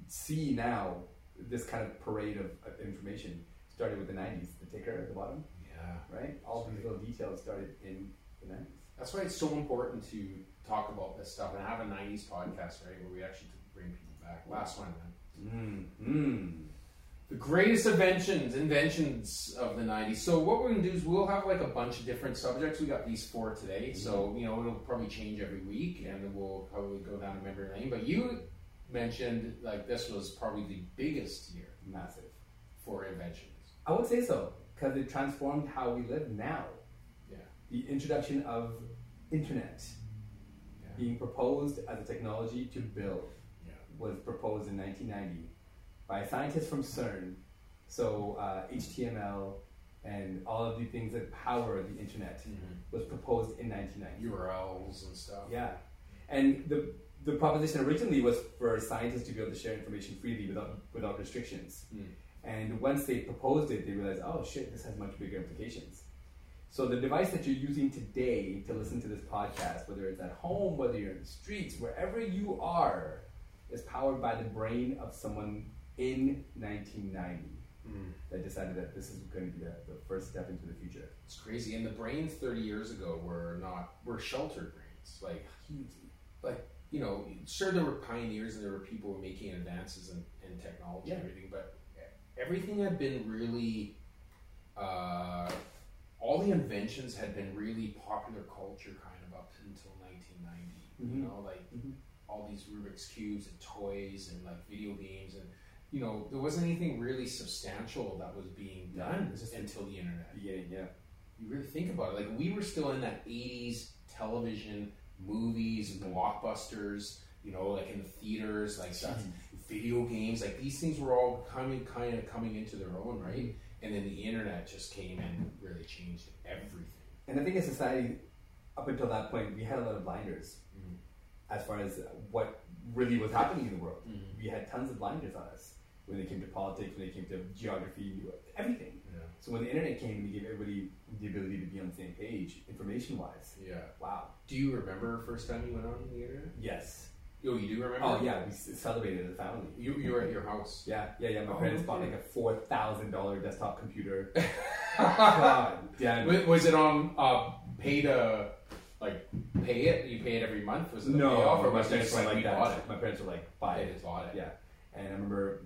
S4: see now, this kind of parade of, of information,
S2: started with the 90s. The ticker at the bottom,
S1: Yeah.
S2: right? All these little details started in the 90s.
S1: That's why it's so important to talk about this stuff and have a 90s podcast, right, where we actually bring people back. Last one, man.
S2: Mm. Mm.
S1: The greatest inventions, inventions of the '90s. So what we're gonna do is we'll have like a bunch of different subjects. We got these four today, so you know it'll probably change every week, and then we'll probably go down a memory lane. But you mentioned like this was probably the biggest year
S2: Massive.
S1: for inventions.
S2: I would say so because it transformed how we live now.
S1: Yeah.
S2: The introduction of internet
S1: Yeah.
S2: being proposed as a technology to build
S1: Yeah.
S2: was proposed in 1990 by scientists from CERN. So uh, HTML and all of the things that power the internet was proposed in 1990.
S1: URLs and stuff.
S2: Mm-hmm. Yeah, and the the proposition originally was for scientists to be able to share information freely without without restrictions.
S1: Mm.
S2: And once they proposed it, they realized, oh shit, this has much bigger implications. So the device that you're using today to listen to this podcast, whether it's at home, whether you're in the streets, wherever you are, is powered by the brain of someone in 1990 that decided that this is going to be the, the first step into the future.
S1: It's crazy. And the brains 30 years ago were not, were sheltered brains. Like, hugely. Like, you know, sure, there were pioneers and there were people making advances in, in technology and
S2: Yeah.
S1: everything, but everything had been really, uh, all the inventions had been really popular culture kind of up until 1990. You
S2: Mhm.
S1: know, like
S2: Mhm.
S1: all these Rubik's Cubes and toys and like video games and. You know, there wasn't anything really substantial that was being
S2: No,
S1: done
S2: it's just-
S1: until the internet
S2: Beginning, yeah.
S1: you really think about it, like we were still in that '80s television, movies, blockbusters. You know, like in the theaters, like that's,
S2: Mm-hmm.
S1: video games, like these things were all coming, kind of coming into their own, right?
S2: Mm-hmm.
S1: And then the internet just came and really changed everything.
S2: And I think as society, up until that point, we had a lot of blinders
S1: Mm-hmm.
S2: as far as what really was happening in the world. We had tons of blinders on us when it came to politics, when it came to geography, everything.
S1: Yeah,
S2: So when the internet came, we gave everybody the ability to be on the same page, information-wise.
S1: yeah.
S2: Wow.
S1: Do you remember the first time you went on the internet?
S2: Yes.
S1: Oh, you do remember?
S2: Oh yeah, we s- celebrated as a family.
S1: You you were at your house.
S2: Yeah, yeah, yeah. My
S1: Oh,
S2: parents bought
S1: okay.
S2: like a four thousand dollar desktop computer. God damn.
S1: Wa-
S2: it.
S1: Was it on uh, pay to like pay it? You pay it every month? Was it a payoff
S2: No,
S1: or
S2: my
S1: was it
S2: parents
S1: just
S2: were
S1: like,
S2: like
S1: we bought
S2: that.
S1: it?
S2: My parents were like, buy
S1: They
S2: it.
S1: just bought it.
S2: Yeah, and I remember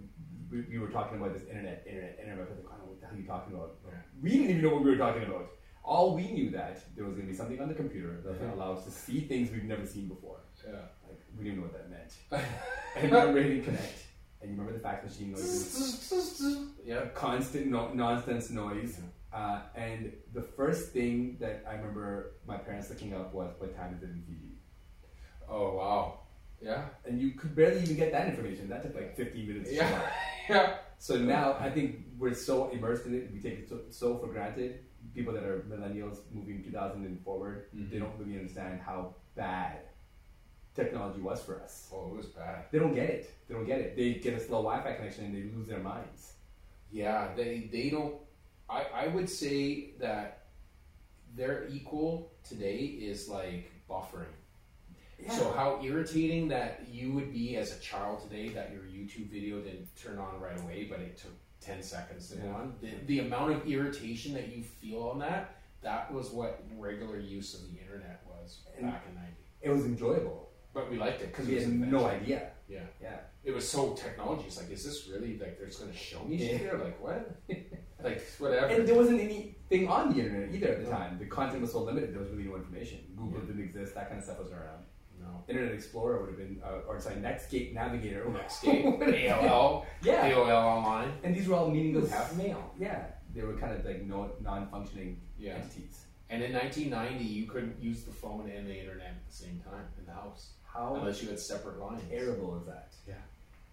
S2: we, we were talking about this internet, internet, internet. I was like, "What the hell are you talking about?"
S1: Yeah.
S2: We didn't even know what we were talking about. All we knew that there was going to be something on the computer that was going
S1: Yeah.
S2: to allow us to see things we've never seen before.
S1: Yeah.
S2: Like we didn't know what that meant. and we were ready to connect. And you remember the fax machine noises,
S1: yeah.
S2: constant no- nonsense noise. Uh, and the first thing that I remember my parents looking up was what time is it in Fiji?
S1: Oh wow. Yeah.
S2: and you could barely even get that information. That took like 15 minutes. to
S1: Yeah.
S2: fill out.
S1: Yeah.
S2: So now I think we're so immersed in it, we take it so, so for granted. People that are millennials moving 2000 and forward,
S1: Mm-hmm.
S2: they don't really understand how bad technology was for us.
S1: Oh, it was bad.
S2: They don't get it. They don't get it. They get a slow Wi-Fi connection and they lose their minds.
S1: Yeah. They they don't. I I would say that their equal today is like buffering. So how irritating that you would be as a child today that your YouTube video didn't turn on right away, but it took ten seconds to go
S2: Yeah.
S1: on. The, the amount of irritation that you feel on that. That was what regular use of the internet was
S2: And-
S1: back in '90.
S2: It was enjoyable
S1: But we liked it because
S2: because we had no idea.
S1: Yeah.
S2: Yeah.
S1: it was so technology. It's like, is this really like they're just gonna show me
S2: Yeah.
S1: shit here? Like what? like whatever.
S2: And there wasn't anything on the internet either at the time. The content was so limited, there was really no information. Google
S1: Yeah.
S2: didn't exist, that kind of stuff was around.
S1: no.
S2: Internet Explorer would have been, uh, or sorry, Netscape Navigator.
S1: Netscape, AOL,
S2: Yeah.
S1: AOL online.
S2: And these were all
S1: You
S2: meaningless.
S1: have mail.
S2: Yeah, they were kind of like no, non-functioning
S1: Yeah.
S2: entities.
S1: And in 1990, you couldn't use the phone and the internet at the same time in the house
S2: How
S1: unless you had separate lines.
S2: terrible is that?
S1: Yeah.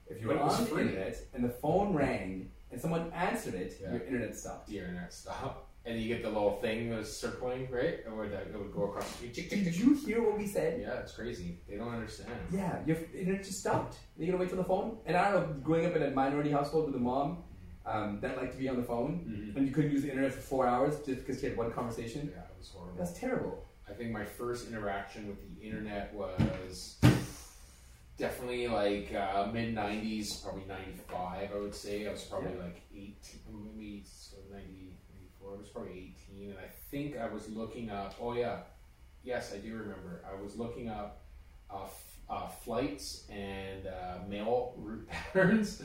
S2: If you
S1: But
S2: were
S1: it was
S2: on the
S1: free.
S2: internet and the phone rang and someone answered it,
S1: Yeah.
S2: your internet stopped.
S1: The internet stop, and you get the little thing that was circling, right? Or that it would go across. The street. Tick, tick,
S2: Did
S1: tick.
S2: you hear what we said?
S1: Yeah, it's crazy. They don't understand.
S2: Yeah, your f- internet just stopped. You're gonna wait for the phone. And I don't know, growing up in a minority household with a mom um, that liked to be on the phone,
S1: Mhm.
S2: and you couldn't use the internet for four hours just because you had one
S1: Yeah,
S2: conversation.
S1: it was horrible.
S2: That's terrible.
S1: I think my first interaction with the internet was definitely like uh, mid '90s, probably '95. I would say I was probably like 18, maybe so 90, 94. I was probably 18, and I think I was looking up. Oh yeah, yes, I do remember. I was looking up uh, f- uh, flights and uh, mail route patterns.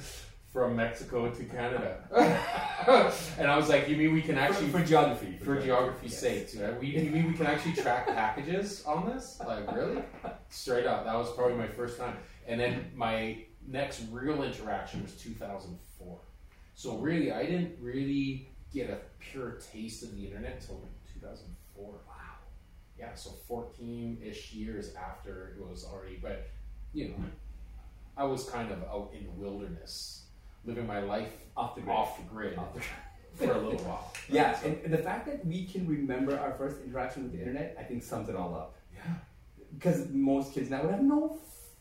S1: From Mexico to Canada, and I was like, "You mean we can actually
S2: for, for geography.
S1: for geography's
S2: Yes.
S1: sake, dude. We, you mean we can actually track packages on this? Like, really? Straight up. That was probably my first time. And then my next real interaction was 2004. So, really, I didn't really get a pure taste of the internet until like 2004. Wow. Yeah, so 14 ish years after it was already, but, you know, I was kind of out in the wilderness, living my life
S2: Off the grid.
S1: off the grid
S2: Off the grid.
S1: for a little while.
S2: Yeah, and, and the fact that we can remember our first interaction with the internet, I think sums it all up.
S1: Yeah.
S2: Because most kids now would have no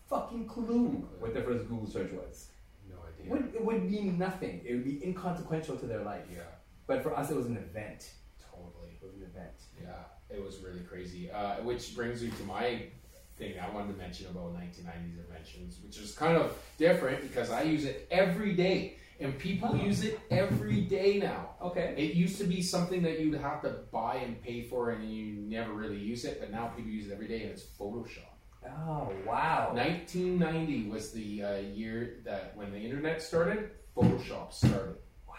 S2: fucking clue what their first Google search was.
S1: No
S2: It
S1: idea.
S2: would, it would mean nothing. It would be inconsequential to their life.
S1: Yeah,
S2: But for us, it was an event.
S1: totally.
S2: It was an event.
S1: Yeah, it was really crazy. Uh, which brings me to my thing I wanted to mention about 1990s inventions, which is kind of different because I use it every day, and people use it every day now.
S2: Okay.
S1: It used to be something that you'd have to buy and pay for, and you never really use it. But now people use it every day, and it's Photoshop.
S2: Oh wow.
S1: 1990 was the uh, year that when the internet started, Photoshop started.
S2: Wow.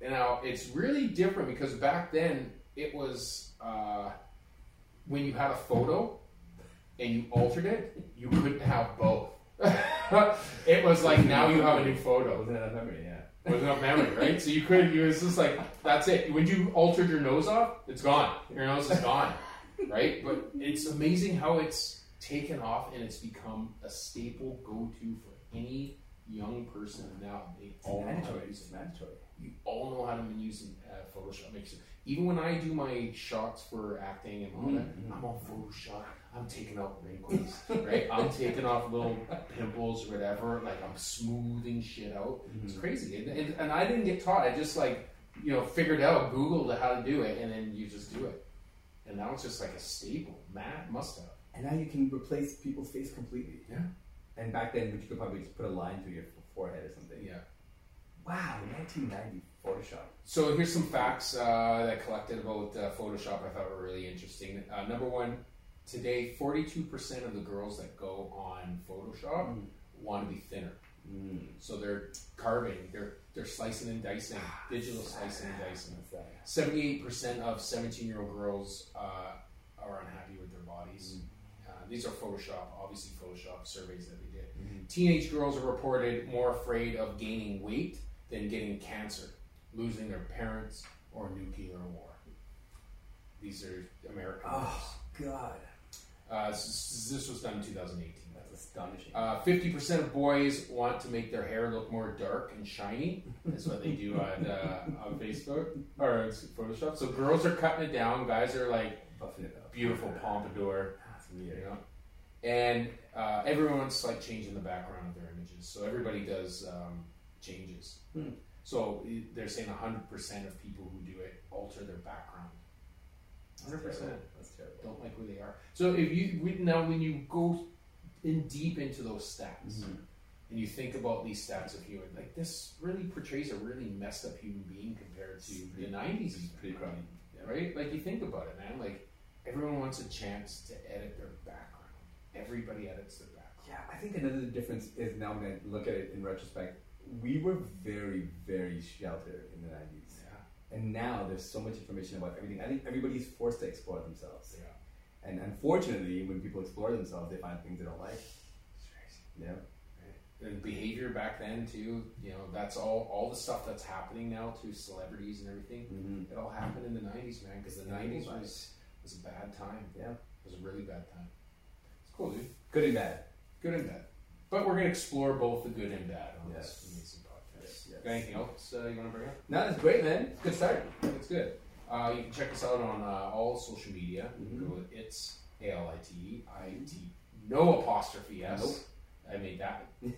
S1: Now it's really different because back then it was uh, when you had a photo and you altered it, you couldn't have both. it was like now you have a new
S2: That
S1: photo
S2: wasn't enough memory. Yeah.
S1: with enough memory, right? So you couldn't. You was just like that's it. When you altered your nose off, it's gone. Your nose is gone, right? But it's amazing how it's taken off and it's become a staple go-to for any young person now. They
S2: It's
S1: all know how
S2: mandatory.
S1: to use
S2: It's
S1: it
S2: mandatory.
S1: you all know how to use uh, Photoshop. Makes it- even when I do my shots for acting and all that, I'm on Photoshop. I'm taking out wrinkles, right? I'm taking off little pimples, whatever. Like I'm smoothing shit out. It's crazy, and, and and I didn't get taught. I just like you know figured out, Googled how to do it, and then you just do it. And now it's just like a staple. Matt must have.
S2: And now you can replace people's face completely.
S1: Yeah.
S2: And back then, you could probably just put a line through your forehead or something.
S1: Yeah.
S2: Wow, 1990 Photoshop.
S1: So here's some facts uh, that I collected about uh, Photoshop I thought were really interesting. Uh, number one, today 42% of the girls that go on Photoshop want to be thinner.
S2: Mm-hmm.
S1: So they're carving, they're they're slicing and dicing, digital slicing and dicing.
S2: That's that.
S1: 78% of 17 year old girls uh, are unhappy with their bodies.
S2: Mm.
S1: Uh, these are Photoshop, obviously Photoshop surveys that we did.
S2: Mm-hmm.
S1: Teenage girls are reported more afraid of gaining weight than getting cancer, losing their parents, or nuclear war. These are American.
S2: Oh God,
S1: girls. Uh, s- s- this was done in 2018.
S2: that's astonishing.
S1: Uh, Fifty percent of boys want to make their hair look more dark and shiny. That's what they do on uh, on Facebook or on Photoshop. So girls are cutting it down. Guys are like
S2: Buffing it up.
S1: beautiful pompadour,
S2: That's
S1: you
S2: weird.
S1: know. And uh, everyone's like changing the background of their images. So everybody does um, changes.
S2: Hmm.
S1: So i- they're saying hundred percent of people who do it alter their background. Hundred percent
S2: That's terrible.
S1: don't like who they are. So if you we- now when you go in deep into those stats
S2: Mm-hmm.
S1: and you think about these stats of human, like this really portrays a really messed up human being compared to the nineties,
S2: It's pretty crummy.
S1: right? Like you think about it, man. Like everyone wants a chance to edit their background. Everybody edits their background.
S2: Yeah, I think another difference is now when I look at it in retrospect, we were very, very sheltered in the 90s, and now there's so much information about everything. I think everybody's forced to explore themselves,
S1: Yeah.
S2: and unfortunately, when people explore themselves, they find things they don't like.
S1: It's crazy.
S2: Yeah.
S1: And behavior back then too, you know, that's all all the stuff that's happening now to celebrities and everything.
S2: Mm-hmm.
S1: It all happened in the nineties, man, because the
S2: Yeah,
S1: nineties
S2: right.
S1: was was a bad time.
S2: Yeah.
S1: It was a really bad time. It's cool, dude.
S2: Good and bad.
S1: Good and bad. But we're gonna explore both the good and bad on
S2: Yes.
S1: this amazing podcast.
S2: Yes, yes.
S1: Got anything else uh, you want to bring up?
S2: No, that's great, man. It's a good start.
S1: It's good. Uh, you can check us out on uh, all social media. You can
S2: Mhm.
S1: Go with it's A L I T E I T no apostrophe S.
S2: Nope.
S1: I made that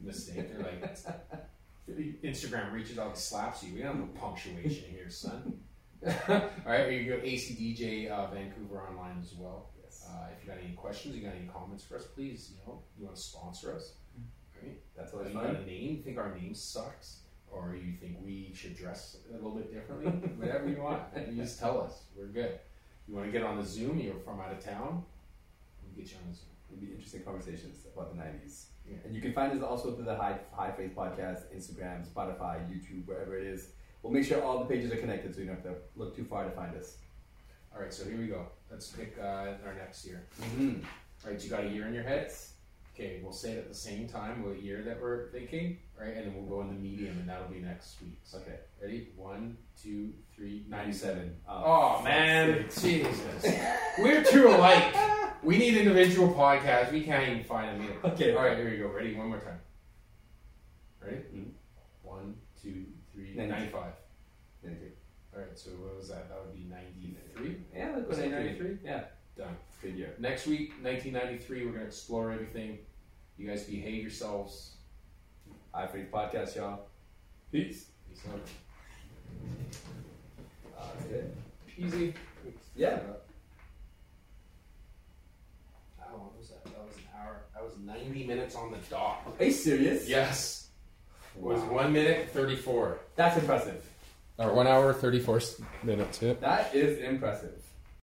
S1: mistake. They're like Instagram reaches out and slaps you. We don't have no punctuation here, son. All right, you can go ACDJ uh, Vancouver online as well.
S2: Yes.
S1: Uh, if you got any questions, you got any comments for us, please. You know, you want to sponsor us, right?
S2: That's
S1: So
S2: always
S1: you got
S2: fun.
S1: a name? You think our name sucks, or you think we should dress a little bit differently? Whatever you want, you just tell us. We're good. You want to get on the Zoom? You're from out of town. We'll get you on the Zoom.
S2: It'll be interesting conversations about the 90s.
S1: Yeah.
S2: And you can find us also through the High, High Face podcast, Instagram, Spotify, YouTube, wherever it is. We'll make sure all the pages are connected so you don't have to look too far to find us.
S1: All right, so here we go. Let's pick uh, our next year.
S2: Mm-hmm.
S1: All right, you got a year in your head. Okay, we'll say it at the same time what year that we're thinking, right? And then we'll go in the medium, and that'll be next week's.
S2: Okay.
S1: Ready? One, two, three,
S2: 97.
S1: Oh man, Jesus, we're too alike. We need individual podcasts. We can't even find a meal.
S2: Okay.
S1: All right, here we go. Ready? One more time. Ready?
S2: Mhm.
S1: One, two, three,
S2: Ninety.
S1: ninety-five.
S2: Ninety-two.
S1: All right. So what was that? That would be ninety-three.
S2: Yeah, let's
S1: Was
S2: go
S1: it
S2: 93. Yeah,
S1: Done.
S2: good year.
S1: Next week, 1993, we're going to explore everything. You guys behave yourselves.
S2: High Face podcast, y'all. Peace.
S1: Peace out.
S2: Uh, that's good.
S1: Easy. Uh,
S2: Yeah.
S1: Oh, what was that? That was an hour. That was 90 minutes on the dot.
S2: Are you serious?
S1: Yes. It was
S2: Wow.
S1: 1 minute 34.
S2: That's impressive.
S1: Uh,
S5: Or one hour, 34 minutes. Yeah.
S2: That is impressive.